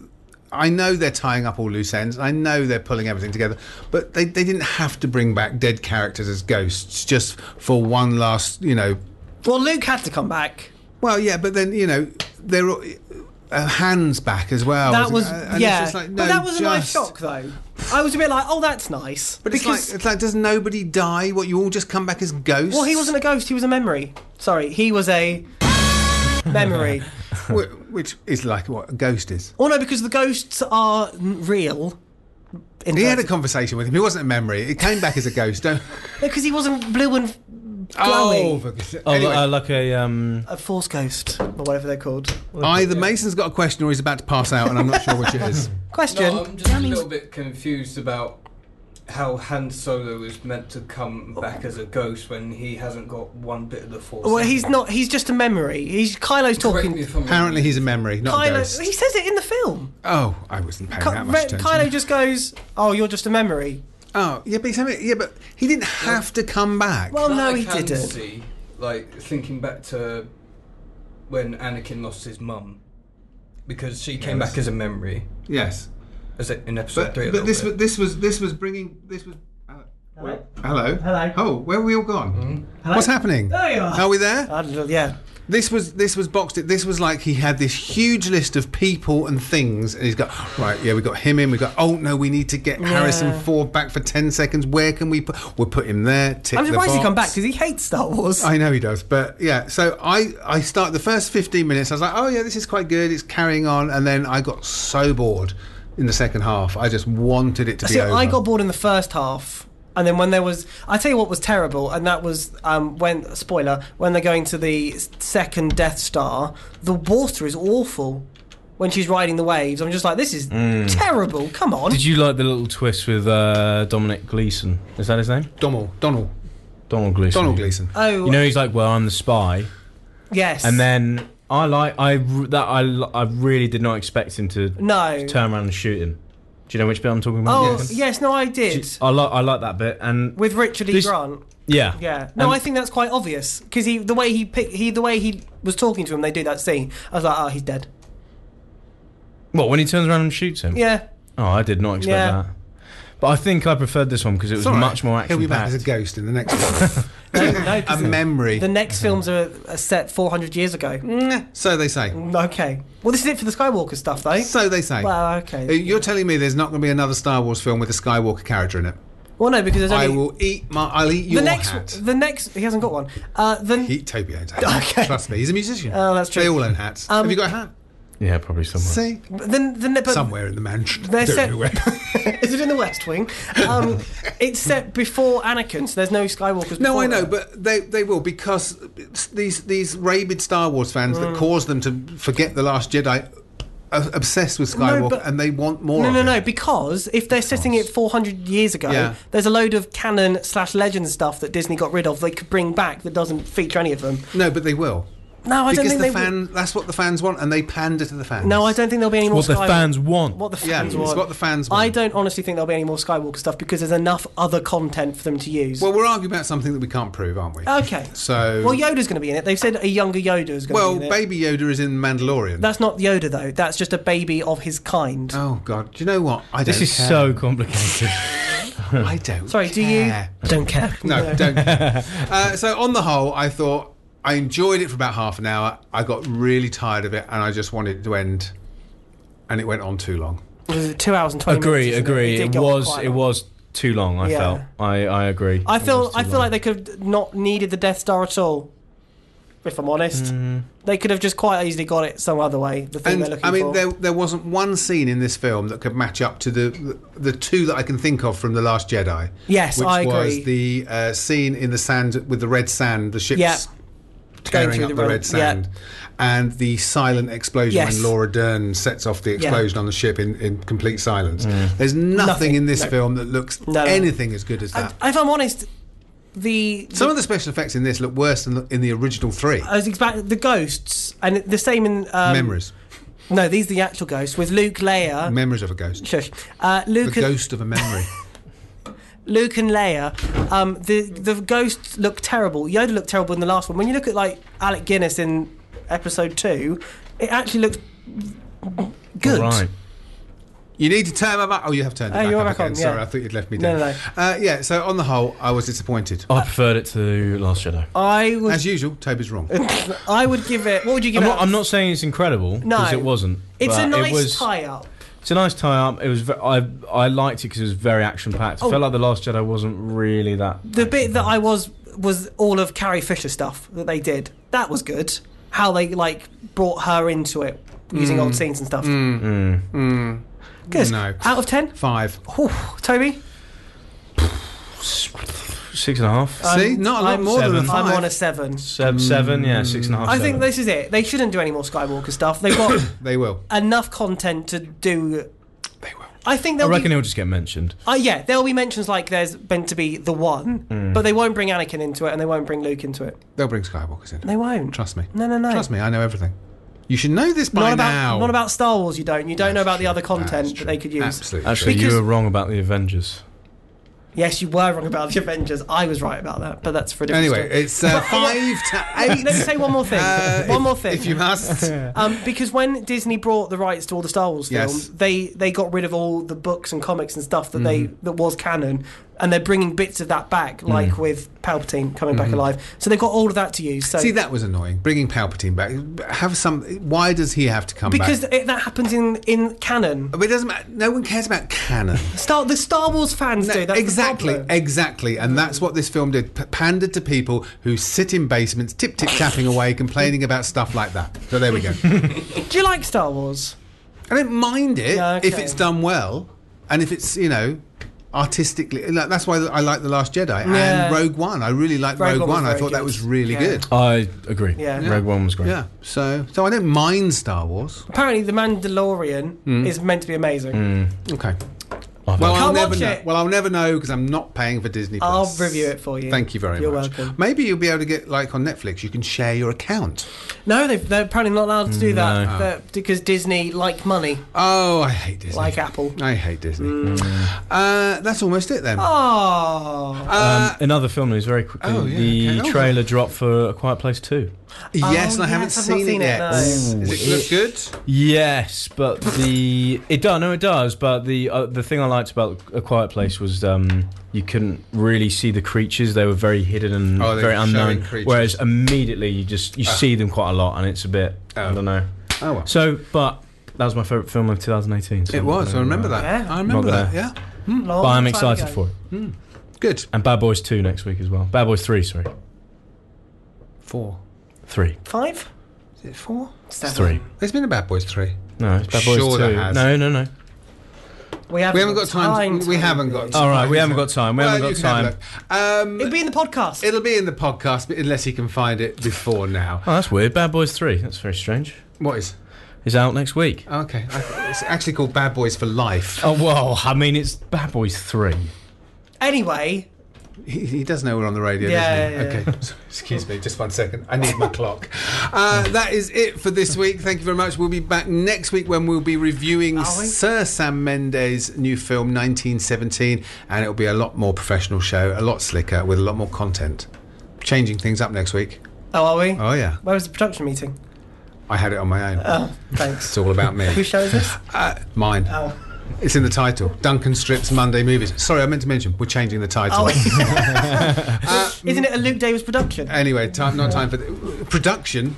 Speaker 3: I know they're tying up all loose ends. I know they're pulling everything together, but they, they didn't have to bring back dead characters as ghosts just for one last, you know.
Speaker 1: Well, Luke had to come back.
Speaker 3: Well, yeah, but then you know they're all, uh, hands back as well.
Speaker 1: That
Speaker 3: isn't
Speaker 1: was
Speaker 3: it? uh, And it's
Speaker 1: yeah,
Speaker 3: just like,
Speaker 1: but
Speaker 3: no,
Speaker 1: that was a nice
Speaker 3: just-
Speaker 1: shock though. I was a bit like, oh, that's nice.
Speaker 3: But it's like, it's like, does nobody die? What you all just come back as ghosts?
Speaker 1: Well, he wasn't a ghost. He was a memory. Sorry, he was a memory.
Speaker 3: Wh- which is like what a ghost is.
Speaker 1: oh no, because the ghosts are n- real. In
Speaker 3: He had a
Speaker 1: terms-
Speaker 3: conversation with him. He wasn't a memory. It came back as a ghost. Don't.
Speaker 1: because he wasn't blue and
Speaker 3: Oh,
Speaker 1: glowing.
Speaker 3: for goodness-
Speaker 2: Oh,
Speaker 3: Anyway.
Speaker 2: uh, like a um,
Speaker 1: A force ghost or whatever they're called.
Speaker 3: Either Mason's got a question or he's about to pass out, and I'm not sure which it is.
Speaker 1: Question.
Speaker 6: No, um, I'm just a little bit confused about how Han Solo is meant to come back as a ghost when he hasn't got one bit of the Force.
Speaker 1: well, he's not. He's just a memory. He's Kylo's
Speaker 6: Correct
Speaker 1: talking.
Speaker 6: me if I'm wrong.
Speaker 3: Apparently, he's a memory, not a
Speaker 1: Kylo,
Speaker 3: ghost.
Speaker 1: he says it in the film.
Speaker 3: Oh, I wasn't paying
Speaker 1: Ky-
Speaker 3: that
Speaker 1: Re-
Speaker 3: much attention.
Speaker 1: Kylo just goes, "Oh, you're just a memory."
Speaker 3: oh, yeah, but he's having, yeah, but he didn't have to come back.
Speaker 1: Well,
Speaker 6: That
Speaker 1: no,
Speaker 6: I
Speaker 1: he
Speaker 6: can
Speaker 1: didn't.
Speaker 6: See, like thinking back to when Anakin lost his mum, because she came back as a memory,
Speaker 3: yes,
Speaker 6: as it in episode
Speaker 3: but,
Speaker 6: three. A
Speaker 3: but
Speaker 6: little
Speaker 3: this was
Speaker 6: bit.
Speaker 3: this was this was bringing this was. Hello. Hello.
Speaker 1: Hello. Mm-hmm.
Speaker 3: Oh, where are we all gone? What's happening?
Speaker 1: There you are. Uh,
Speaker 3: Are we there?
Speaker 1: I don't know, yeah.
Speaker 3: This was this was boxed. It. This was like he had this huge list of people and things, and he's got right. Yeah, we got him in. We got. Oh no, we need to get Harrison Ford back for ten seconds. Where can we put? We'll put him there. Tick
Speaker 1: I'm
Speaker 3: the
Speaker 1: surprised he come back
Speaker 3: box.
Speaker 1: because he hates Star Wars.
Speaker 3: I know he does, but yeah. So I I start the first fifteen minutes. I was like, oh yeah, this is quite good. It's carrying on, and then I got so bored in the second half. I just wanted it to be
Speaker 1: See,
Speaker 3: over.
Speaker 1: I got bored in the first half, and then when there was, I tell you what was terrible, and that was um, when spoiler when they're going to the s- second Death Star, the water is awful. When she's riding the waves, I'm just like, this is terrible. Come on.
Speaker 2: Mm. Did you like the little twist with uh, Dominic Gleeson? Is that his name?
Speaker 3: Donald Donald
Speaker 2: Donald Gleeson.
Speaker 3: Donald Gleason.
Speaker 1: oh,
Speaker 2: You know, he's like, well, I'm the spy,
Speaker 1: yes.
Speaker 2: and then I like I r- that I l- I really did not expect him to
Speaker 1: no.
Speaker 2: turn around and shoot him. Do you know which bit I'm talking
Speaker 1: Oh
Speaker 2: about?
Speaker 1: yes. no, I did
Speaker 2: I like I like that bit, and
Speaker 1: with Richard E.
Speaker 2: This-
Speaker 1: Grant.
Speaker 2: yeah,
Speaker 1: Yeah. No,
Speaker 2: And-
Speaker 1: I think that's quite obvious because he the way he pick, he the way he was talking to him, they do that scene. I was like, oh, he's dead.
Speaker 2: What when he turns around and shoots him?
Speaker 1: Yeah.
Speaker 2: Oh, I did not expect
Speaker 1: Yeah.
Speaker 2: that. But I think I preferred this one because it was
Speaker 3: It's all right.
Speaker 2: much more
Speaker 3: He'll
Speaker 2: action
Speaker 3: be back as a
Speaker 2: packed.
Speaker 3: ghost in the next one.
Speaker 1: No, no, 'cause
Speaker 3: a memory.
Speaker 1: The
Speaker 2: Mm.
Speaker 1: next films are, are set 400 years ago.
Speaker 3: so they say.
Speaker 1: Okay. Well, this is it for the Skywalker stuff, though.
Speaker 3: So they say.
Speaker 1: Well,
Speaker 3: Uh,
Speaker 1: okay.
Speaker 3: You're telling me there's not going to be another Star Wars film with a Skywalker character in it?
Speaker 1: Well, no, because there's only
Speaker 3: I will eat my. I'll eat your
Speaker 1: the next.
Speaker 3: hat.
Speaker 1: The next. He hasn't got one. Uh, the
Speaker 3: He, Toby owns hats.
Speaker 1: Okay.
Speaker 3: Trust me, he's a musician.
Speaker 1: Oh, that's
Speaker 3: They
Speaker 1: true. Um,
Speaker 3: all own hats. Have you got a hat?
Speaker 2: Yeah, probably somewhere.
Speaker 3: See,
Speaker 1: the the but
Speaker 3: somewhere in the mansion.
Speaker 1: They're
Speaker 3: Don't
Speaker 1: set-
Speaker 3: know where.
Speaker 1: Is it in the West Wing? Um, it's set before Anakin, so there's no Skywalkers.
Speaker 3: No,
Speaker 1: before
Speaker 3: I know,
Speaker 1: that.
Speaker 3: but they, they will because these these rabid Star Wars fans
Speaker 1: Mm.
Speaker 3: that caused them to forget the Last Jedi are obsessed with Skywalker
Speaker 1: but-
Speaker 3: and they want more.
Speaker 1: No,
Speaker 3: of
Speaker 1: no,
Speaker 3: it.
Speaker 1: no. Because if they're setting it 400 years ago,
Speaker 3: Yeah.
Speaker 1: there's a load of canon slash legend stuff that Disney got rid of. They could bring back that doesn't feature any of them.
Speaker 3: no, but they will
Speaker 1: No, I
Speaker 3: because
Speaker 1: don't think
Speaker 3: the
Speaker 1: they.
Speaker 3: fan that's what the fans want, and they pander to the fans.
Speaker 1: No, I don't think there'll be any more.
Speaker 2: What the
Speaker 1: Skywalker-
Speaker 2: fans want.
Speaker 1: What the
Speaker 3: Yeah,
Speaker 1: fans
Speaker 3: it's
Speaker 1: want.
Speaker 3: what the fans want.
Speaker 1: I don't honestly think there'll be any more Skywalker stuff because there's enough other content for them to use.
Speaker 3: Well, we're arguing about something that we can't prove, aren't we?
Speaker 1: okay.
Speaker 3: So,
Speaker 1: Oh. Well, Yoda's going to be in it. They've said a younger Yoda is going
Speaker 3: well,
Speaker 1: to be in it.
Speaker 3: Baby Yoda is in Mandalorian.
Speaker 1: That's not Yoda though. That's just a baby of his kind.
Speaker 3: oh God, do you know what? I don't.
Speaker 2: This is
Speaker 3: care.
Speaker 2: so complicated.
Speaker 3: I don't.
Speaker 1: Sorry, do you?
Speaker 3: care.
Speaker 1: I don't care.
Speaker 3: No, don't. uh, so on the whole, I thought I enjoyed it for about half an hour. I got really tired of it, and I just wanted it to end. And it went on too long.
Speaker 1: It was two hours and twenty.
Speaker 2: agree,
Speaker 1: minutes, isn't
Speaker 2: agree.
Speaker 1: did
Speaker 2: It,
Speaker 1: go on
Speaker 2: was
Speaker 1: quite
Speaker 2: it
Speaker 1: long.
Speaker 2: was too long. I
Speaker 1: Yeah.
Speaker 2: felt. I I agree.
Speaker 1: I
Speaker 2: It
Speaker 1: feel
Speaker 2: was too
Speaker 1: I feel
Speaker 2: long.
Speaker 1: like they could have not needed the Death Star at all. If I'm honest,
Speaker 2: Mm.
Speaker 1: they could have just quite easily got it some other way. The thing they're
Speaker 3: And
Speaker 1: looking
Speaker 3: I mean,
Speaker 1: for.
Speaker 3: there there wasn't one scene in this film that could match up to the the two that I can think of from the Last Jedi.
Speaker 1: Yes,
Speaker 3: which
Speaker 1: I
Speaker 3: was
Speaker 1: agree.
Speaker 3: the uh, scene in the sand with the red sand, the ships
Speaker 1: Yeah.
Speaker 3: tearing
Speaker 1: through
Speaker 3: up the,
Speaker 1: the
Speaker 3: red
Speaker 1: road,
Speaker 3: sand, and the silent explosion
Speaker 1: Yes.
Speaker 3: when Laura Dern sets off the explosion on the ship in, in complete silence. There's nothing,
Speaker 1: Nothing,
Speaker 3: in this
Speaker 1: no.
Speaker 3: film that looks
Speaker 1: No, no.
Speaker 3: anything as good as that.
Speaker 1: And if I'm honest, the
Speaker 3: some of the special effects in this look worse than the- in the original three.
Speaker 1: I was expecting the ghosts and the same in um, uh,
Speaker 3: Memories,
Speaker 1: No, these are the actual ghosts with Luke, Leia.
Speaker 3: memories of a ghost,
Speaker 1: Shush. Uh, Luke,
Speaker 3: the
Speaker 1: and,
Speaker 3: ghost of a memory.
Speaker 1: Luke and Leia. Um, the the ghosts look terrible. Yoda looked terrible in the last one. When you look at like Alec Guinness in Episode Two, it actually looks good.
Speaker 2: Right.
Speaker 3: You need to turn my back. Oh, you have turned it
Speaker 1: Oh,
Speaker 3: back
Speaker 1: you're
Speaker 3: up
Speaker 1: back on,
Speaker 3: again. Sorry,
Speaker 1: yeah.
Speaker 3: I thought you'd left me
Speaker 1: No,
Speaker 3: down.
Speaker 1: no,
Speaker 3: Uh, yeah, so on the whole, I was disappointed.
Speaker 1: Uh,
Speaker 2: I preferred it to Last Shadow.
Speaker 1: I would
Speaker 3: As usual, Toby's wrong.
Speaker 1: I would give it. What would you give
Speaker 2: I'm
Speaker 1: it?
Speaker 2: not,
Speaker 1: out
Speaker 2: I'm
Speaker 1: of-
Speaker 2: not saying it's incredible because it wasn't.
Speaker 1: It's a
Speaker 2: but
Speaker 1: nice
Speaker 2: it was,
Speaker 1: tie up.
Speaker 2: It's a nice tie up. It was. Ve- I I liked it because it was very action packed.
Speaker 1: Oh.
Speaker 2: I felt like the Last Jedi wasn't really that.
Speaker 1: The bit that I was was all of Carrie Fisher stuff that they did. That was good. How they like brought her into it using old scenes and stuff. Mm. Good.
Speaker 3: Mm. No.
Speaker 1: Out of ten.
Speaker 3: Five.
Speaker 1: Ooh, Toby,
Speaker 2: six and a half,
Speaker 1: Uh,
Speaker 3: See, not a lot
Speaker 1: I'm-
Speaker 3: more than a
Speaker 2: Seven.
Speaker 3: five.
Speaker 1: I'm on a seven.
Speaker 2: seven, seven, yeah, six and a half.
Speaker 1: I think
Speaker 2: seven.
Speaker 1: this is it. They shouldn't do any more Skywalker stuff. They've got
Speaker 3: They will.
Speaker 1: enough content to do. They will. I think
Speaker 2: I
Speaker 1: they'll.
Speaker 2: reckon
Speaker 1: Be,
Speaker 2: he'll just get mentioned.
Speaker 1: uh, yeah, there'll be mentions like there's meant to be the one, but they won't bring Anakin into it, and they won't bring Luke into it.
Speaker 3: They'll bring Skywalkers in.
Speaker 1: They won't.
Speaker 3: Trust me.
Speaker 1: No, no, no.
Speaker 3: Trust me, I know everything. You should know this by
Speaker 1: not about
Speaker 3: now.
Speaker 1: not about Star Wars. You don't. You don't know
Speaker 3: That's
Speaker 1: about
Speaker 3: true.
Speaker 1: the other
Speaker 3: That's
Speaker 1: content that
Speaker 3: true.
Speaker 1: they could use.
Speaker 3: Absolutely.
Speaker 2: Actually,
Speaker 3: true.
Speaker 2: you were wrong about the Avengers.
Speaker 1: Yes, you were wrong about the Avengers. I was right about that, but that's for a different
Speaker 3: Anyway,
Speaker 1: story.
Speaker 3: it's uh, five to eight.
Speaker 1: Let me say one more thing.
Speaker 3: Uh,
Speaker 1: one
Speaker 3: if-
Speaker 1: more thing.
Speaker 3: If you must.
Speaker 1: Um, because when Disney brought the rights to all the Star Wars
Speaker 3: Yes.
Speaker 1: films, they they got rid of all the books and comics and stuff that they
Speaker 3: Mm-hmm.
Speaker 1: that was canon, and they're bringing bits of that back, like with Palpatine coming back alive. So they've got all of that to use. So
Speaker 3: Mm-hmm. See, that was annoying. Bringing Palpatine back. Have some. Why does he have to come
Speaker 1: because
Speaker 3: back?
Speaker 1: it, that happens in in canon.
Speaker 3: But it doesn't matter. No one cares about canon.
Speaker 1: Star the Star Wars fans
Speaker 3: No,
Speaker 1: do that's the
Speaker 3: exactly,
Speaker 1: problem.
Speaker 3: exactly, and that's what this film did. P- pandered to people who sit in basements, tip tip tapping away, complaining about stuff like that. So there we go.
Speaker 1: Do you like Star Wars?
Speaker 3: I don't mind it
Speaker 1: Yeah,
Speaker 3: if
Speaker 1: okay.
Speaker 3: it's done well, and if it's you know artistically. Like, that's why I like the Last Jedi
Speaker 1: Yeah.
Speaker 3: and Rogue One. I really liked
Speaker 1: Rogue One
Speaker 3: Rogue,
Speaker 1: was
Speaker 3: One. I
Speaker 1: very
Speaker 3: thought that
Speaker 1: good.
Speaker 3: was really
Speaker 1: Yeah.
Speaker 3: good.
Speaker 2: I agree.
Speaker 1: Yeah.
Speaker 2: Rogue One was great.
Speaker 3: Yeah, so so I don't mind Star Wars.
Speaker 1: Apparently, The Mandalorian
Speaker 2: Hmm.
Speaker 1: is meant to be amazing.
Speaker 3: Okay.
Speaker 2: I've
Speaker 3: Well,
Speaker 2: had-
Speaker 3: I'll
Speaker 1: Can't
Speaker 3: never
Speaker 1: watch
Speaker 3: know.
Speaker 1: it.
Speaker 3: Well, I'll never know because I'm not paying for Disney.
Speaker 1: I'll
Speaker 3: Plus.
Speaker 1: review it for you.
Speaker 3: Thank you very
Speaker 1: You're
Speaker 3: much.
Speaker 1: welcome.
Speaker 3: Maybe you'll be able to get like on Netflix. You can share your account.
Speaker 1: No, they've, they're apparently not allowed to do that
Speaker 2: No.
Speaker 1: but- because Disney like money,
Speaker 3: Oh, I hate Disney.
Speaker 1: like Mm. Apple.
Speaker 3: I hate Disney. Uh, that's almost it then.
Speaker 1: Oh,
Speaker 2: um, another film news very quickly.
Speaker 3: oh, yeah,
Speaker 2: the
Speaker 3: okay. Oh.
Speaker 2: trailer dropped for A Quiet Place 2.
Speaker 3: yes, and I
Speaker 1: oh, yes,
Speaker 3: haven't
Speaker 1: I've not
Speaker 3: seen,
Speaker 1: seen
Speaker 3: it
Speaker 1: it,
Speaker 3: yet.
Speaker 1: no.
Speaker 3: Does it look good?
Speaker 2: Yes, but the it does. No, it does. But the uh, the thing I liked about A Quiet Place was um, you couldn't really see the creatures. They were very hidden and
Speaker 3: Oh, they
Speaker 2: very
Speaker 3: were showing
Speaker 2: unknown.
Speaker 3: creatures. Ah.
Speaker 2: Whereas immediately you just you see them quite a lot, and it's a bit I
Speaker 3: Oh.
Speaker 2: don't know.
Speaker 3: Oh well,
Speaker 2: So, but that was my favorite film of 2018. so
Speaker 3: it
Speaker 2: I'm
Speaker 3: was.
Speaker 2: gonna,
Speaker 3: I remember that.
Speaker 1: Yeah.
Speaker 3: I remember
Speaker 2: Not
Speaker 3: that. Yeah,
Speaker 2: But I'm excited for it.
Speaker 3: it. Good.
Speaker 2: And Bad Boys 2 next week as well. Bad Boys 3, sorry.
Speaker 3: Four.
Speaker 2: Three.
Speaker 1: Five,
Speaker 3: Is it four?
Speaker 2: It's three.
Speaker 3: There's been a Bad Boys three.
Speaker 2: No, it's Bad Boys
Speaker 3: Sure
Speaker 2: 2.
Speaker 3: there has.
Speaker 2: No, no, no.
Speaker 1: We haven't,
Speaker 3: We haven't got time.
Speaker 1: to-
Speaker 3: we haven't got.
Speaker 2: All right, we haven't got time. We
Speaker 3: Well,
Speaker 2: haven't
Speaker 3: you
Speaker 2: got
Speaker 3: can have
Speaker 2: time.
Speaker 3: a look. Um,
Speaker 1: It'll be in the podcast.
Speaker 3: it'll be in the podcast, but unless he can find it before now.
Speaker 2: Oh, that's weird. Bad Boys 3. That's very strange.
Speaker 3: What is?
Speaker 2: Is out next week.
Speaker 3: Okay, I- it's actually called Bad Boys for Life.
Speaker 2: Oh, whoa. I mean, it's Bad Boys 3.
Speaker 1: anyway,
Speaker 3: He, he does know we're on the radio,
Speaker 1: Yeah,
Speaker 3: doesn't he?
Speaker 1: yeah,
Speaker 3: Okay. Sorry, Excuse me, just one second. I need my clock. Uh, that is it for this week. Thank you very much. We'll be back next week when we'll be reviewing
Speaker 1: we?
Speaker 3: Sir Sam Mendes' new film, 1917, and it'll be a lot more professional show, a lot slicker, with a lot more content. Changing things up next week.
Speaker 1: oh, Oh. are we?
Speaker 3: Oh, yeah.
Speaker 1: Where was the production meeting?
Speaker 3: I had it on my own.
Speaker 1: Thanks.
Speaker 3: It's all about me.
Speaker 1: Whose show is this?
Speaker 3: Uh, mine.
Speaker 1: Oh.
Speaker 3: It's in the title. Duncan Strips Monday Movies. Sorry, I meant to mention, we're changing the title.
Speaker 1: Oh. Isn't it a Luke Davis production?
Speaker 3: Anyway, time, not time for the, production.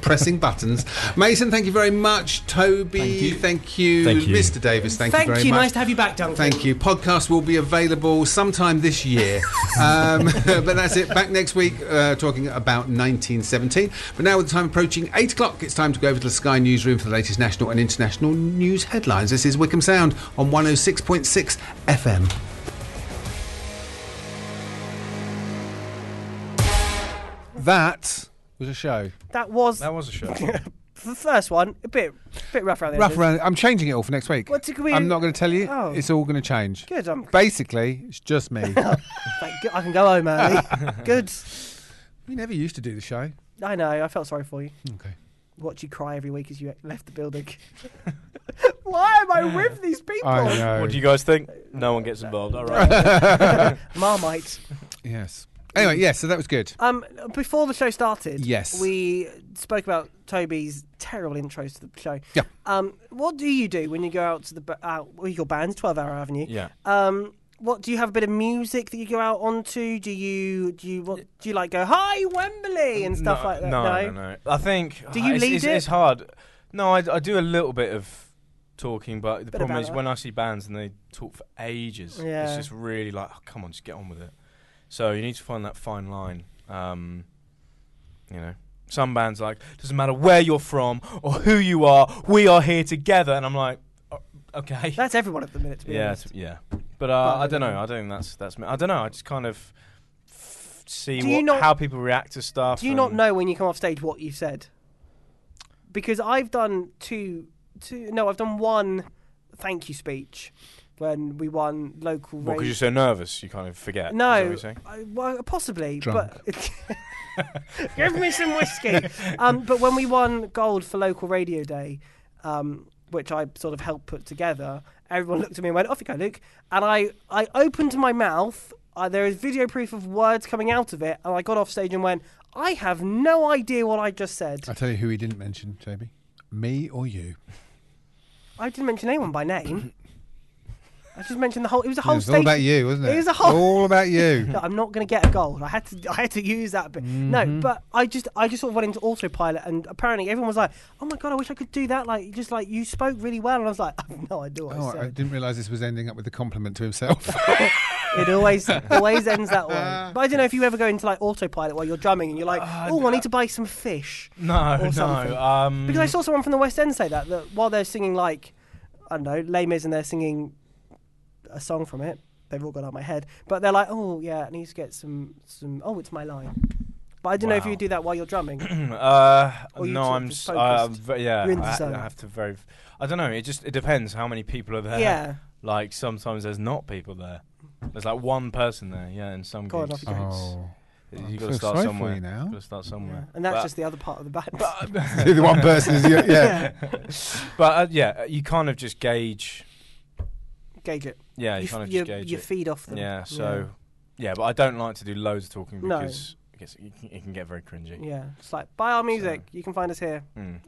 Speaker 3: pressing buttons. Mason, thank you very much. Toby, thank you. Thank you,
Speaker 6: Thank you.
Speaker 3: Mr. Davis, thank,
Speaker 9: Thank
Speaker 3: you very
Speaker 9: you.
Speaker 3: much.
Speaker 9: Nice to have you back, Duncan.
Speaker 3: Thank you. Podcast will be available sometime this year. um, but that's it. Back next week uh, talking about 1917. But now, with the time approaching 8 o'clock, it's time to go over to the Sky Newsroom for the latest national and international news headlines. This is Wickham Sound on 106.6 FM. That was a show.
Speaker 1: That was
Speaker 6: That was a show.
Speaker 1: the first one. A bit, bit rough around the
Speaker 3: Rough
Speaker 1: edges.
Speaker 3: around. I'm changing it all for next week.
Speaker 1: What did we-
Speaker 3: I'm not going to tell you.
Speaker 1: Oh.
Speaker 3: It's all going to change.
Speaker 1: Good. Oh. I'm
Speaker 3: Basically, it's just me.
Speaker 1: like, I can go home early. Good.
Speaker 3: we never used to do the show.
Speaker 1: I know. I felt sorry for you.
Speaker 3: Okay.
Speaker 1: Watch you cry every week as you left the building. Why am I with these people?
Speaker 3: I know.
Speaker 2: What do you guys think? No one gets involved. All right.
Speaker 1: Marmite.
Speaker 3: Yes. Anyway, yes. So that was good.
Speaker 1: Um, before the show started,
Speaker 3: Yes.
Speaker 1: we spoke about Toby's terrible intros to the show.
Speaker 3: Yeah.
Speaker 1: Um, what do you do when you go out to the ba- out with your band, Twelve Hour Avenue?
Speaker 2: yeah.
Speaker 1: Um, what do you have a bit of music that you go out onto? Do you do you what do you like go hi Wembley and stuff
Speaker 2: no,
Speaker 1: like that?
Speaker 2: No, no, no. I think.
Speaker 1: Do you
Speaker 2: it's,
Speaker 1: lead
Speaker 2: it's,
Speaker 1: it?
Speaker 2: It's hard. No, I, I do a little bit of talking, but the
Speaker 1: Bit of
Speaker 2: problem is
Speaker 1: banter.
Speaker 2: when I see bands and they talk for ages,
Speaker 1: Yeah.
Speaker 2: it's just really like, oh, come on, just get on with it. So you need to find that fine line. Um, you know, some bands are like doesn't matter where you're from or who you are, we are here together, and I'm like, "Oh, okay.
Speaker 1: That's everyone at the minute. To be
Speaker 2: Yeah,
Speaker 1: honest.
Speaker 2: it's- yeah. But uh, I
Speaker 1: But-
Speaker 2: don't know. I don't think that's that's. Me. I don't know. I just kind of f- see
Speaker 1: Do you
Speaker 2: what,
Speaker 1: not-
Speaker 2: how people react to stuff.
Speaker 1: Do you not
Speaker 2: and-
Speaker 1: know when you come off stage what you've said? Because I've done two, two. No, I've done one. Thank you speech when we won local.
Speaker 2: Well, because
Speaker 1: radio-
Speaker 2: you're so nervous, you kind of forget. is that what
Speaker 1: No,
Speaker 2: you're saying?
Speaker 1: I, well, possibly.
Speaker 3: Drunk.
Speaker 1: But give me some whiskey. um, but when we won gold for local radio day, um, which I sort of helped put together, everyone looked at me and went, "Off you go, Luke." And I, I opened my mouth. Uh, there is video proof of words coming out of it, and I got off stage and went, "I have no idea what I just said."
Speaker 3: I'll tell you who he didn't mention, Toby. Me or you?
Speaker 1: I didn't mention anyone by name. I just mentioned the whole. It was a
Speaker 3: It
Speaker 1: whole
Speaker 3: was
Speaker 1: stage.
Speaker 3: all about you, wasn't it?
Speaker 1: It was a whole-
Speaker 3: all about you.
Speaker 1: No, I'm not going to get a gold. I had to. I had to use that bit. No, but I just, I just sort of went into autopilot, and apparently everyone was like, "Oh my god, I wish I could do that!" Like, just like you spoke really well, and I was like, "I have no idea what
Speaker 3: Oh,
Speaker 1: I
Speaker 3: I
Speaker 1: said."
Speaker 3: didn't realise this was ending up with a compliment to himself.
Speaker 1: It always, always ends that way. But I don't know if you ever go into like autopilot while you're drumming, and you're like, "Oh, I need to buy some fish,"
Speaker 2: No,
Speaker 1: or something.
Speaker 2: no. Um,
Speaker 1: because I saw someone from the West End say that that while they're singing like, I don't know, Les Mis, and they're singing a song from it. They've all gone out of my head, but they're like, "Oh yeah, I need to get some, some." Oh, it's my line. But I don't know if
Speaker 2: Wow.
Speaker 1: you do that while you're drumming.
Speaker 2: uh,
Speaker 1: Or you
Speaker 2: no,
Speaker 1: sort of
Speaker 2: I'm.
Speaker 1: just
Speaker 2: s- I- I'm
Speaker 1: focused.
Speaker 2: ve- yeah,
Speaker 1: You're in the
Speaker 2: I,
Speaker 1: zone.
Speaker 2: I have to very. I don't know. It just it depends how many people are there.
Speaker 1: Yeah.
Speaker 2: Like sometimes there's not people there. There's like one person there. Yeah, in some
Speaker 1: Go on,
Speaker 2: gigs.
Speaker 1: off you go.
Speaker 3: oh, I
Speaker 2: You got
Speaker 3: feel
Speaker 2: to start
Speaker 3: sorry for
Speaker 2: somewhere.
Speaker 3: you now.
Speaker 2: Got to start somewhere.
Speaker 1: And that's
Speaker 2: But-
Speaker 1: just the other part of the band.
Speaker 3: the one person is you. Yeah.
Speaker 2: But uh, yeah, you kind of just gauge.
Speaker 1: Gauge it.
Speaker 2: Yeah, you,
Speaker 1: you,
Speaker 2: kind
Speaker 1: f-
Speaker 2: of
Speaker 1: you,
Speaker 2: just gauge
Speaker 1: you
Speaker 2: it.
Speaker 1: feed off them.
Speaker 2: Yeah. So, yeah. but I don't like to do loads of talking
Speaker 1: No.
Speaker 2: because I guess it can, it can get very cringy.
Speaker 1: Yeah. It's like, buy our music. You can find us here.
Speaker 2: Mm.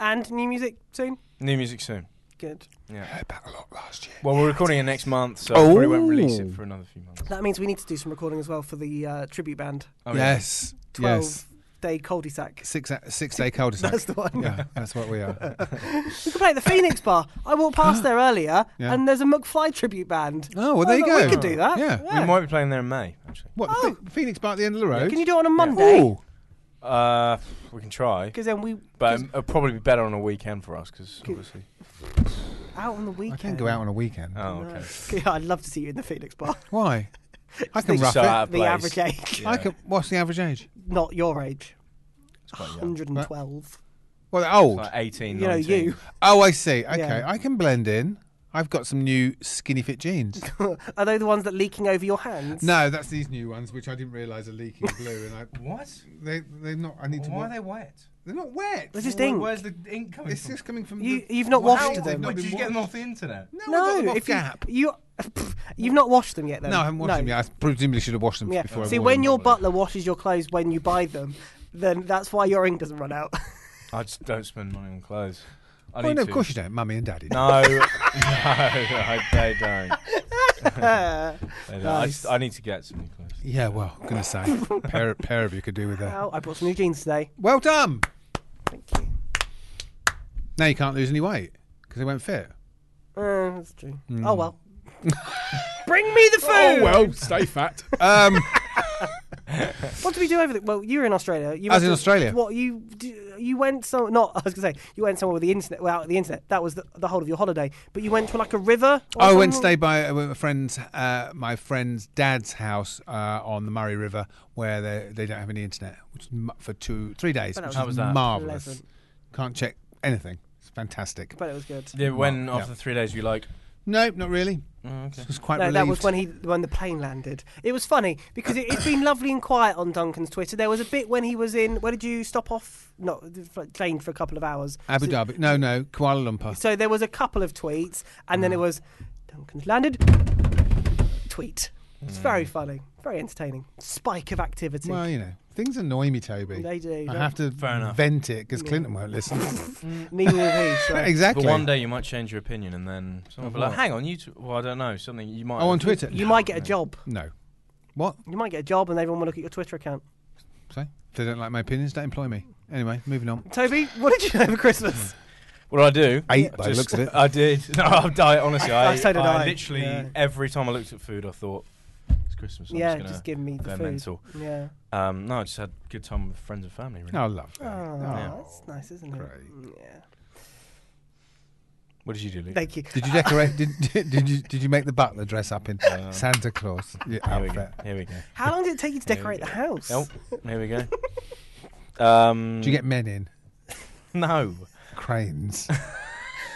Speaker 1: And new music soon.
Speaker 2: New music soon.
Speaker 1: Good.
Speaker 2: Yeah.
Speaker 3: About a lot last year.
Speaker 2: Well, we're recording it next month, so we probably won't release it for another few months.
Speaker 1: That means we need to do some recording as well for the uh, tribute band.
Speaker 2: Oh,
Speaker 3: yes.
Speaker 1: 12
Speaker 3: Yes.
Speaker 1: Day Cul-de-sac.
Speaker 3: Six a- six day cul-de-sac.
Speaker 1: That's the one.
Speaker 3: yeah, that's what we are.
Speaker 1: We could play at the Phoenix Bar. I walked past there earlier,
Speaker 3: Yeah.
Speaker 1: and there's a McFly tribute band.
Speaker 3: Oh, well, there you
Speaker 1: I
Speaker 3: go.
Speaker 1: thought We could do that.
Speaker 3: Yeah.
Speaker 2: We might be playing there in May, actually.
Speaker 3: What?
Speaker 1: Oh.
Speaker 3: Phe- Phoenix Park at the end of the road.
Speaker 1: Can you do it on a Monday?
Speaker 3: Oh,
Speaker 2: Uh, we can try,
Speaker 1: Because then we
Speaker 2: but it'll probably be better on a weekend for us because obviously.
Speaker 1: out on the weekend.
Speaker 3: I can go out on a weekend.
Speaker 2: Oh,
Speaker 1: No.
Speaker 2: okay.
Speaker 1: Yeah, I'd love to see you in the Phoenix Bar.
Speaker 3: Why? I can
Speaker 1: It's
Speaker 3: rough
Speaker 2: so
Speaker 3: it.
Speaker 2: out of
Speaker 1: the
Speaker 2: place.
Speaker 1: average age,
Speaker 3: I can. What's the average age?
Speaker 1: not your age.
Speaker 2: quite young.
Speaker 1: 112.
Speaker 3: Well, they're old.
Speaker 2: Like 18,
Speaker 1: You know,
Speaker 2: 19.
Speaker 1: you.
Speaker 3: Oh, I see. Okay,
Speaker 1: Yeah.
Speaker 3: I can blend in. I've got some new skinny fit jeans.
Speaker 1: Are they the ones that leaking over your hands?
Speaker 3: no, that's these new ones, which I didn't realise are leaking blue. And I
Speaker 2: What?
Speaker 3: they they're not. I need to. wa-
Speaker 2: wet?
Speaker 3: They're not wet.
Speaker 1: They're just ink.
Speaker 2: the ink coming
Speaker 3: It's just coming from.
Speaker 1: You,
Speaker 3: the,
Speaker 1: you've not
Speaker 3: Well, how
Speaker 1: washed
Speaker 3: old they've
Speaker 1: them.
Speaker 3: not been washed.
Speaker 2: the internet?
Speaker 3: No, I got
Speaker 1: No,
Speaker 3: them off
Speaker 1: if you-
Speaker 3: Gap.
Speaker 1: you, pff, you've not washed them yet. Then
Speaker 3: no, I haven't washed
Speaker 1: No.
Speaker 3: them yet. I presumably should have washed them before.
Speaker 1: Yeah.
Speaker 3: I
Speaker 1: See,
Speaker 3: wore
Speaker 1: when
Speaker 3: them
Speaker 1: your
Speaker 3: normally.
Speaker 1: butler washes your clothes when you buy them, then that's why your ink doesn't run out.
Speaker 2: I just don't spend money on clothes. I
Speaker 3: Oh
Speaker 2: need
Speaker 3: no,
Speaker 2: to.
Speaker 3: of course you don't. Mummy and daddy. do.
Speaker 2: No, no, I, they don't. They don't. I, just,
Speaker 1: Nice.
Speaker 2: I need to get some new clothes.
Speaker 3: Yeah, well, gonna say, pair pair of you could do with that.
Speaker 1: Well, I bought some new jeans today.
Speaker 3: Well done.
Speaker 1: Thank you.
Speaker 3: Now you can't lose any weight because it won't fit.
Speaker 1: Uh, that's true.
Speaker 3: Hmm.
Speaker 1: Oh well. Bring me the food.
Speaker 3: Oh, well, stay fat. um,
Speaker 1: What did we do over there? Well, you were in Australia. You
Speaker 3: I was
Speaker 1: went
Speaker 3: in
Speaker 1: to-
Speaker 3: Australia.
Speaker 1: What you d- you went so not I was gonna say you went somewhere with the internet. Well, the internet that was the, the whole of your holiday. But you went to like a river. or
Speaker 3: I went to
Speaker 1: something?
Speaker 3: stay by a friend's, uh, my friend's dad's house uh, on the Murray River, where they they don't have any internet, which is mu- for two three days,
Speaker 1: But that
Speaker 3: which
Speaker 1: was
Speaker 3: is
Speaker 2: that?
Speaker 3: marvelous.
Speaker 1: Pleasant.
Speaker 3: Can't check anything. It's fantastic.
Speaker 1: But it was good.
Speaker 2: Yeah, when
Speaker 3: Well,
Speaker 2: after
Speaker 3: yeah.
Speaker 2: three days you like,
Speaker 3: No, not really.
Speaker 2: okay.
Speaker 3: It was quite
Speaker 1: Oh, No,
Speaker 3: relieved.
Speaker 1: that was when he when the plane landed. It was funny because it, it's been lovely and quiet on Duncan's Twitter. There was a bit when he was in. Where did you stop off? Not plane for a couple of hours.
Speaker 3: Abu
Speaker 1: So-
Speaker 3: Dhabi. No, no, Kuala Lumpur.
Speaker 1: So there was a couple of tweets, and
Speaker 2: Mm.
Speaker 1: then it was Duncan's landed. Tweet.
Speaker 2: Mm.
Speaker 1: It's very funny, very entertaining. Spike of activity.
Speaker 3: Well, you know, things annoy me, Toby.
Speaker 1: They do,
Speaker 3: I
Speaker 1: don't-
Speaker 3: have to
Speaker 2: Fair enough.
Speaker 3: vent it because Clinton won't listen.
Speaker 1: Neither will he. So.
Speaker 3: exactly.
Speaker 2: but one day you might change your opinion, and then someone will be like,
Speaker 3: what?
Speaker 2: "Hang on, you." T- well, I don't know. Something you might.
Speaker 3: Oh, on Twitter.
Speaker 1: You
Speaker 3: No,
Speaker 1: might get a
Speaker 3: no.
Speaker 1: job.
Speaker 3: No. What?
Speaker 1: You might get a job, and everyone will look at your Twitter account.
Speaker 3: Say? If they don't like my opinions, don't employ me. Anyway, moving on.
Speaker 1: Toby, what did you do for Christmas?
Speaker 2: What I do?
Speaker 3: Eight by the looks of it.
Speaker 2: I did. No, I died. Honestly, I,
Speaker 1: So did I.
Speaker 2: literally
Speaker 1: Yeah.
Speaker 2: every time I looked at food, I thought it's Christmas. I'm
Speaker 1: yeah,
Speaker 2: just, gonna
Speaker 1: just give me the
Speaker 2: go
Speaker 1: food.
Speaker 2: mental.
Speaker 1: Yeah.
Speaker 2: Um, no, I just had a good time with friends and family. Really.
Speaker 3: Oh, love. that.
Speaker 1: Oh,
Speaker 2: Yeah.
Speaker 1: that's nice, isn't it?
Speaker 3: Great.
Speaker 1: Yeah.
Speaker 2: What did you do, Luke?
Speaker 1: Thank you.
Speaker 3: Did you decorate? did, did, did you did you make the butler dress up in
Speaker 2: Uh,
Speaker 3: Santa Claus yeah,
Speaker 2: Here we go.
Speaker 3: outfit?
Speaker 2: Here we go.
Speaker 1: How long did it take you to
Speaker 2: Yeah,
Speaker 1: decorate the
Speaker 2: yeah.
Speaker 1: house?
Speaker 2: Nope. Here we go. Um,
Speaker 3: Do you get men in
Speaker 2: no,
Speaker 3: cranes?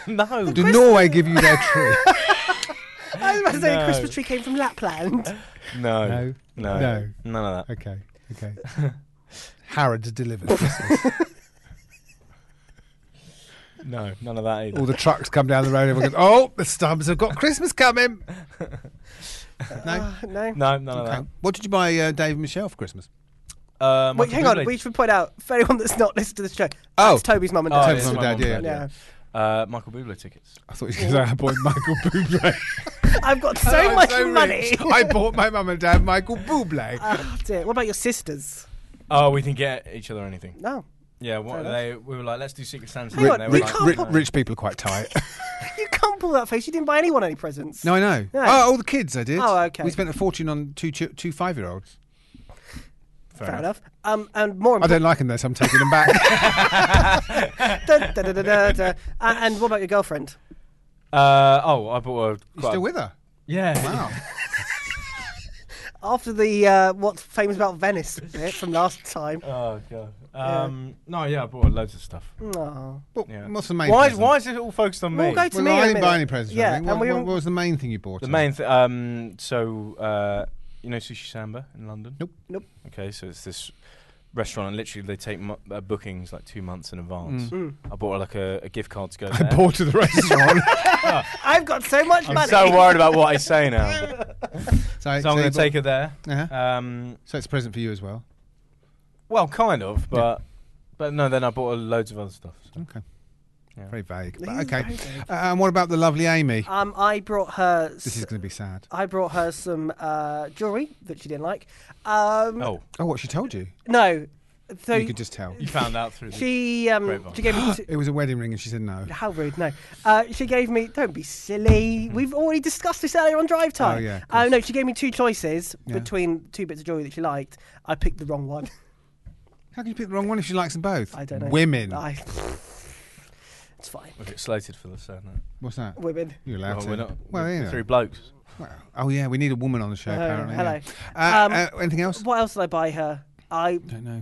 Speaker 2: no?
Speaker 3: Did Norway give you their tree?
Speaker 1: I was about to say the
Speaker 2: No.
Speaker 1: Christmas tree came from Lapland.
Speaker 2: No.
Speaker 3: No.
Speaker 2: No.
Speaker 3: No.
Speaker 2: None of that.
Speaker 3: Okay, okay. Harrods delivered.
Speaker 2: No, none of that either.
Speaker 3: All the trucks come down the road. Everyone goes, "Oh, the stubs have got Christmas coming." no.
Speaker 1: Uh, no.
Speaker 2: No, none of
Speaker 3: Okay. What did you buy, uh, Dave and Michelle, for Christmas?
Speaker 2: that. Um,
Speaker 1: Wait, hang on. We should point out for anyone that's not listened to the show. Oh, it's Toby's mum and
Speaker 2: Oh,
Speaker 1: dad.
Speaker 3: Toby's
Speaker 2: it's
Speaker 3: mum
Speaker 2: my
Speaker 3: and
Speaker 2: mum
Speaker 3: dad,
Speaker 2: and
Speaker 1: yeah.
Speaker 2: dad, yeah. Uh, Michael Bublé tickets.
Speaker 3: I thought you said I bought Michael Bublé.
Speaker 1: I've got so
Speaker 3: I'm
Speaker 1: much
Speaker 3: so
Speaker 1: money.
Speaker 3: rich. I bought my mum and dad Michael Bublé.
Speaker 1: Oh, dear. What about your sisters?
Speaker 2: Oh, we didn't get each other anything.
Speaker 1: No,
Speaker 2: Yeah, what
Speaker 1: enough.
Speaker 2: they we were like, let's do Secret Santa.
Speaker 1: Hang
Speaker 2: and
Speaker 1: on,
Speaker 2: they were
Speaker 1: we
Speaker 3: rich,
Speaker 2: like,
Speaker 1: can't
Speaker 3: rich,
Speaker 1: buy-
Speaker 3: rich people are quite tight.
Speaker 1: you can't pull that face. You didn't buy anyone any presents.
Speaker 3: No, I know.
Speaker 1: No.
Speaker 3: Oh, all the kids, I did.
Speaker 1: Oh, okay.
Speaker 3: We spent a fortune on two chi- two five year olds.
Speaker 1: fair, enough. Um, and more
Speaker 3: I don't like them though, so I'm taking them back.
Speaker 1: Da, da, da, da, da, da. Uh, and what about your girlfriend?
Speaker 2: Uh, oh, I bought a.
Speaker 3: you
Speaker 2: quite a-
Speaker 3: still with her?
Speaker 2: Yeah.
Speaker 3: Wow.
Speaker 1: After the uh, what's famous about Venice bit from last time.
Speaker 2: Oh god. Um, No, yeah, I bought loads of stuff.
Speaker 1: Aw.
Speaker 3: Well,
Speaker 2: Yeah.
Speaker 3: What's the main?
Speaker 2: Why?
Speaker 3: present?
Speaker 2: Why is it all focused on
Speaker 1: We'll
Speaker 2: me?
Speaker 1: go to
Speaker 3: Well,
Speaker 1: me.
Speaker 3: no,
Speaker 1: in a
Speaker 3: I didn't buy
Speaker 1: minute.
Speaker 3: any presents.
Speaker 1: Yeah,
Speaker 3: Yeah, what,
Speaker 1: and we
Speaker 3: what-
Speaker 1: all-
Speaker 3: what was the main thing you bought?
Speaker 2: The
Speaker 3: then?
Speaker 2: main thing. Um, so uh, you know Sushi Samba in London?
Speaker 3: Nope.
Speaker 1: Nope.
Speaker 2: Okay, so it's this restaurant, and literally they take mo- uh, bookings like two months in advance.
Speaker 1: Mm.
Speaker 2: I bought like a, a gift card to go there.
Speaker 3: Mm. I bought to the restaurant.
Speaker 1: I've got so much
Speaker 2: I'm
Speaker 1: money.
Speaker 2: so worried about what I say now.
Speaker 3: so,
Speaker 2: so I'm going to take her there.
Speaker 3: uh
Speaker 2: Um,
Speaker 3: So it's a present for you as well.
Speaker 2: well, kind of, but but no. Then I bought loads of other stuff. So.
Speaker 3: Okay.
Speaker 2: Yeah.
Speaker 3: Very vague.
Speaker 1: He's
Speaker 3: But okay.
Speaker 1: very vague.
Speaker 3: Uh, and what about the lovely Amy?
Speaker 1: Um, I brought her.
Speaker 3: This is going to be sad.
Speaker 1: I brought her some uh, jewelry that she didn't like. Um,
Speaker 2: Oh,
Speaker 3: Oh, what she told you?
Speaker 1: No, so
Speaker 3: you could just tell.
Speaker 2: you found out through the.
Speaker 1: she um,
Speaker 2: Grapevine.
Speaker 1: she gave me. Two,
Speaker 3: It was a wedding ring, and she said no.
Speaker 1: how rude! No, uh, she gave me. Don't be silly. We've already discussed this earlier on drive time.
Speaker 3: Mm. Oh, yeah, of
Speaker 1: Uh,
Speaker 3: course.
Speaker 1: no, she gave me two choices
Speaker 3: Yeah.
Speaker 1: between two bits of jewelry that she liked. I picked the wrong one.
Speaker 3: How can you pick the wrong one if she likes them both?
Speaker 1: I don't know.
Speaker 3: Women.
Speaker 1: I, it's fine.
Speaker 2: I get slated for this, don't I?
Speaker 3: What's that?
Speaker 1: Women.
Speaker 3: You're allowed
Speaker 2: Well,
Speaker 3: to.
Speaker 2: we're not.
Speaker 3: Well,
Speaker 2: we're
Speaker 3: yeah.
Speaker 2: Three blokes.
Speaker 3: Well, oh yeah, we need a woman on the show.
Speaker 1: Uh,
Speaker 3: apparently.
Speaker 1: hello.
Speaker 3: yeah.
Speaker 1: Um,
Speaker 3: Uh, uh, anything else?
Speaker 1: What else did I buy her? I
Speaker 3: I don't know.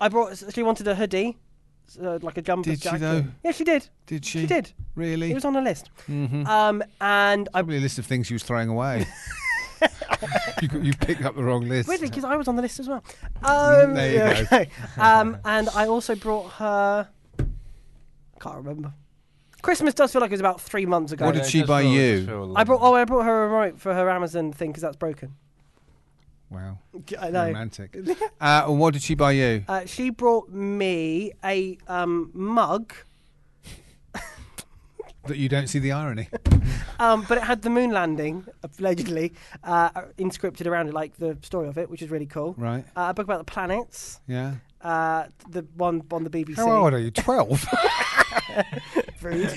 Speaker 1: I brought. She wanted a hoodie, so like a jumper
Speaker 3: Did she,
Speaker 1: jacket.
Speaker 3: though?
Speaker 1: Yeah, she did.
Speaker 3: Did she? Mm-hmm.
Speaker 1: She did.
Speaker 3: Really?
Speaker 1: It was on her list. Um, and I
Speaker 3: Probably a list of things she was throwing away. you, got- you picked up the wrong list.
Speaker 1: weirdly because I was on the list as well. Um,
Speaker 3: Mm, there you
Speaker 1: yeah,
Speaker 3: go.
Speaker 1: okay. um, and I also brought her. Can't remember. Christmas does feel like it was about three months ago.
Speaker 3: What did
Speaker 2: it
Speaker 3: she
Speaker 2: does
Speaker 3: buy
Speaker 2: feel- it
Speaker 3: you?
Speaker 2: does feel
Speaker 1: I brought.
Speaker 2: like-
Speaker 1: Oh, I brought her a remote for her Amazon thing because that's broken.
Speaker 3: Wow,
Speaker 1: I know.
Speaker 3: romantic. uh, and what did she buy you?
Speaker 1: Uh, she brought me a um, mug,
Speaker 3: That you don't see the irony.
Speaker 1: um, but it had the moon landing allegedly uh, inscripted around it, like the story of it, which is really cool.
Speaker 3: Right.
Speaker 1: Uh, a book about the planets.
Speaker 3: Yeah.
Speaker 1: uh, the one on the BBC.
Speaker 3: How old are you? 12?
Speaker 1: Rude.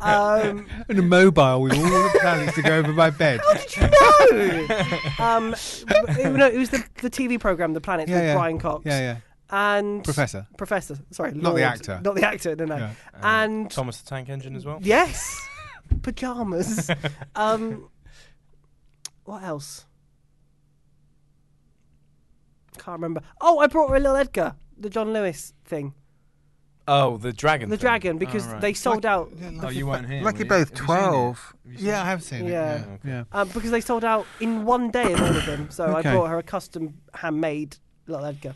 Speaker 1: Um,
Speaker 3: and a mobile with all the planets to go over my bed.
Speaker 1: no. Um, w- no, it was the, the TV program, The Planet,
Speaker 3: Yeah,
Speaker 1: with
Speaker 3: yeah.
Speaker 1: Brian Cox.
Speaker 3: Yeah, yeah.
Speaker 1: And
Speaker 3: Professor.
Speaker 1: Professor. Sorry,
Speaker 3: Not the
Speaker 1: Lord.
Speaker 3: actor.
Speaker 1: Not the actor. No, no.
Speaker 3: Yeah.
Speaker 1: And
Speaker 2: Thomas the Tank Engine as well.
Speaker 1: yes, pajamas. um, what else? Can't remember. Oh, I brought her a little Edgar, the John Lewis thing,
Speaker 2: Oh, the dragon.
Speaker 1: the
Speaker 2: thing.
Speaker 1: dragon, because
Speaker 2: Oh, right.
Speaker 1: they sold out.
Speaker 2: Oh, you weren't here.
Speaker 3: Lucky
Speaker 2: were you?
Speaker 3: both
Speaker 2: Have you seen it?
Speaker 3: 12.
Speaker 2: Have you seen
Speaker 3: Yeah,
Speaker 2: it?
Speaker 3: I have seen
Speaker 1: Yeah.
Speaker 3: it. Yeah.
Speaker 1: Um, because they sold out in one day of all of them. So
Speaker 3: Okay.
Speaker 1: I bought her a custom handmade little Edgar.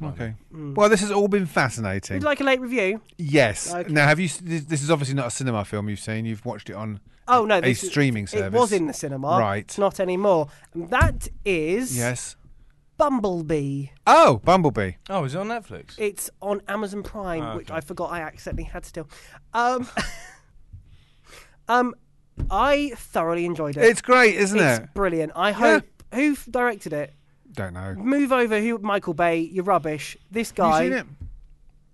Speaker 3: yeah. Okay. Well, this has all been fascinating.
Speaker 1: Would you Mm. like a late review?
Speaker 3: yes.
Speaker 1: Okay.
Speaker 3: Now, have you? s- This this is obviously not a cinema film you've seen. You've watched it on
Speaker 1: Oh no,
Speaker 3: a
Speaker 1: this is-
Speaker 3: streaming service.
Speaker 1: It was in the cinema,
Speaker 3: Right.
Speaker 1: It's not anymore. And that is
Speaker 3: Yes.
Speaker 1: Bumblebee.
Speaker 3: Oh, Bumblebee.
Speaker 2: Oh, is it on Netflix?
Speaker 1: It's on Amazon Prime,
Speaker 2: Ah,
Speaker 1: which
Speaker 2: okay.
Speaker 1: I forgot I accidentally had still. Um, um, I thoroughly enjoyed it.
Speaker 3: It's great, isn't
Speaker 1: It's
Speaker 3: it?
Speaker 1: brilliant. I hope who f- directed it.
Speaker 3: Don't know.
Speaker 1: Move over, who Michael Bay. You're rubbish. This
Speaker 3: Have
Speaker 1: guy.
Speaker 3: you seen it?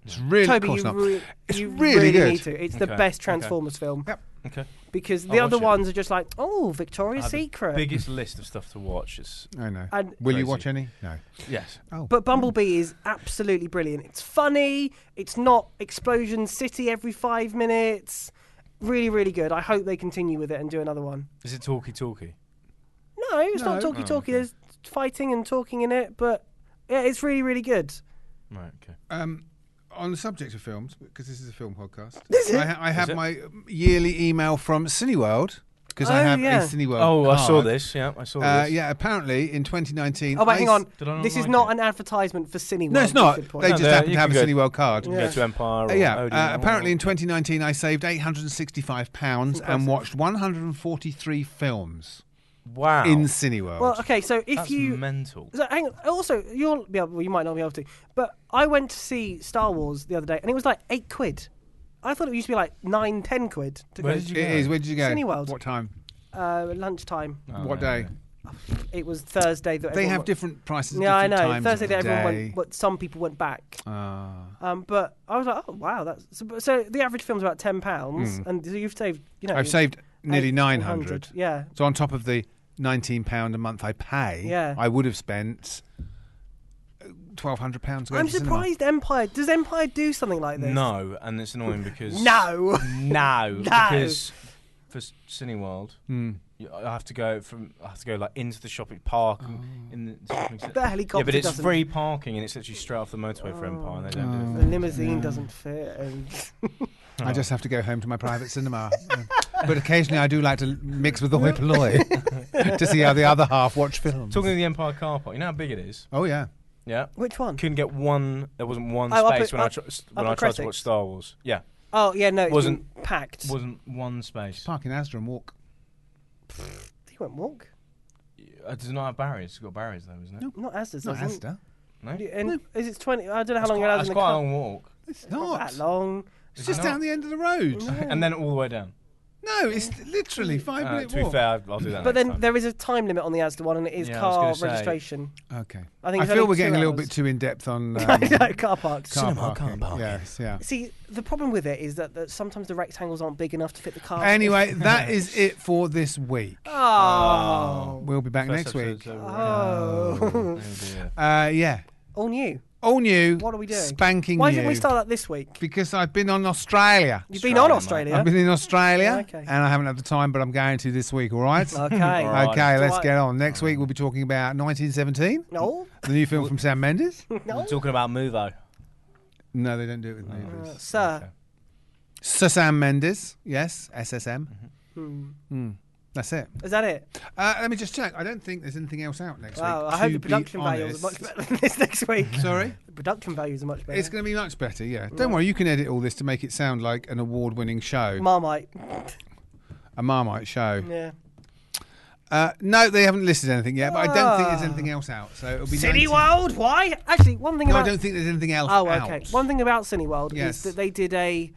Speaker 3: It's really,
Speaker 1: Toby,
Speaker 3: of course
Speaker 1: you,
Speaker 3: not.
Speaker 1: re-
Speaker 3: It's
Speaker 1: you
Speaker 3: really good.
Speaker 1: need to. It's the
Speaker 2: Okay,
Speaker 1: best
Speaker 2: okay.
Speaker 1: Transformers film
Speaker 2: Okay.
Speaker 1: because the
Speaker 2: I'll
Speaker 1: other
Speaker 2: watch it.
Speaker 1: ones are just like, oh, Victoria's
Speaker 2: I have the
Speaker 1: Secret.
Speaker 2: Biggest list of stuff to watch is
Speaker 3: I know.
Speaker 1: And-
Speaker 3: Will
Speaker 2: Crazy.
Speaker 3: you watch any? No.
Speaker 2: yes.
Speaker 1: But Bumblebee is absolutely brilliant. It's funny. It's not Explosion City every five minutes. Really, really good. I hope they continue with it and do another one.
Speaker 2: Is it talky talky?
Speaker 1: No, it's not
Speaker 3: No.
Speaker 1: talky
Speaker 2: Oh,
Speaker 1: talky. There's fighting and talking in it, but yeah, it's really, really good.
Speaker 2: Right. Okay.
Speaker 3: Um, on the subject of films, because this is a film podcast,
Speaker 1: Is it?
Speaker 3: I, ha- I have
Speaker 2: it?
Speaker 3: my yearly email from Cineworld because I
Speaker 1: Oh,
Speaker 3: have
Speaker 1: yeah.
Speaker 3: a Cineworld.
Speaker 2: Oh, I saw
Speaker 3: card.
Speaker 2: this. Yeah, I saw
Speaker 3: Uh,
Speaker 2: this.
Speaker 3: yeah, apparently in 2019.
Speaker 1: Oh,
Speaker 3: I
Speaker 1: wait, hang on.
Speaker 2: did I not
Speaker 1: This is
Speaker 2: like
Speaker 1: not
Speaker 2: it?
Speaker 1: an advertisement for Cineworld.
Speaker 3: No, it's not.
Speaker 1: we should point out.
Speaker 3: They
Speaker 2: No,
Speaker 3: just
Speaker 2: there-
Speaker 3: happen
Speaker 2: you
Speaker 3: to have a
Speaker 2: can go- Oh,
Speaker 3: Cineworld card.
Speaker 2: You can go to Empire. Or
Speaker 3: Uh, yeah,
Speaker 2: Odeon
Speaker 3: uh,
Speaker 2: or-
Speaker 3: apparently in 2019 I saved 865 pounds and watched 143 films
Speaker 2: Wow.
Speaker 3: in Cineworld.
Speaker 1: Well, okay, so if
Speaker 2: That's
Speaker 1: you
Speaker 2: mental.
Speaker 1: So hang on. Also, you'll be able, well, you might not be able to, but I went to see Star Wars the other day, and it was like eight quid. I thought it used to be like nine, ten quid to
Speaker 2: Where
Speaker 1: go
Speaker 2: did you
Speaker 3: It is. Where did you go?
Speaker 1: Cineworld.
Speaker 3: What time?
Speaker 1: uh, lunchtime.
Speaker 2: Oh,
Speaker 3: what
Speaker 2: no,
Speaker 3: day?
Speaker 2: no.
Speaker 1: It was Thursday that
Speaker 3: They
Speaker 1: everyone
Speaker 3: have
Speaker 1: went-
Speaker 3: different prices. at
Speaker 1: Yeah, I know.
Speaker 3: different times
Speaker 1: Thursday
Speaker 3: of the
Speaker 1: that everyone
Speaker 3: day.
Speaker 1: went. But some people went back.
Speaker 3: Ah.
Speaker 1: Um, but I was like, oh wow, that's so. but- so the average film's about ten pounds, and so you've saved. You know,
Speaker 3: Hmm. I've saved nearly
Speaker 1: eight-
Speaker 3: nine hundred.
Speaker 1: Yeah.
Speaker 3: So on top of the nineteen pound a month I pay,
Speaker 1: Yeah.
Speaker 3: I would have spent twelve hundred pounds.
Speaker 1: I'm surprised Empire. Does Empire do something like this?
Speaker 2: No, and it's annoying because
Speaker 1: No.
Speaker 2: no, because for s- Cineworld,
Speaker 3: Hmm.
Speaker 2: you- I have to go from I have to go like into the shopping park and
Speaker 3: Oh.
Speaker 2: in the shopping centre.
Speaker 1: The
Speaker 2: Yeah,
Speaker 1: helicopter
Speaker 2: but it's
Speaker 1: doesn't.
Speaker 2: free parking and it's actually straight off the motorway for Empire, and they don't do it.
Speaker 3: Oh.
Speaker 1: The limousine doesn't fit. And
Speaker 3: I just have to go home to my private cinema. but occasionally I do like to mix with the hoi polloi to see how the other half watch films.
Speaker 2: Talking to the Empire car park, you know how big it is.
Speaker 3: Oh yeah.
Speaker 2: Yeah,
Speaker 1: Which one?
Speaker 2: couldn't get one. There wasn't one
Speaker 1: Oh, up
Speaker 2: space
Speaker 1: at-
Speaker 2: when I
Speaker 1: up-
Speaker 2: tr- when
Speaker 1: up
Speaker 2: I
Speaker 1: at
Speaker 2: tried to
Speaker 1: Critics.
Speaker 2: watch Star Wars. Yeah,
Speaker 1: Oh yeah, no, it
Speaker 2: Wasn't-
Speaker 1: wasn't packed.
Speaker 2: wasn't one space.
Speaker 3: Park in Asda and walk.
Speaker 1: he won't walk.
Speaker 2: It Uh, does not have barriers. It's got barriers though, isn't it?
Speaker 1: Not Asda's.
Speaker 3: Not
Speaker 1: doesn't.
Speaker 3: Asda.
Speaker 2: No,
Speaker 1: Do- And is it twenty? I don't know how
Speaker 2: That's
Speaker 1: long
Speaker 2: quite,
Speaker 1: you're allowed in
Speaker 2: that's
Speaker 1: the
Speaker 2: quite a
Speaker 1: car.
Speaker 2: long walk,
Speaker 3: It's
Speaker 1: Not
Speaker 3: not.
Speaker 1: that long.
Speaker 3: It's just
Speaker 2: It's not.
Speaker 3: down the end of the road.
Speaker 2: and then all the way down.
Speaker 3: No, it's literally five
Speaker 2: Uh,
Speaker 3: minute
Speaker 2: to be
Speaker 3: walk.
Speaker 2: fair, I'll do that. next
Speaker 1: But then
Speaker 2: time.
Speaker 1: there is a time limit on the Asda one, and it is
Speaker 2: Yeah, I was
Speaker 1: car
Speaker 2: gonna say.
Speaker 1: registration.
Speaker 3: Okay.
Speaker 1: I think it's
Speaker 3: feel
Speaker 1: only
Speaker 3: we're getting
Speaker 1: two
Speaker 3: a little
Speaker 1: hours.
Speaker 3: bit too in depth on um, car
Speaker 1: car parks.
Speaker 3: parking. Yes, yeah.
Speaker 1: See, the problem with it is that, that sometimes the rectangles aren't big enough to fit the car.
Speaker 3: Anyway, that is it for this week.
Speaker 1: oh,
Speaker 3: We'll be back
Speaker 2: First
Speaker 3: next week.
Speaker 2: episode's over. Oh,
Speaker 1: oh.
Speaker 2: dear.
Speaker 3: Uh, yeah.
Speaker 1: all new.
Speaker 3: All new.
Speaker 1: What are we doing?
Speaker 3: Spanking
Speaker 1: Why
Speaker 3: new.
Speaker 1: didn't we start that this week?
Speaker 3: Because I've been on Australia.
Speaker 1: You've been on
Speaker 2: Australia,
Speaker 1: Australia.
Speaker 3: I've been in Australia
Speaker 1: Yeah, okay.
Speaker 3: and I haven't had the time, but I'm going to this week, all right?
Speaker 1: Okay.
Speaker 2: All right.
Speaker 3: Okay,
Speaker 1: Do
Speaker 3: let's
Speaker 1: I-
Speaker 3: get on. Next week we'll be talking about 1917,
Speaker 1: No.
Speaker 3: the new film from Sam Mendes.
Speaker 2: We're talking about Movo.
Speaker 3: No, they don't do it
Speaker 2: Uh,
Speaker 3: with movies.
Speaker 1: uh, Sir,
Speaker 3: Sir Sam Mendes, yes, SSM.
Speaker 1: Mm-hmm.
Speaker 3: Mm. That's it.
Speaker 1: is that it?
Speaker 3: Uh, let me just check. I don't think there's anything else out next
Speaker 1: Wow,
Speaker 3: week.
Speaker 1: I hope
Speaker 3: to
Speaker 1: the
Speaker 3: be
Speaker 1: production values are much
Speaker 3: honest.
Speaker 1: better than this next week.
Speaker 3: Sorry?
Speaker 1: The production values are much better.
Speaker 3: It's going to be much better, yeah. Don't worry, you can edit all this to make it sound like an award winning show,
Speaker 1: Marmite.
Speaker 3: a Marmite show.
Speaker 1: Yeah.
Speaker 3: Uh, no, they haven't listed anything yet, but I don't think there's anything else out. So it'll be
Speaker 1: Ah. City
Speaker 3: 19
Speaker 1: World. Why? Actually, one thing
Speaker 3: No, I
Speaker 1: about
Speaker 3: don't think there's anything else
Speaker 1: Oh,
Speaker 3: out.
Speaker 1: okay. One thing about Cineworld
Speaker 3: Yes.
Speaker 1: is that they did a,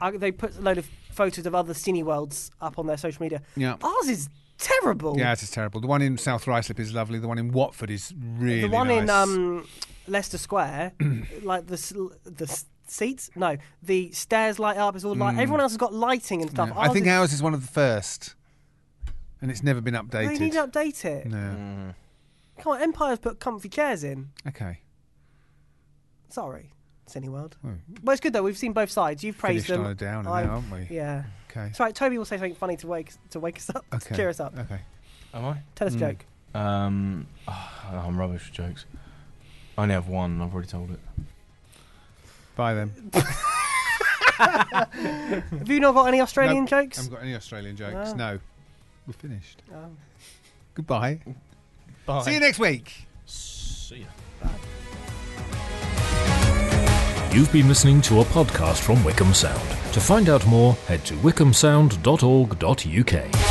Speaker 1: uh, they put a load of photos of other Cineworlds up on their social media.
Speaker 3: Yeah.
Speaker 1: Ours is terrible.
Speaker 3: Yeah, it is terrible. The one in South Ruislip is lovely. The one in Watford is really
Speaker 1: the one in
Speaker 3: nice.
Speaker 1: um, Leicester Square, like the s- the s- seats, no, the stairs light up. It's all like everyone else has got lighting and stuff.
Speaker 3: Hmm. Yeah. I
Speaker 1: Ours
Speaker 3: think
Speaker 1: is-
Speaker 3: ours is one of the first, and it's never been updated.
Speaker 1: they need to update it.
Speaker 3: no.
Speaker 1: Come on, Empire's put comfy chairs in.
Speaker 3: Okay.
Speaker 1: Sorry, Cineworld. Well, it's good though. We've seen both sides. You've praised
Speaker 3: Finished
Speaker 1: them.
Speaker 3: on a downer
Speaker 1: I've-
Speaker 3: now, aren't we?
Speaker 1: Yeah.
Speaker 3: Okay.
Speaker 1: It's right. Toby will say something funny to wake to wake us up,
Speaker 3: Okay. Hmm.
Speaker 1: to cheer us up.
Speaker 3: Okay.
Speaker 2: Am I?
Speaker 1: Tell us a joke.
Speaker 2: Um, ah, I'm rubbish with jokes. I only have one. and I've already told it.
Speaker 3: Bye then.
Speaker 1: Have you not got any Australian
Speaker 3: Nope. I
Speaker 1: jokes?
Speaker 3: haven't got any Australian jokes.
Speaker 1: Ah.
Speaker 3: No. We're finished.
Speaker 1: Oh.
Speaker 3: Goodbye.
Speaker 2: Bye.
Speaker 3: See you next week.
Speaker 2: See ya.
Speaker 10: You've been listening to a podcast from Wickham Sound. To find out more, head to wickhamsound.org.uk.